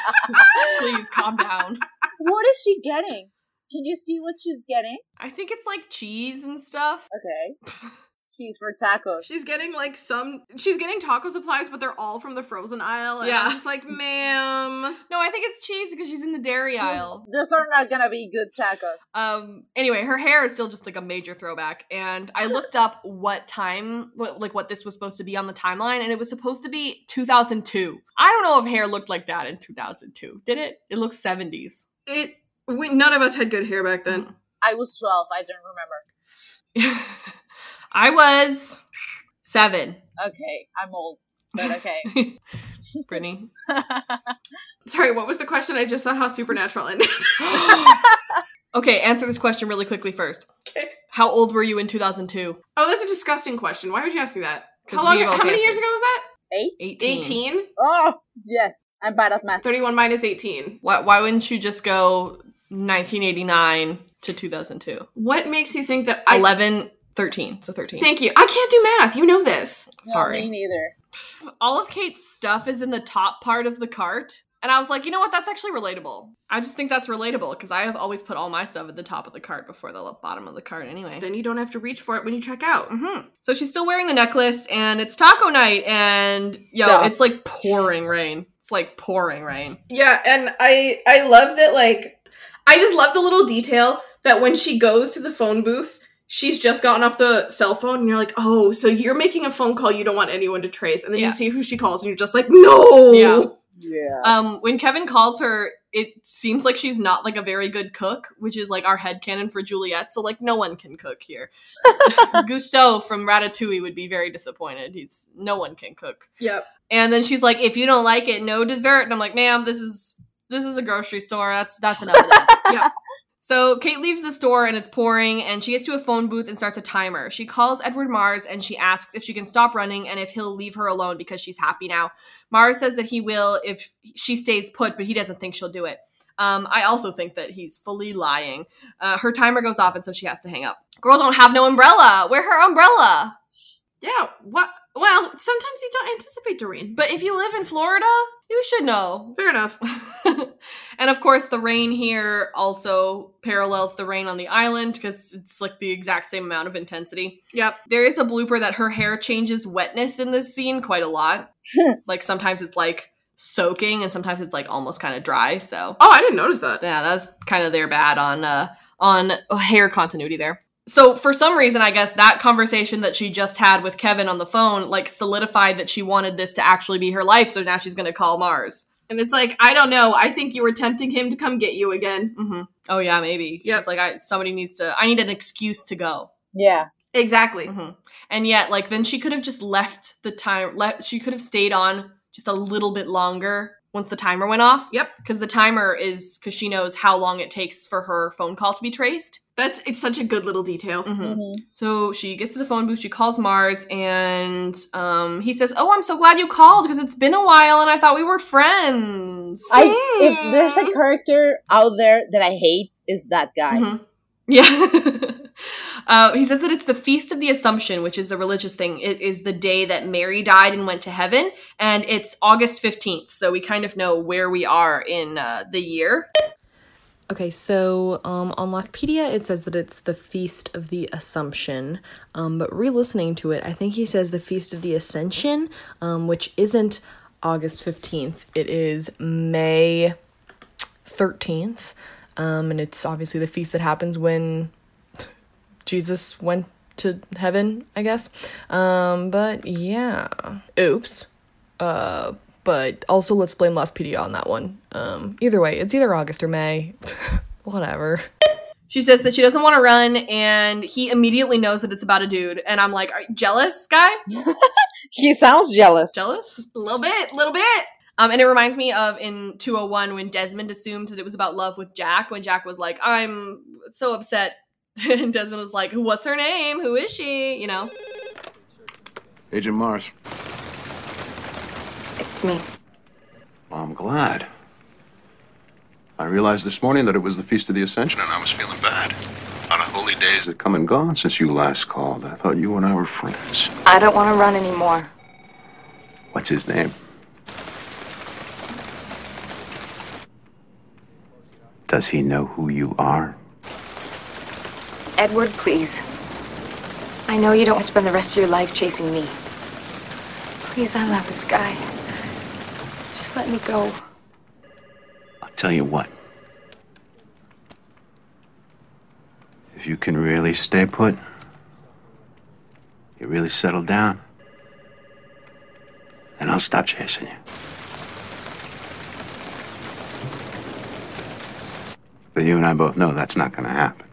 please calm down. What is she getting? Can you see what she's getting? I think it's like cheese and stuff. [LAUGHS] Okay. She's for tacos. She's getting like some. She's getting taco supplies, but they're all from the frozen aisle. And Yeah. I'm just like, ma'am. No, I think it's cheese because she's in the dairy aisle. Those are not gonna be good tacos. Um. Anyway, her hair is still just like a major throwback, and I looked up what time, what, like what this was supposed to be on the timeline, and it was supposed to be 2002. I don't know if hair looked like that in 2002. Did it? It looks 70s. It. We, none of us had good hair back then. Mm-hmm. I was twelve. I don't remember. [LAUGHS] I was seven. [LAUGHS] Okay, I'm old, but okay. Brittany. [GASPS] Sorry, what was the question? I just saw how supernatural ended. Okay, answer this question really quickly first. How old were you in 2002? [LAUGHS] oh, that's a disgusting question. Why would you ask me that? 'Cause How long? we How both many years answered. ago was that? Eight. 18. 18? Oh yes, I'm bad at math. Thirty-one minus eighteen. Why, why wouldn't you just go 1989 to 2002? What makes you think that I? 11, 13. So 13. Thank you. I can't do math. You know this. Sorry. me neither. All of Kate's stuff is in the top part of the cart. And I was like, you know what? That's actually relatable. I just think that's relatable because I have always put all my stuff at the top of the cart before the bottom of the cart anyway. Then you don't have to reach for it when you check out. Mm-hmm. So she's still wearing the necklace and it's taco night and yo, Stop. it's like pouring rain. It's like pouring rain. Yeah, and I I love that like I just love the little detail that when she goes to the phone booth, she's just gotten off the cell phone and you're like, "Oh, so you're making a phone call you don't want anyone to trace." And then Yeah. you see who she calls and you're just like, "No." Yeah. Yeah. Um, when Kevin calls her, it seems like she's not like a very good cook, which is like our headcanon for Juliet. So like no one can cook here. Gusto from Ratatouille would be very disappointed. He's no one can cook. Yep. And then she's like, if you don't like it, no dessert. And I'm like, ma'am, this is this is a grocery store. That's that's enough of that. yeah. So Kate leaves the store and it's pouring, and she gets to a phone booth and starts a timer. She calls Edward Mars and she asks if she can stop running and if he'll leave her alone because she's happy now. Mars says that he will if she stays put, but he doesn't think she'll do it. Um, I also think that he's fully lying. Uh, her timer goes off, and so she has to hang up. Girl don't have no umbrella. Wear her umbrella. Yeah, what well, sometimes you don't anticipate the rain. But if you live in Florida, you should know. Fair enough. [LAUGHS] and of course, the rain here also parallels the rain on the island because it's like the exact same amount of intensity. Yep. There is a blooper that her hair changes wetness in this scene quite a lot. like sometimes it's like soaking and sometimes it's like almost kind of dry. So Oh, I didn't notice that. yeah, that's kind of their bad on uh, on hair continuity there. So for some reason, I guess that conversation that she just had with Kevin on the phone like solidified that she wanted this to actually be her life. So now she's gonna call Mars. And it's like, I don't know. I think you were tempting him to come get you again. Mm-hmm. Oh yeah, maybe. She's like, I somebody needs to. I need an excuse to go. Yeah. Exactly. And yet, like then she could have just left the time. Left. She could have stayed on just a little bit longer once the timer went off. Yep. Because the timer is because she knows how long it takes for her phone call to be traced. That's it's such a good little detail. Hmm. Mm-hmm. Mm-hmm. So she gets to the phone booth, she calls Mars, and um, he says, Oh, I'm so glad you called because it's been a while and I thought we were friends. I if there's a character out there that I hate is that guy. Mhm. Yeah. [LAUGHS] uh, he says that it's the Feast of the Assumption, which is a religious thing. It is the day that Mary died and went to heaven, and it's August 15th. So we kind of know where we are in uh, the year. Okay, so um, on Lostpedia it says that it's the Feast of the Assumption, um, but re-listening to it, I think he says the Feast of the Ascension, um, which isn't August fifteenth. It is May thirteenth, um, and it's obviously the feast that happens when Jesus went to heaven, I guess. Um, but yeah, oops. Uh, but also let's blame Lostpedia on that one. Um, either way, it's either August or May. [LAUGHS] Whatever. She says that she doesn't want to run, and he immediately knows that it's about a dude. And I'm like, Are you jealous, guy? He sounds jealous. Jealous? A little bit, little bit. Um, and it reminds me of in 201 when Desmond assumed that it was about love with Jack, when Jack was like, I'm so upset. [LAUGHS] and Desmond was like, What's her name? Who is she? You know? Agent Mars. It's me. Well, I'm glad. I realized this morning that it was the Feast of the Ascension, and I was feeling bad. Out of holy days that come and gone since you last called. I thought you and I were friends. I don't want to run anymore. What's his name? Does he know who you are? Edward, please. I know you don't want to spend the rest of your life chasing me. Please, I love this guy. Just let me go. I'll tell you what. If you can really stay put, you really settle down, then I'll stop chasing you. But you and I both know that's not going to happen.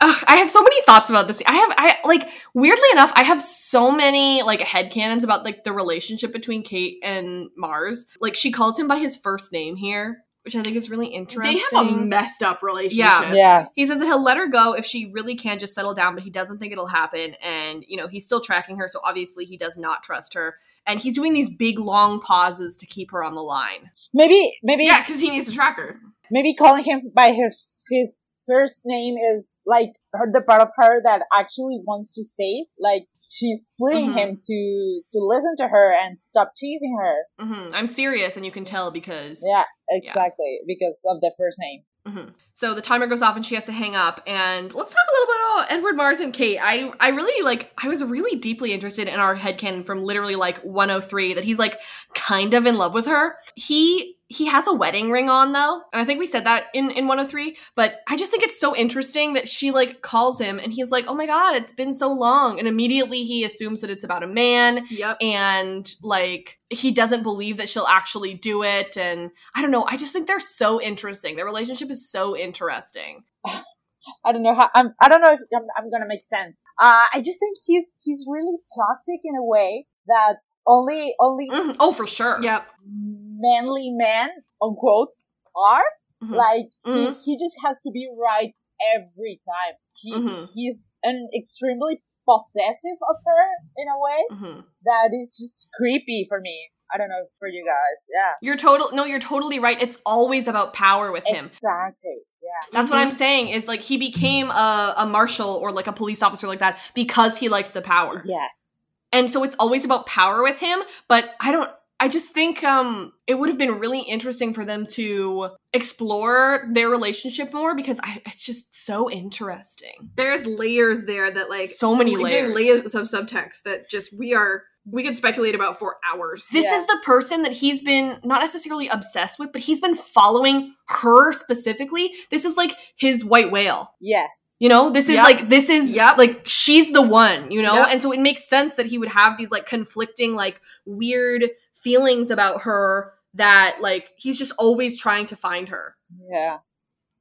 Ugh, I have so many thoughts about this. I have, I like, weirdly enough, I have so many like headcanons about like the relationship between Kate and Mars. Like, she calls him by his first name here, which I think is really interesting. They have a messed up relationship. Yeah. He says that he'll let her go if she really can just settle down, but he doesn't think it'll happen. And, you know, he's still tracking her, so obviously he does not trust her. And he's doing these big long pauses to keep her on the line. Maybe maybe Yeah, 'cause he needs to track her. Maybe calling him by her his first name is like her, the part of her that actually wants to stay. Like she's pleading Mhm. him to to listen to her and stop chasing her. hmm I'm serious, and you can tell because Yeah, exactly, because of the first name. Mhm. So the timer goes off and she has to hang up. And let's talk a little bit about Edward Mars and Kate. I I really like I was really deeply interested in our headcanon from literally like 103 that he's like kind of in love with her. He he has a wedding ring on though, and I think we said that in in 103, but I just think it's so interesting that she like calls him and he's like, "Oh my god, it's been so long." And immediately he assumes that it's about a man. Yep. And like he doesn't believe that she'll actually do it and I don't know, I just think they're so interesting. Their relationship is so interesting. I don't know how I'm. I don't know if I'm, I'm gonna make sense. Uh, I just think he's he's really toxic in a way that only only oh for sure yep manly men unquote are Mhm. like Mhm. He, he just has to be right every time. He Mhm. he's an extremely possessive of her in a way Mm-hmm. that is just creepy for me. I don't know for you guys. Yeah. You're total no, you're totally right. It's always about power with him. Exactly. Yeah. That's what I'm saying is like he became a, a marshal or like a police officer like that because he likes the power. Yes. And so it's always about power with him, but I don't I just think um it would have been really interesting for them to explore their relationship more because I, it's just so interesting. There's layers there that like So many we're layers. doing layers of subtext that just we are we could speculate about for hours. This is the person that he's been not necessarily obsessed with, but he's been following her specifically. This is like his white whale. Yes. You know, this is Yep. like this is like she's the one, you know? Yep. And so it makes sense that he would have these like conflicting like weird feelings about her that like he's just always trying to find her. Yeah.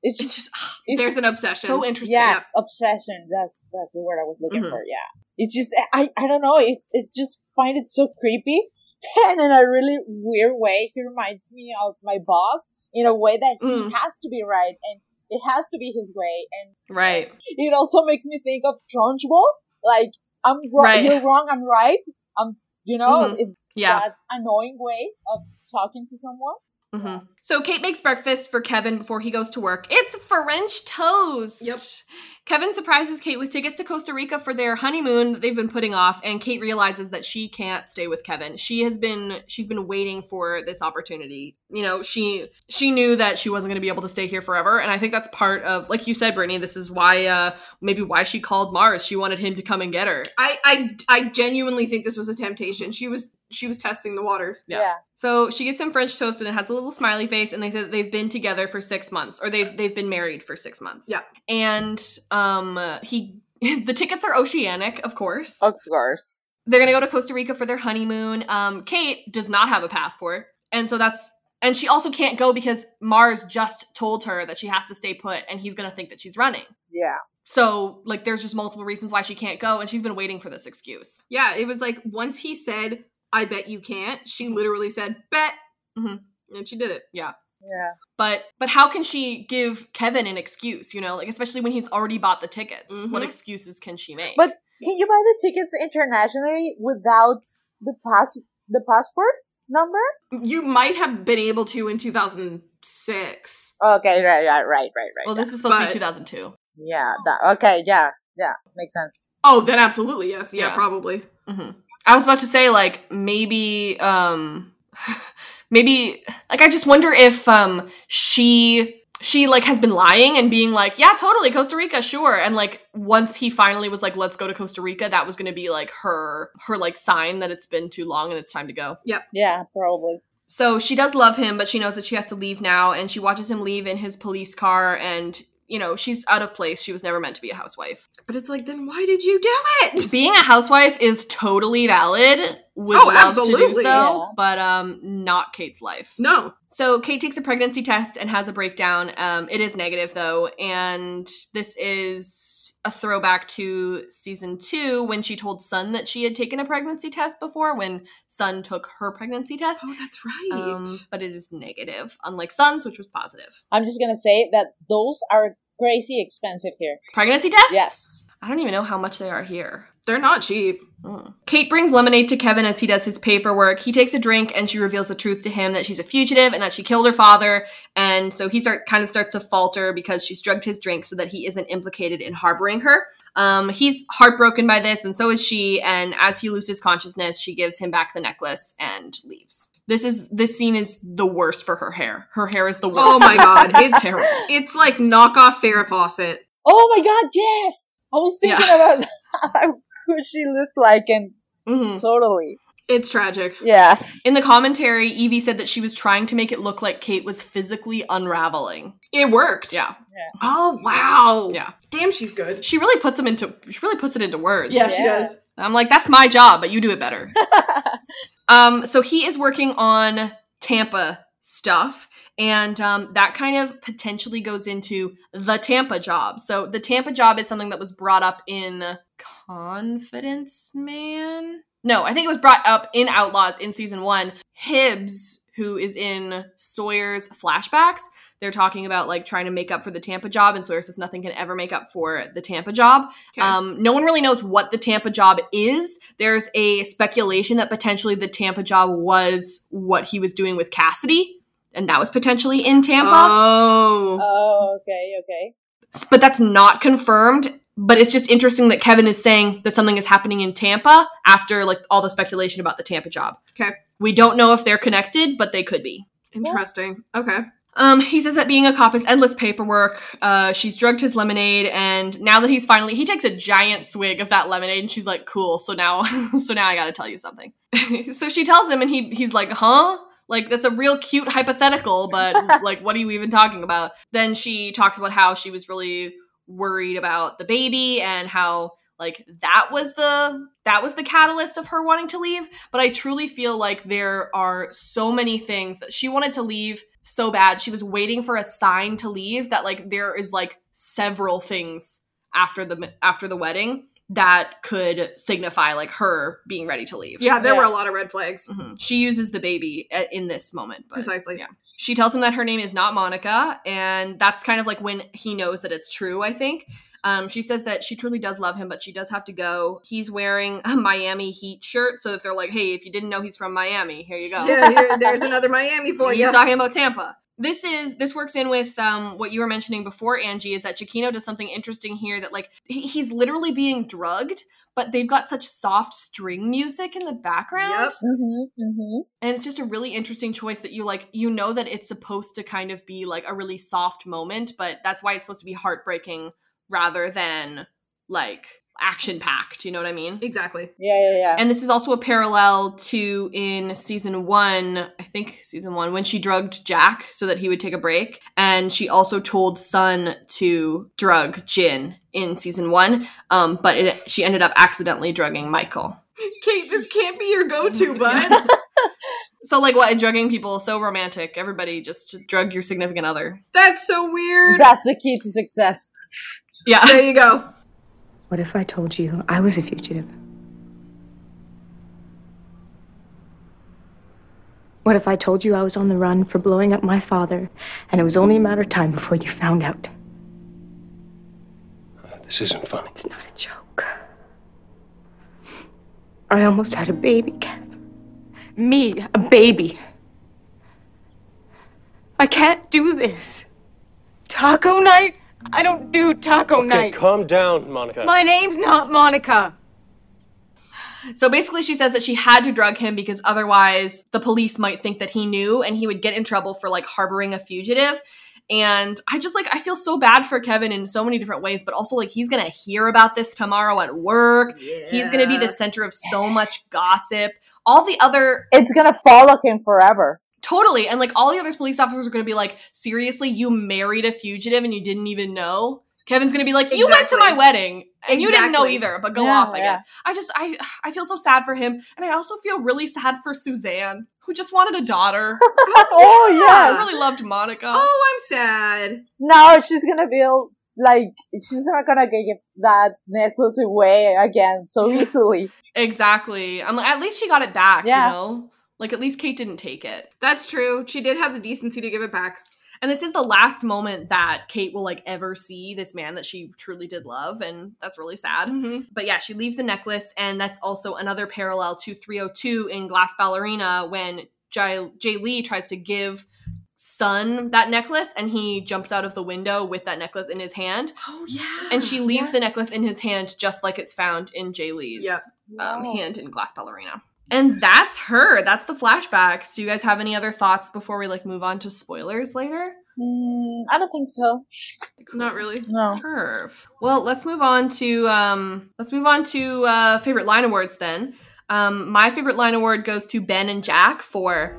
It's just, there's an obsession. So interesting. Yes, obsession. That's that's the word I was looking Mhm. for. Yeah, it's just I I don't know. It's it's just find it so creepy, [LAUGHS] and in a really weird way, he reminds me of my boss in a way that he Mm. has to be right and it has to be his way, and Right. it also makes me think of Trunchbull. Like I'm wrong, Right. you're wrong, I'm right. I'm you know Mhm. it, Yeah. that annoying way of talking to someone. Mm-hmm. hmm So Kate makes breakfast for Kevin before he goes to work. It's French toast. Yep. Kevin surprises Kate with tickets to Costa Rica for their honeymoon that they've been putting off, and Kate realizes that she can't stay with Kevin. She has been she's been waiting for this opportunity. You know, she she knew that she wasn't going to be able to stay here forever, and I think that's part of like you said, Brittany. This is why uh maybe why she called Mars. She wanted him to come and get her. I I I genuinely think this was a temptation. She was she was testing the waters. So she gives him French toast and it has a little smiley face, and they say that they've been together for six months, or they've they've been married for six months. Yeah. And um, uh, he [LAUGHS] the tickets are oceanic, of course. Of course. They're gonna go to Costa Rica for their honeymoon. Um, Kate does not have a passport, and so that's and she also can't go because Mars just told her that she has to stay put, and he's gonna think that she's running. Yeah. So like, there's just multiple reasons why she can't go, and she's been waiting for this excuse. Yeah, it was like once he said, "I bet you can't," she literally said, "Bet," and she did it. Yeah. Yeah. but but how can she give kevin an excuse you know like especially when he's already bought the tickets what Mhm. excuses can she make But can you buy the tickets internationally without the pass the passport number? You might have been able to in 2006. Okay, right, right, right, right, right. well this yeah. is supposed to be 2002 Yeah. That, okay. Yeah. Yeah. Makes sense. Oh, then absolutely yes. Yeah, Yeah. probably. hmm i was about to say like maybe um [LAUGHS] maybe like i just wonder if um she she like has been lying and being like yeah totally costa rica sure and like once he finally was like let's go to costa rica that was gonna be like her her like sign that it's been too long and it's time to go Yep. Yeah. Probably. So she does love him, but she knows that she has to leave now, and she watches him leave in his police car, and you know she's out of place. She was never meant to be a housewife. But it's like, then why did you do [LAUGHS] it? Being a housewife is totally valid. Would Oh, love to do so, absolutely. Yeah. but um, not Kate's life. No. So Kate takes a pregnancy test and has a breakdown. Um, it is negative though, and this is a throwback to season two when she told Sun that she had taken a pregnancy test before when Sun took her pregnancy test. Oh, that's right. Um, but it is negative, unlike Sun's, which was positive. I'm just gonna say that those are crazy expensive here. Pregnancy tests? Yes. I don't even know how much they are here. Hmm. They're not cheap. Kate brings lemonade to Kevin as he does his paperwork. He takes a drink and she reveals the truth to him that she's a fugitive and that she killed her father. And so he start kind of starts to falter because she's drugged his drink so that he isn't implicated in harboring her. Um, he's heartbroken by this, and so is she. And as he loses consciousness, she gives him back the necklace and leaves. This is this scene is the worst for her hair. Her hair is the worst. [LAUGHS] Oh my god, it's it's terrible. It's like knockoff Farrah Fawcett. Oh my god, yes! I was thinking [LAUGHS] about who she looked like, and Hmm. totally. It's tragic. Yes. Mm-hmm. [LAUGHS] In the commentary, Evie said that she was trying to make it look like Kate was physically unraveling. It worked. Yeah. Oh wow. Yeah. Damn, she's good. She really puts them into she really puts it into words. Yeah, she Yeah. does. I'm like, that's my job, but you do it [LAUGHS] better. um, so he is working on Tampa stuff, and um, that kind of potentially goes into the Tampa job. So the Tampa job is something that was brought up in Confidence Man. No, I think it was brought up in Outlaws in season one. Hibbs, who is in Sawyer's flashbacks, they're talking about like trying to make up for the Tampa job, and Sawyer says nothing can ever make up for the Tampa job. Okay. Um, no one really knows what the Tampa job is. There's a speculation that potentially the Tampa job was what he was doing with Cassidy, and that was potentially in Tampa Oh. Oh, okay, okay. but that's not confirmed. But it's just interesting that Kevin is saying that something is happening in Tampa after like all the speculation about the Tampa job. Okay. We don't know if they're connected, but they could be. Interesting. Okay. Um, he says that being a cop is endless paperwork. Uh, she's drugged his lemonade, and now that he's finally, he takes a giant swig of that lemonade, and she's like, "Cool." So now, [LAUGHS] so now I got to tell you something. [LAUGHS] so she tells him, and he he's like, "Huh." Like that's a real cute hypothetical, but like, what are you even talking about? Then she talks about how she was really worried about the baby and how like that was the that was the catalyst of her wanting to leave but i truly feel like there are so many things that she wanted to leave so bad she was waiting for a sign to leave that like there is like several things after the after the wedding that could signify like her being ready to leave Yeah, there were a lot of red flags. she uses the baby a- in this moment but Mm-hmm. Precisely. Yeah. she tells him that her name is not Monica, and that's kind of like when he knows that it's true, I think. Um, she says that she truly does love him, but she does have to go. He's wearing a Miami Heat shirt, so if they're like, hey, if you didn't know he's from Miami, here you go. [LAUGHS] Yeah, here- there's another Miami for He's ya. talking about Tampa. This is this works in with um, what you were mentioning before, Angie, is that Chiquino does something interesting here that like he- he's literally being drugged, but they've got such soft string music in the background Mm-hmm, mm-hmm. and it's just a really interesting choice that you like you know that it's supposed to kind of be like a really soft moment but that's why it's supposed to be heartbreaking rather than like action packed you know what i mean exactly Yeah, yeah, yeah. and this is also a parallel to in season one, I think season one, when she drugged Jack so that he would take a break. And she also told Sun to drug Jin in season one. Um, but it, she ended up accidentally drugging Michael. Kate, this can't be your go-to, [LAUGHS] bud. So, like, what? And drugging people, so romantic. Everybody just drug your significant other. That's so weird. That's the key to success. Yeah. There you go. What if I told you I was a fugitive? What if I told you I was on the run for blowing up my father, and it was only a matter of time before you found out? This isn't funny. It's not a joke. I almost had a baby, Kath. Me, a baby. I can't do this. Taco night? I don't do taco night. calm down, Monica. My name's not Monica. So basically, she says that she had to drug him because otherwise the police might think that he knew and he would get in trouble for like harboring a fugitive. And I just like, I feel so bad for Kevin in so many different ways, but also like he's gonna hear about this tomorrow at work. He's gonna be the center of so much gossip. All the other. It's gonna follow him forever. Totally. And like all the other police officers are gonna be like, seriously, you married a fugitive and you didn't even know? Kevin's gonna be like, you went to my Exactly. wedding and you didn't know Exactly. either, but go Yeah, off, I guess. I just I I feel so sad for him, and I also feel really sad for Suzanne, who just wanted a [LAUGHS] daughter. oh I yes. really loved Monica. Oh, I'm sad. Now she's gonna feel like she's not gonna give that necklace away again [LAUGHS] so easily. Exactly. I'm like, at least she got it back. Yeah. You know, like at least Kate didn't take it. That's true. She did have the decency to give it back. And this is the last moment that Kate will like ever see this man that she truly did love. And that's really sad. But yeah, she leaves the necklace. And that's also another parallel to 302 in Glass Ballerina when Jay, Jay Lee tries to give Sun that necklace and he jumps out of the window with that necklace in his hand. Oh, yeah. And she leaves the necklace in his hand just like it's found in Jay Lee's Yep. um, Wow. hand in Glass Ballerina. And that's her. That's the flashbacks. Do you guys have any other thoughts before we like move on to spoilers later? Mm, I don't think so. Not really. No. Curve. Well, let's move on to um let's move on to uh favorite line awards then. Um my favorite line award goes to Ben and Jack for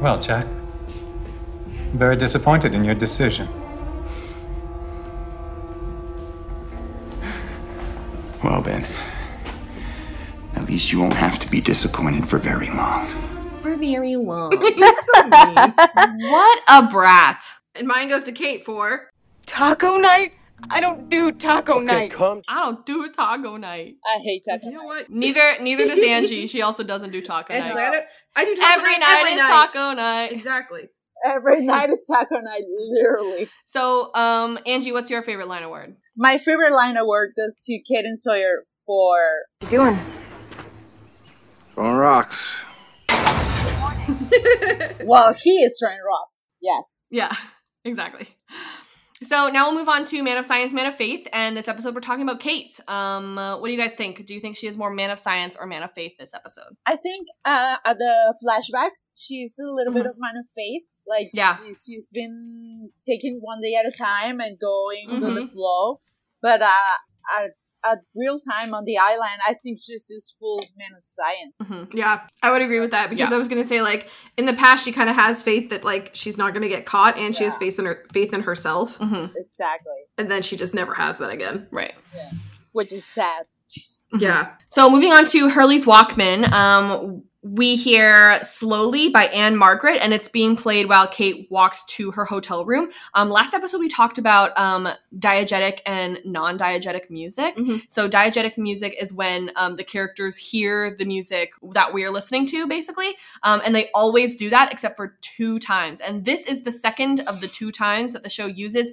Well, Jack, I'm very disappointed in your decision. Well, Ben, at least you won't have to be disappointed for very long. for very long. [LAUGHS] what a brat. And mine goes to Kate for Taco night? I don't do taco night. Come I don't do taco [LAUGHS] night. I hate taco. You know what? Neither neither does Angie. She also doesn't do taco And she's like, I, night. don't, I do taco Every night, night every is night. taco night. Exactly. Every night is taco night, literally. So, um, Angie, what's your favorite line award? My favorite line award goes to Kate and Sawyer for. What you doing? Throwing rocks. well, he is throwing rocks. Yes. Yeah, [LAUGHS] exactly. So now we'll move on to Man of Science, Man of Faith, and this episode we're talking about Kate. Um, uh, what do you guys think? Do you think she is more Man of Science or Man of Faith this episode? I think uh, at the flashbacks, she's a little bit of man of faith. Like Mm-hmm. Yeah. she's, she's been taking one day at a time and going with the Mhm. flow. But uh, at, at real time on the island, I think she's just full man of science. Mm-hmm. Yeah, I would agree with that because Yeah. I was gonna say like in the past she kind of has faith that like she's not gonna get caught and she has faith in her faith in herself, Exactly. and then she just never has that again. Mm-hmm, Right. Which is sad. Yeah. So moving on to Hurley's Walkman, um, we hear "Slowly" by Anne Margaret, and it's being played while Kate walks to her hotel room. Um, last episode we talked about um, diegetic and non-diegetic music. So diegetic music is when um, the characters hear the music that we are listening to, basically, um, and they always do that except for two times. And this is the second of the two times that the show uses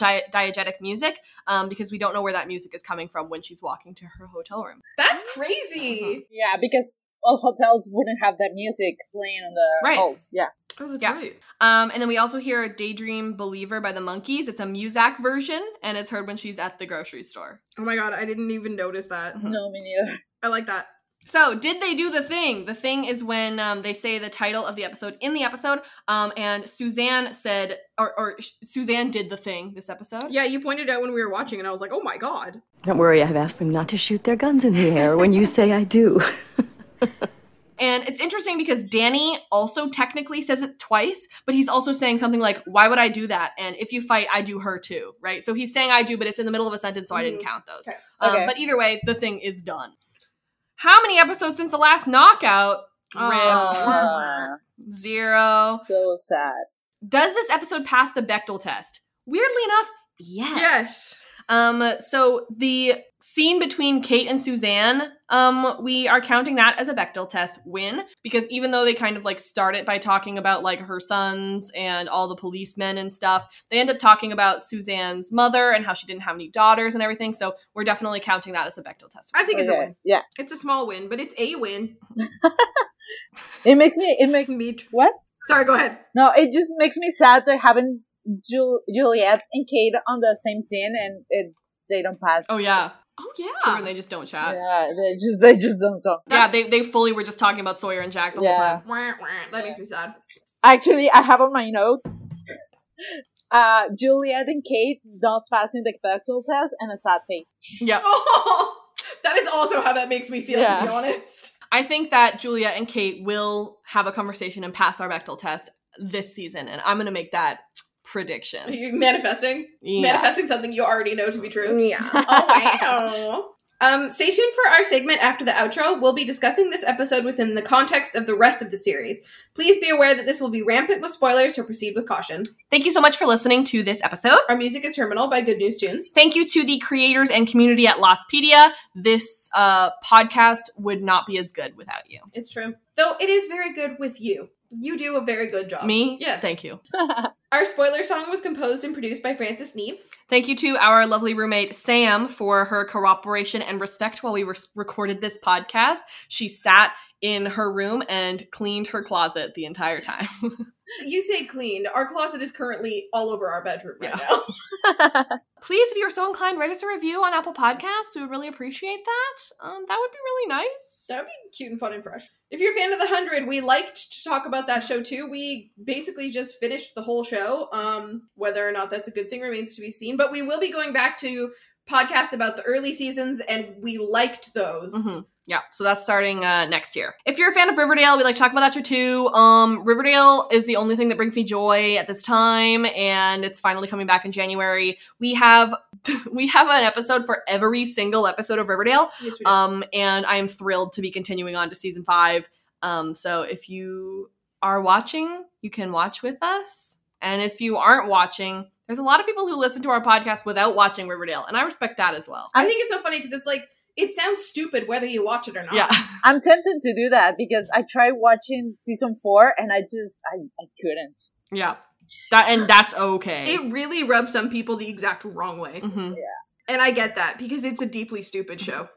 non-diegetic music um, because we don't know where that music is coming from when she's walking to her hotel room. That's crazy. Yeah, because all hotels wouldn't have that music playing on the Right. halls. Yeah. Oh, that's right. Um, and then we also hear "Daydream Believer" by the Monkees. It's a Muzak version, and it's heard when she's at the grocery store. Oh my god, I didn't even notice that. Mm-hmm. No, me neither. I like that. So, did they do the thing? The thing is when um, they say the title of the episode in the episode, um, and Suzanne said, or, or sh- Suzanne did the thing this episode. Yeah, you pointed out when we were watching, and I was like, oh my god. Don't worry, I've asked them not to shoot their guns in the air when you say I do. And it's interesting because Danny also technically says it twice, but he's also saying something like, Why would I do that? And if you fight, I do her too, right? So he's saying I do, but it's in the middle of a sentence, so I didn't Mhm. count those. Okay. Um, Okay. But either way, the thing is done. How many episodes since the last knockout? Rip. Ah, Zero. [LAUGHS] so sad. Does this episode pass the Bechtel test? Weirdly enough, yes. Yes. Um, so the scene between Kate and Suzanne, um, we are counting that as a Bechtel test win because even though they kind of like start it by talking about like her sons and all the policemen and stuff, they end up talking about Suzanne's mother and how she didn't have any daughters and everything. So we're definitely counting that as a Bechtel test. I think it's a Okay, win. Yeah. It's a small win, but it's a win. It makes me. It makes me. What? Sorry, go ahead. No, it just makes me sad that having Jul- Juliet and Kate on the same scene and it, they don't pass. Oh yeah. Oh yeah. True, and they just don't chat. Yeah, they just they just don't talk. Yeah, they, they fully were just talking about Sawyer and Jack the Yeah. whole time. Wah, wah, That makes me sad. Actually, I have on my notes. [LAUGHS] Uh, Juliet and Kate not passing the Bechdel test and a sad face. Yeah. [LAUGHS] that is also how that makes me feel, to Yeah. be honest. I think that Julia and Kate will have a conversation and pass our Bechtel test this season, and I'm gonna make that Are [LAUGHS] prediction. you manifesting? Yeah. Manifesting something you already know to be true. Yeah. Oh [LAUGHS] wow. Um, stay tuned for our segment after the outro. We'll be discussing this episode within the context of the rest of the series. Please be aware that this will be rampant with spoilers, so proceed with caution. Thank you so much for listening to this episode. Our music is Terminal by Good News Tunes. Thank you to the creators and community at Lostpedia. This uh, podcast would not be as good without you. It's true. Though it is very good with you. You do a very good job. Me? Yes. Thank you. Our spoiler song was composed and produced by Francis Neves. Thank you to our lovely roommate Sam for her cooperation and respect while we res- recorded this podcast. She sat in her room and cleaned her closet the entire time. [LAUGHS] You say cleaned. Our closet is currently all over our bedroom right now. Please, if you are so inclined, write us a review on Apple Podcasts. We would really appreciate that. Um, that would be really nice. That would be cute and fun and fresh. If you're a fan of The Hundred, we liked to talk about that show too. We basically just finished the whole show. Um, whether or not that's a good thing remains to be seen. But we will be going back to podcasts about the early seasons, and we liked those. Mhm. Yeah, so that's starting uh, next year. If you're a fan of Riverdale, we like to talk about that show too. Um, Riverdale is the only thing that brings me joy at this time, and it's finally coming back in January. We have [LAUGHS] we have an episode for every single episode of Riverdale, Yes, we do. um, and I am thrilled to be continuing on to season five. Um, so if you are watching, you can watch with us, and if you aren't watching, there's a lot of people who listen to our podcast without watching Riverdale, and I respect that as well. I think it's so funny because it's like it sounds stupid whether you watch it or not. Yeah. [LAUGHS] I'm tempted to do that because I tried watching season four and I just I, I couldn't. Yeah. That and that's okay. It really rubs some people the exact wrong way. Mm-hmm. Yeah. And I get that because it's a deeply stupid show.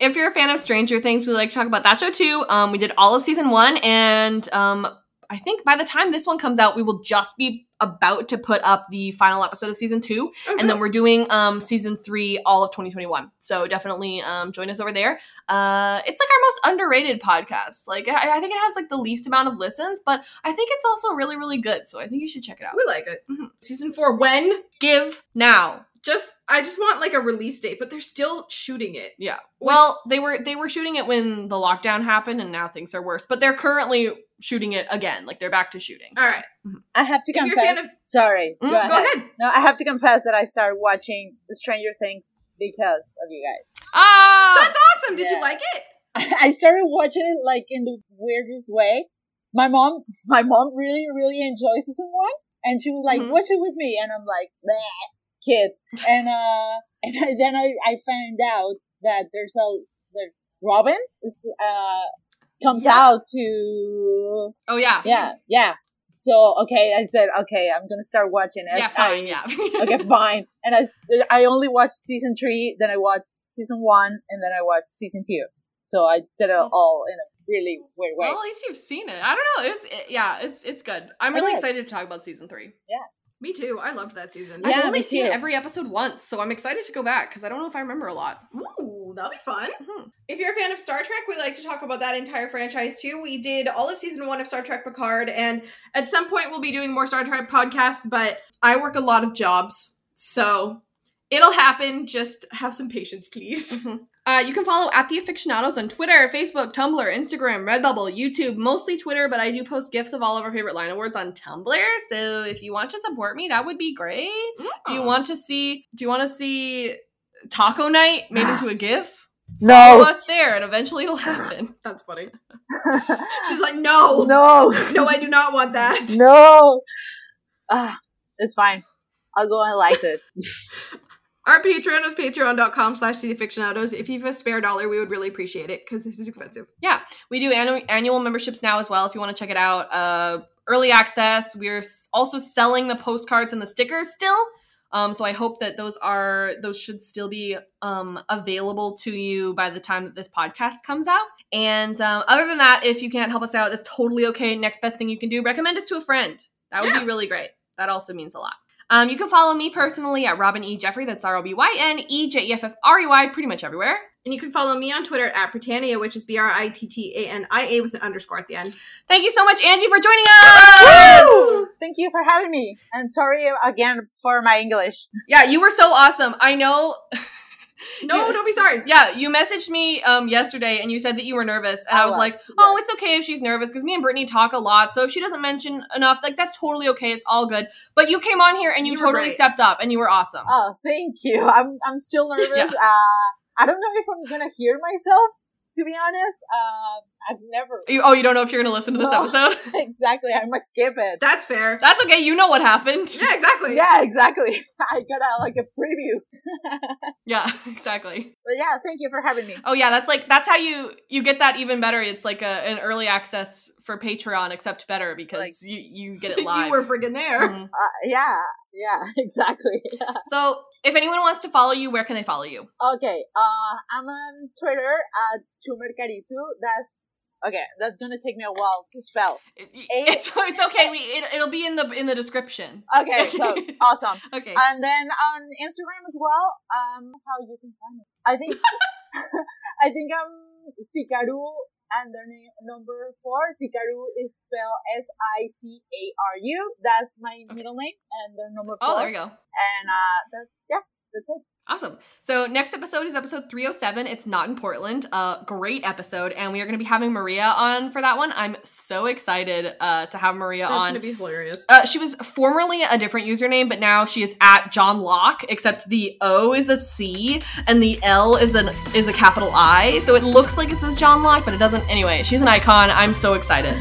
if you're a fan of Stranger Things, we like to talk about that show too. Um, we did all of season one, and um, I think by the time this one comes out, we will just be about to put up the final episode of season two, and then we're doing um, season three all of 2021. So definitely um, join us over there. Uh, it's like our most underrated podcast. Like I, I think it has like the least amount of listens, but I think it's also really really good. So I think you should check it out. Mm-hmm. We like it. Season four, when? Give now. Just I just want like a release date, but they're still shooting it. Yeah. Well, they were they were shooting it when the lockdown happened, and now things are worse. But they're currently shooting it again. Like they're back to shooting. All right. I have to If you're a confess. fan of- sorry, Mm, go ahead. No, I have to confess that I started watching Stranger Things because of you guys. Ah, that's awesome! Did you like it? I started watching it like in the weirdest way. My mom, my mom really, really enjoys season one, and she was like, Mm-hmm. "Watch it with me," and I'm like, "Bleh, "Kids," and uh, [LAUGHS] and I, then I, I found out that there's a there, Robin is uh comes out to oh yeah yeah yeah. So okay, I said okay, I'm gonna start watching it. Yeah, fine, yeah. [LAUGHS] okay, fine. And I I only watched season three, then I watched season one, and then I watched season two. So I did it all in a really weird way. Well, at least you've seen it. I don't know. It's it, yeah, it's it's good. I'm It really is. excited to talk about season three. Yeah. Me too. I loved that season. I've only seen every episode once, so I'm excited to go back because I don't know if I remember a lot. Ooh, that'll be fun. If you're a fan of Star Trek, we like to talk about that entire franchise too. We did all of season one of Star Trek Picard, and at some point we'll be doing more Star Trek podcasts, but I work a lot of jobs, so it'll happen. Just have some patience, please. Uh, you can follow at the aficionados on Twitter, Facebook, Tumblr, Instagram, Redbubble, YouTube, mostly Twitter, but I do post gifs of all of our favorite line awards on Tumblr. So if you want to support me, that would be great. Do you want to see? Do you want to see Taco Night made into a gif? [LAUGHS] No. Follow us there, and eventually it'll happen. That's funny. [LAUGHS] She's like, no, no, no, I do not want that. [LAUGHS] No, ah, it's fine. I'll go and like it. Our Patreon is patreon.com slash theaficionados. If you have a spare dollar, we would really appreciate it because this is expensive. Yeah, we do annu- annual memberships now as well. If you want to check it out, uh, early access. We're s- also selling the postcards and the stickers still. Um, so I hope that those are those should still be um, available to you by the time that this podcast comes out. And um, other than that, if you can't help us out, that's totally okay. Next best thing you can do, recommend us to a friend. That would be really great. That also means a lot. Um, you can follow me personally at Robin E Jeffrey. That's R O B Y N E J E F F R E Y. Pretty much everywhere. And you can follow me on Twitter at Britannia, which is B R I T T A N I A with an underscore at the end. Thank you so much, Angie, for joining us. Thank you for having me, and sorry again for my English. Yeah, you were so awesome. I know. No, don't be sorry. [LAUGHS] Yeah, you messaged me um, yesterday and you said that you were nervous, and I, I was, was, like, "Oh, it's okay if she's nervous because me and Brittany talk a lot. So if she doesn't mention enough, like that's totally okay. It's all good." But you came on here and you, You were totally great. stepped up, and you were awesome. Oh, thank you. I'm I'm still nervous. Uh, I don't know if I'm gonna hear myself. To be honest, uh, I've never. [LAUGHS] You, oh, you don't know if you're going to listen to this No. episode? [LAUGHS] exactly. I might skip it. That's fair. That's okay. You know what happened. Yeah, exactly. Yeah, exactly. [LAUGHS] I got a, like a preview. [LAUGHS] Yeah, exactly. But yeah, thank you for having me. Uh, Oh yeah, that's like that's how you you get that even better. It's like a, an early access for Patreon, except better because you you get it live. [LAUGHS] you were friggin' there. Mhm. Uh, yeah, yeah, [LAUGHS] exactly. Yeah. So if anyone wants to follow you, where can they follow you? Okay, uh, I'm on Twitter at Chumercarizu. That's okay. That's gonna take me a while to spell. [LAUGHS] It's it's okay. We it, it'll be in the in the description. [LAUGHS] Okay, so awesome. Okay. and then on Instagram as well. Um, how you can find me? I think [LAUGHS] I think I'm Sikaru and their name number four. Sikaru is spelled S I C A R U. That's my middle name and their number four. Oh, there we go. And uh, that, yeah, that's it. Awesome. So next episode is episode 307. It's not in Portland. Uh, great episode, and we are going to be having Maria on for that one. I'm so excited uh, to have Maria That's on. gonna be hilarious. Uh, she was formerly a different username, but now she is at John Locke, except the O is a C and the L is an is a capital I. So it looks like it says John Locke, but it doesn't. Anyway, she's an icon. I'm so [LAUGHS] excited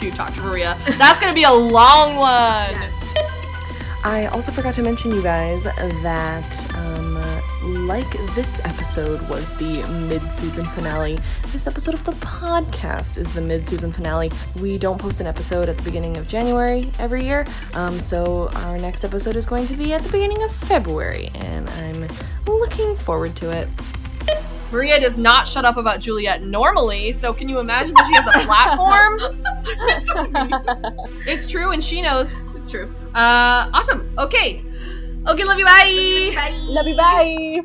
to talk to Maria. That's gonna be a long one. I also forgot to mention, you guys, that um, like this episode was the mid season finale, this episode of the podcast is the mid season finale. We don't post an episode at the beginning of January every year, um, so our next episode is going to be at the beginning of February, and I'm looking forward to it. Maria does not shut up about Juliet normally, so can you imagine when she has a [LAUGHS] platform? it's true, and she knows. It's true. Uh, awesome. Okay. Okay, love you. Bye. Love you. Bye.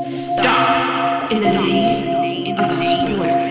Stop in the name of spoilers.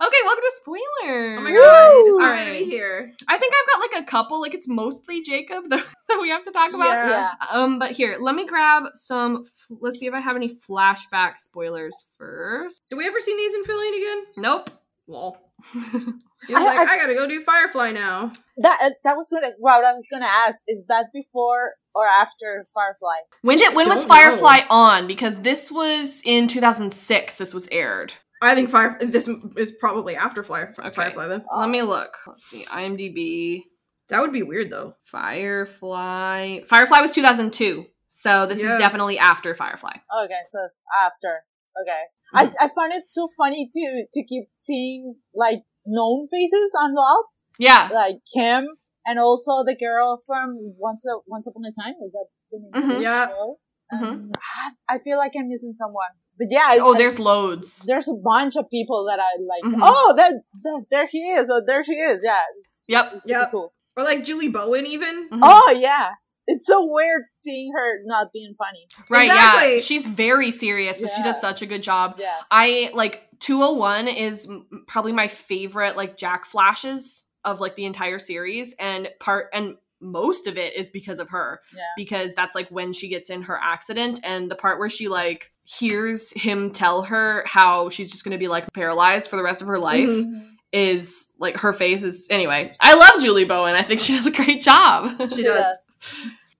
Okay, welcome to spoilers. Oh my god, Woo! he's just All already right. here. I think I've got like a couple. Like it's mostly Jacob [LAUGHS] that, that we have to talk about. Yeah. Um, but here, let me grab some. f- Let's see if I have any flashback spoilers first. Do we ever see Nathan Fillion again? Nope. [LAUGHS] Lol. He was I- like, I- I, gotta go do Firefly now. That uh, that was gonna what I was gonna ask. Is that before or after Firefly? When did when was Don't know. Firefly on? Because this was in 2006. This was aired. I think Fire. This is probably after Fire, Firefly. Then Let me look. Let's see. IMDb. That would be weird though. Firefly. Firefly was 2002. So this Yeah. is definitely after Firefly. Okay, so it's after. Okay, I I found it so funny to to keep seeing like known faces on Lost. Yeah. like Kim and also the girl from Once a, Once Upon a Time. Is that the name? of Mhm. the Yeah. show? Um, ah, I feel like I'm missing someone. But yeah, I- Oh, I- there's loads. There's a bunch of people that I like. Mhm. Oh, that, that there he is. Oh, there she is. Yeah. it's- Yep. it's super Yep. cool. Or like Julie Bowen even. Mm-hmm. Oh yeah, it's so weird seeing her not being funny. Right, yeah. Exactly. She's very serious, but she does such a good job. Yes. I like 201 is m- probably my favorite like Jack flashes of like the entire series and part and most of it is because of her Yeah. because that's like when she gets in her accident and the part where she like hears him tell her how she's just going to be like paralyzed for the rest of her life Mhm. is like her face is anyway. I love Julie Bowen. I think she does a great job. She does.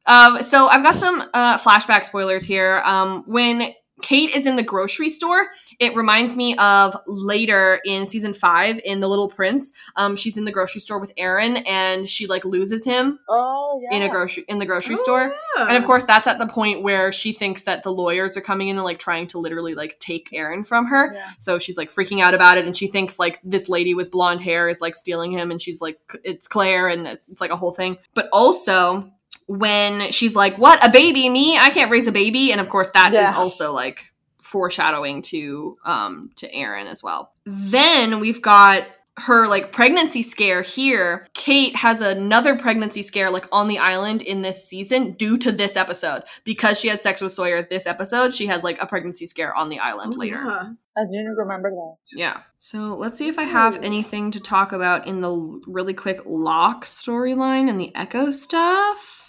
Um, so I've got some uh, flashback spoilers here. Um, when Kate is in the grocery store, it reminds me of later in season five in The Little Prince. Um, she's in the grocery store with Aaron, and she like loses him Oh yeah. in a grocery in the grocery store. yeah. And of course, that's at the point where she thinks that the lawyers are coming in and like trying to literally like take Aaron from her. Yeah. So she's like freaking out about it, and she thinks like this lady with blonde hair is like stealing him, and she's like, it's Claire, and it's like a whole thing. But also when she's like, "What a baby, me? I can't raise a baby," and of course that is Yeah. also like foreshadowing to um to Aaron as well. Then we've got her like pregnancy scare here. Kate has another pregnancy scare like on the island in this season due to this episode because she had sex with Sawyer this episode. She has like a pregnancy scare on the island Oh, later. Yeah. I didn't remember that. So let's see if I have anything to talk about in the l- really quick lock storyline and the echo stuff.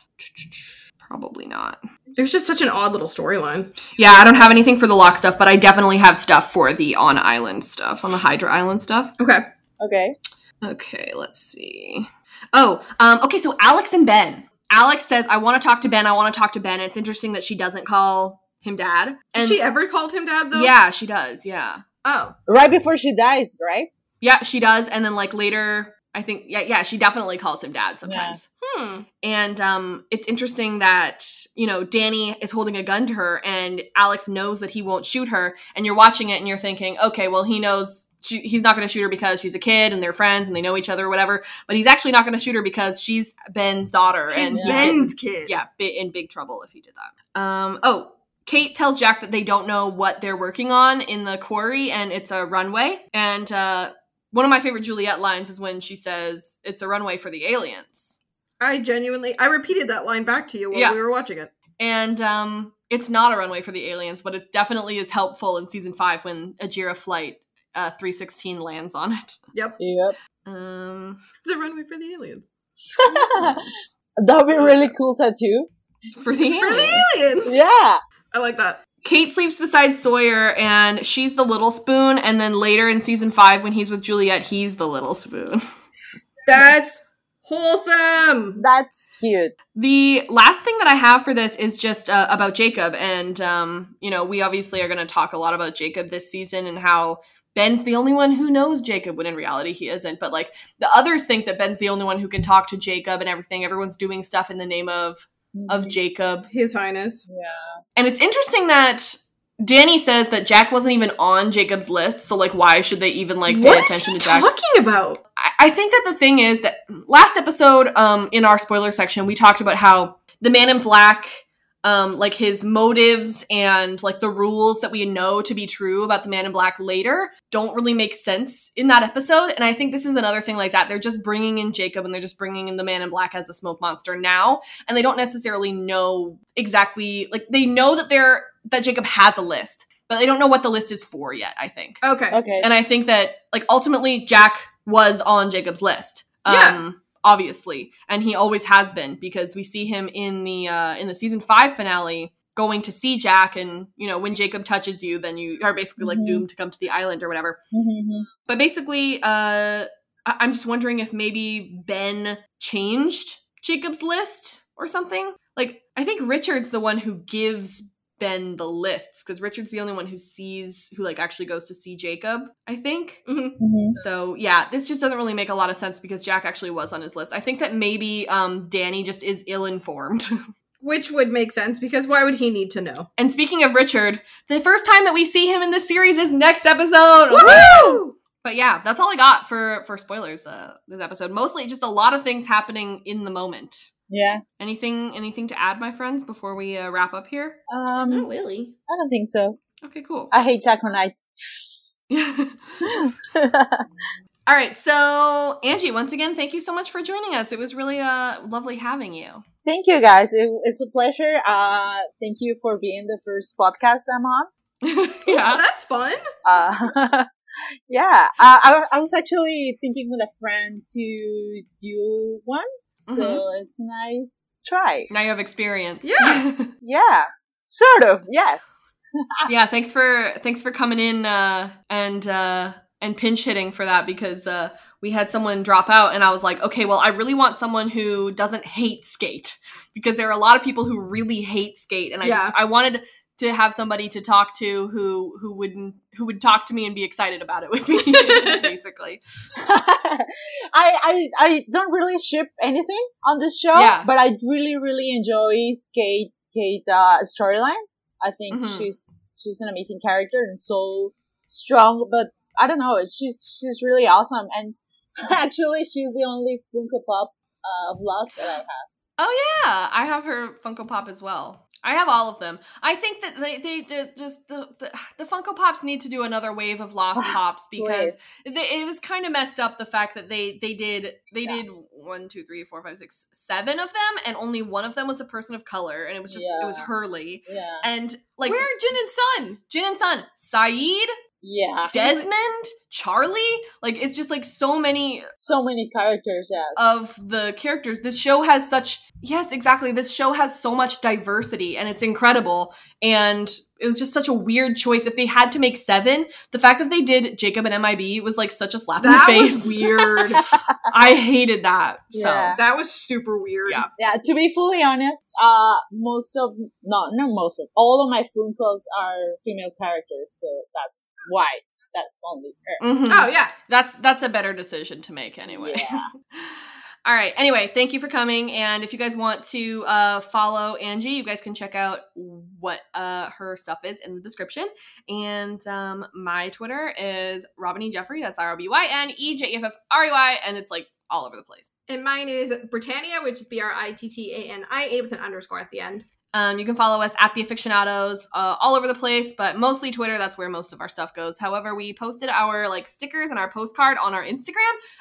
Probably not. It was just such an odd little storyline. Yeah, I don't have anything for the lock stuff, but I definitely have stuff for the on island stuff, on the Hydra Island stuff. Okay. Okay. Okay, let's see. Oh, um, okay, so Alex and Ben. Alex says, I want to talk to Ben. I want to talk to Ben. It's interesting that she doesn't call him dad. Has she ever called him dad though? Yeah, she does. Yeah. Oh. Right before she dies, right? Yeah, she does. And then like later, I think yeah, yeah, she definitely calls him dad sometimes. Hmm. And um it's interesting that, you know, Danny is holding a gun to her and Alex knows that he won't shoot her and you're watching it and you're thinking, "Okay, well he knows she, he's not going to shoot her because she's a kid and they're friends and they know each other or whatever, but he's actually not going to shoot her because she's Ben's daughter She's and he's Ben's in- kid. Yeah, bi- in big trouble if he did that. Um oh, Kate tells Jack that they don't know what they're working on in the quarry and it's a runway. And uh, one of my favorite Juliet lines is when she says, It's a runway for the aliens. I genuinely I repeated that line back to you while Yeah. we were watching it. And um, it's not a runway for the aliens, but it definitely is helpful in season five when Ajira Flight uh, 316 lands on it. Yep. Yep. Um, it's a runway for the aliens. That would be a really cool tattoo. For the aliens. aliens. Yeah. I like that. Kate sleeps beside Sawyer and she's the little spoon. And then later in season five, when he's with Juliet, he's the little spoon. That's wholesome. That's cute. The last thing that I have for this is just uh, about Jacob. And, um, you know, we obviously are going to talk a lot about Jacob this season and how Ben's the only one who knows Jacob when in reality he isn't. But, like, the others think that Ben's the only one who can talk to Jacob and everything. Everyone's doing stuff in the name of of Mm-hmm. Mm-hmm. Jacob. His Highness. Yeah. And it's interesting that Danny says that Jack wasn't even on Jacob's list, so like why should they even like pay What is attention he [LAUGHS] to Jack? talking about? I, I think that the thing is that last episode, um, in our spoiler section, we talked about how the man in black um, like his motives and like the rules that we know to be true about the man in black later don't really make sense in that episode. And I think this is another thing like that. They're just bringing in Jacob and they're just bringing in the man in black as a smoke monster now. And they don't necessarily know exactly, like, they know that they're, that Jacob has a list, but they don't know what the list is for yet, I think. Okay. Okay. And I think that, like, ultimately, Jack was on Jacob's list. Um, Obviously, and he always has been because we see him in the uh, in the season five finale going to see Jack, and you know when Jacob touches you, then you are basically like Mhm. doomed to come to the island or whatever. Mhm. But basically, uh, I- I'm just wondering if maybe Ben changed Jacob's list or something. Like, I think Richard's the one who gives Ben the lists because Richard's the only one who sees, who like actually goes to see Jacob, I think. Mm-hmm. Mhm. So, yeah, this just doesn't really make a lot of sense because Jack actually was on his list. I think that maybe um, Danny just is ill [LAUGHS] informed. Which would make sense because why would he need to know? and speaking of Richard, the first time that we see him in this series is next episode. Woohoo! But yeah, that's all I got for for spoilers uh, this episode. Mostly just a lot of things happening in the moment. Yeah. Anything anything to add, my friends, before we uh, wrap up here? Um, Not really. I don't think so. Okay, cool. I hate Taco Night. [LAUGHS] [LAUGHS] All right, so Angie, once again, thank you so much for joining us. It was really uh, lovely having you. [LAUGHS] Thank you guys. It, it's a pleasure. Uh, thank you for being the first podcast I'm on. yeah, Oh, that's fun. Uh, [LAUGHS] yeah, uh, I, wa- I was actually thinking with a friend to do one, so Mhm. it's a nice try. Now you have experience. Yeah, yeah, sort of. Yes. [LAUGHS] yeah, thanks for thanks for coming in uh, and uh, and pinch hitting for that because uh, we had someone drop out and I was like, okay, well, I really want someone who doesn't hate skate [LAUGHS] because there are a lot of people who really hate skate, and I Yeah. just I wanted to have somebody to talk to who who wouldn't who would talk to me and be excited about it with me [LAUGHS] basically. [LAUGHS] I, I I don't really ship anything on this show, Yeah. but I really really enjoy Kate Kate uh, storyline. I think Mhm. she's she's an amazing character and so strong. But I don't know, she's she's really awesome. And [LAUGHS] actually, she's the only Funko Pop uh, of Lost that I have. Oh yeah, I have her Funko Pop as well. I have all of them. I think that they they, they just the, the the Funko Pops need to do another wave of lost Ah, pops because they, it was kind of messed up the fact that they they did they did one two three four five six seven of them and only one of them was a person of color and it was just it was Yeah. Hurley Yeah. and like Where are Jin and Sun? Jin and Sun Saeed Yeah. Desmond, Charlie. Like it's just like so many so many characters, yes. Of the characters. This show has such yes, exactly. This show has so much diversity and it's incredible. And it was just such a weird choice. If they had to make seven, the fact that they did Jacob and MIB was like such a slap That in the face. [LAUGHS] was weird. I hated that. Yeah. So That was super weird. Yeah. Yeah, to be fully honest, uh, most of, no, not most of, all of my phone calls are female characters, so that's why. That's only her. Mhm. Oh, yeah. That's that's a better decision to make anyway. [LAUGHS] All right. Anyway, thank you for coming. And if you guys want to uh, follow Angie, you guys can check out what uh, her stuff is in the description. And um, my Twitter is Robin E. Jeffrey. That's R O B Y N E J E F F R E Y. And it's like all over the place. And mine is Britannia, which is B R I T T A N I A with an underscore at the end. Um, you can follow us at the aficionados uh, all over the place, but mostly Twitter. That's where most of our stuff goes. However, we posted our like stickers and our postcard on our Instagram.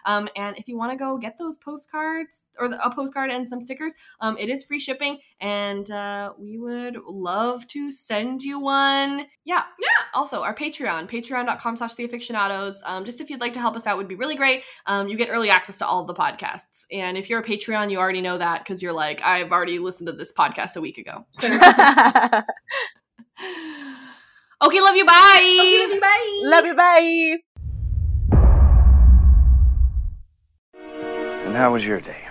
Um, and if you want to go get those postcards or the, a postcard and some stickers, um, it is free shipping, and uh, we would love to send you one. Yeah, yeah. Also, our Patreon, Patreon.com/slash The Aficionados. Um, just if you'd like to help us out, would be really great. Um, you get early access to all the podcasts, and if you're a Patreon, you already know that because you're like, I've already listened to this podcast a week ago. [LAUGHS] Okay, love you. Bye. love you. Bye. [LAUGHS] Love you, bye! And how was your day?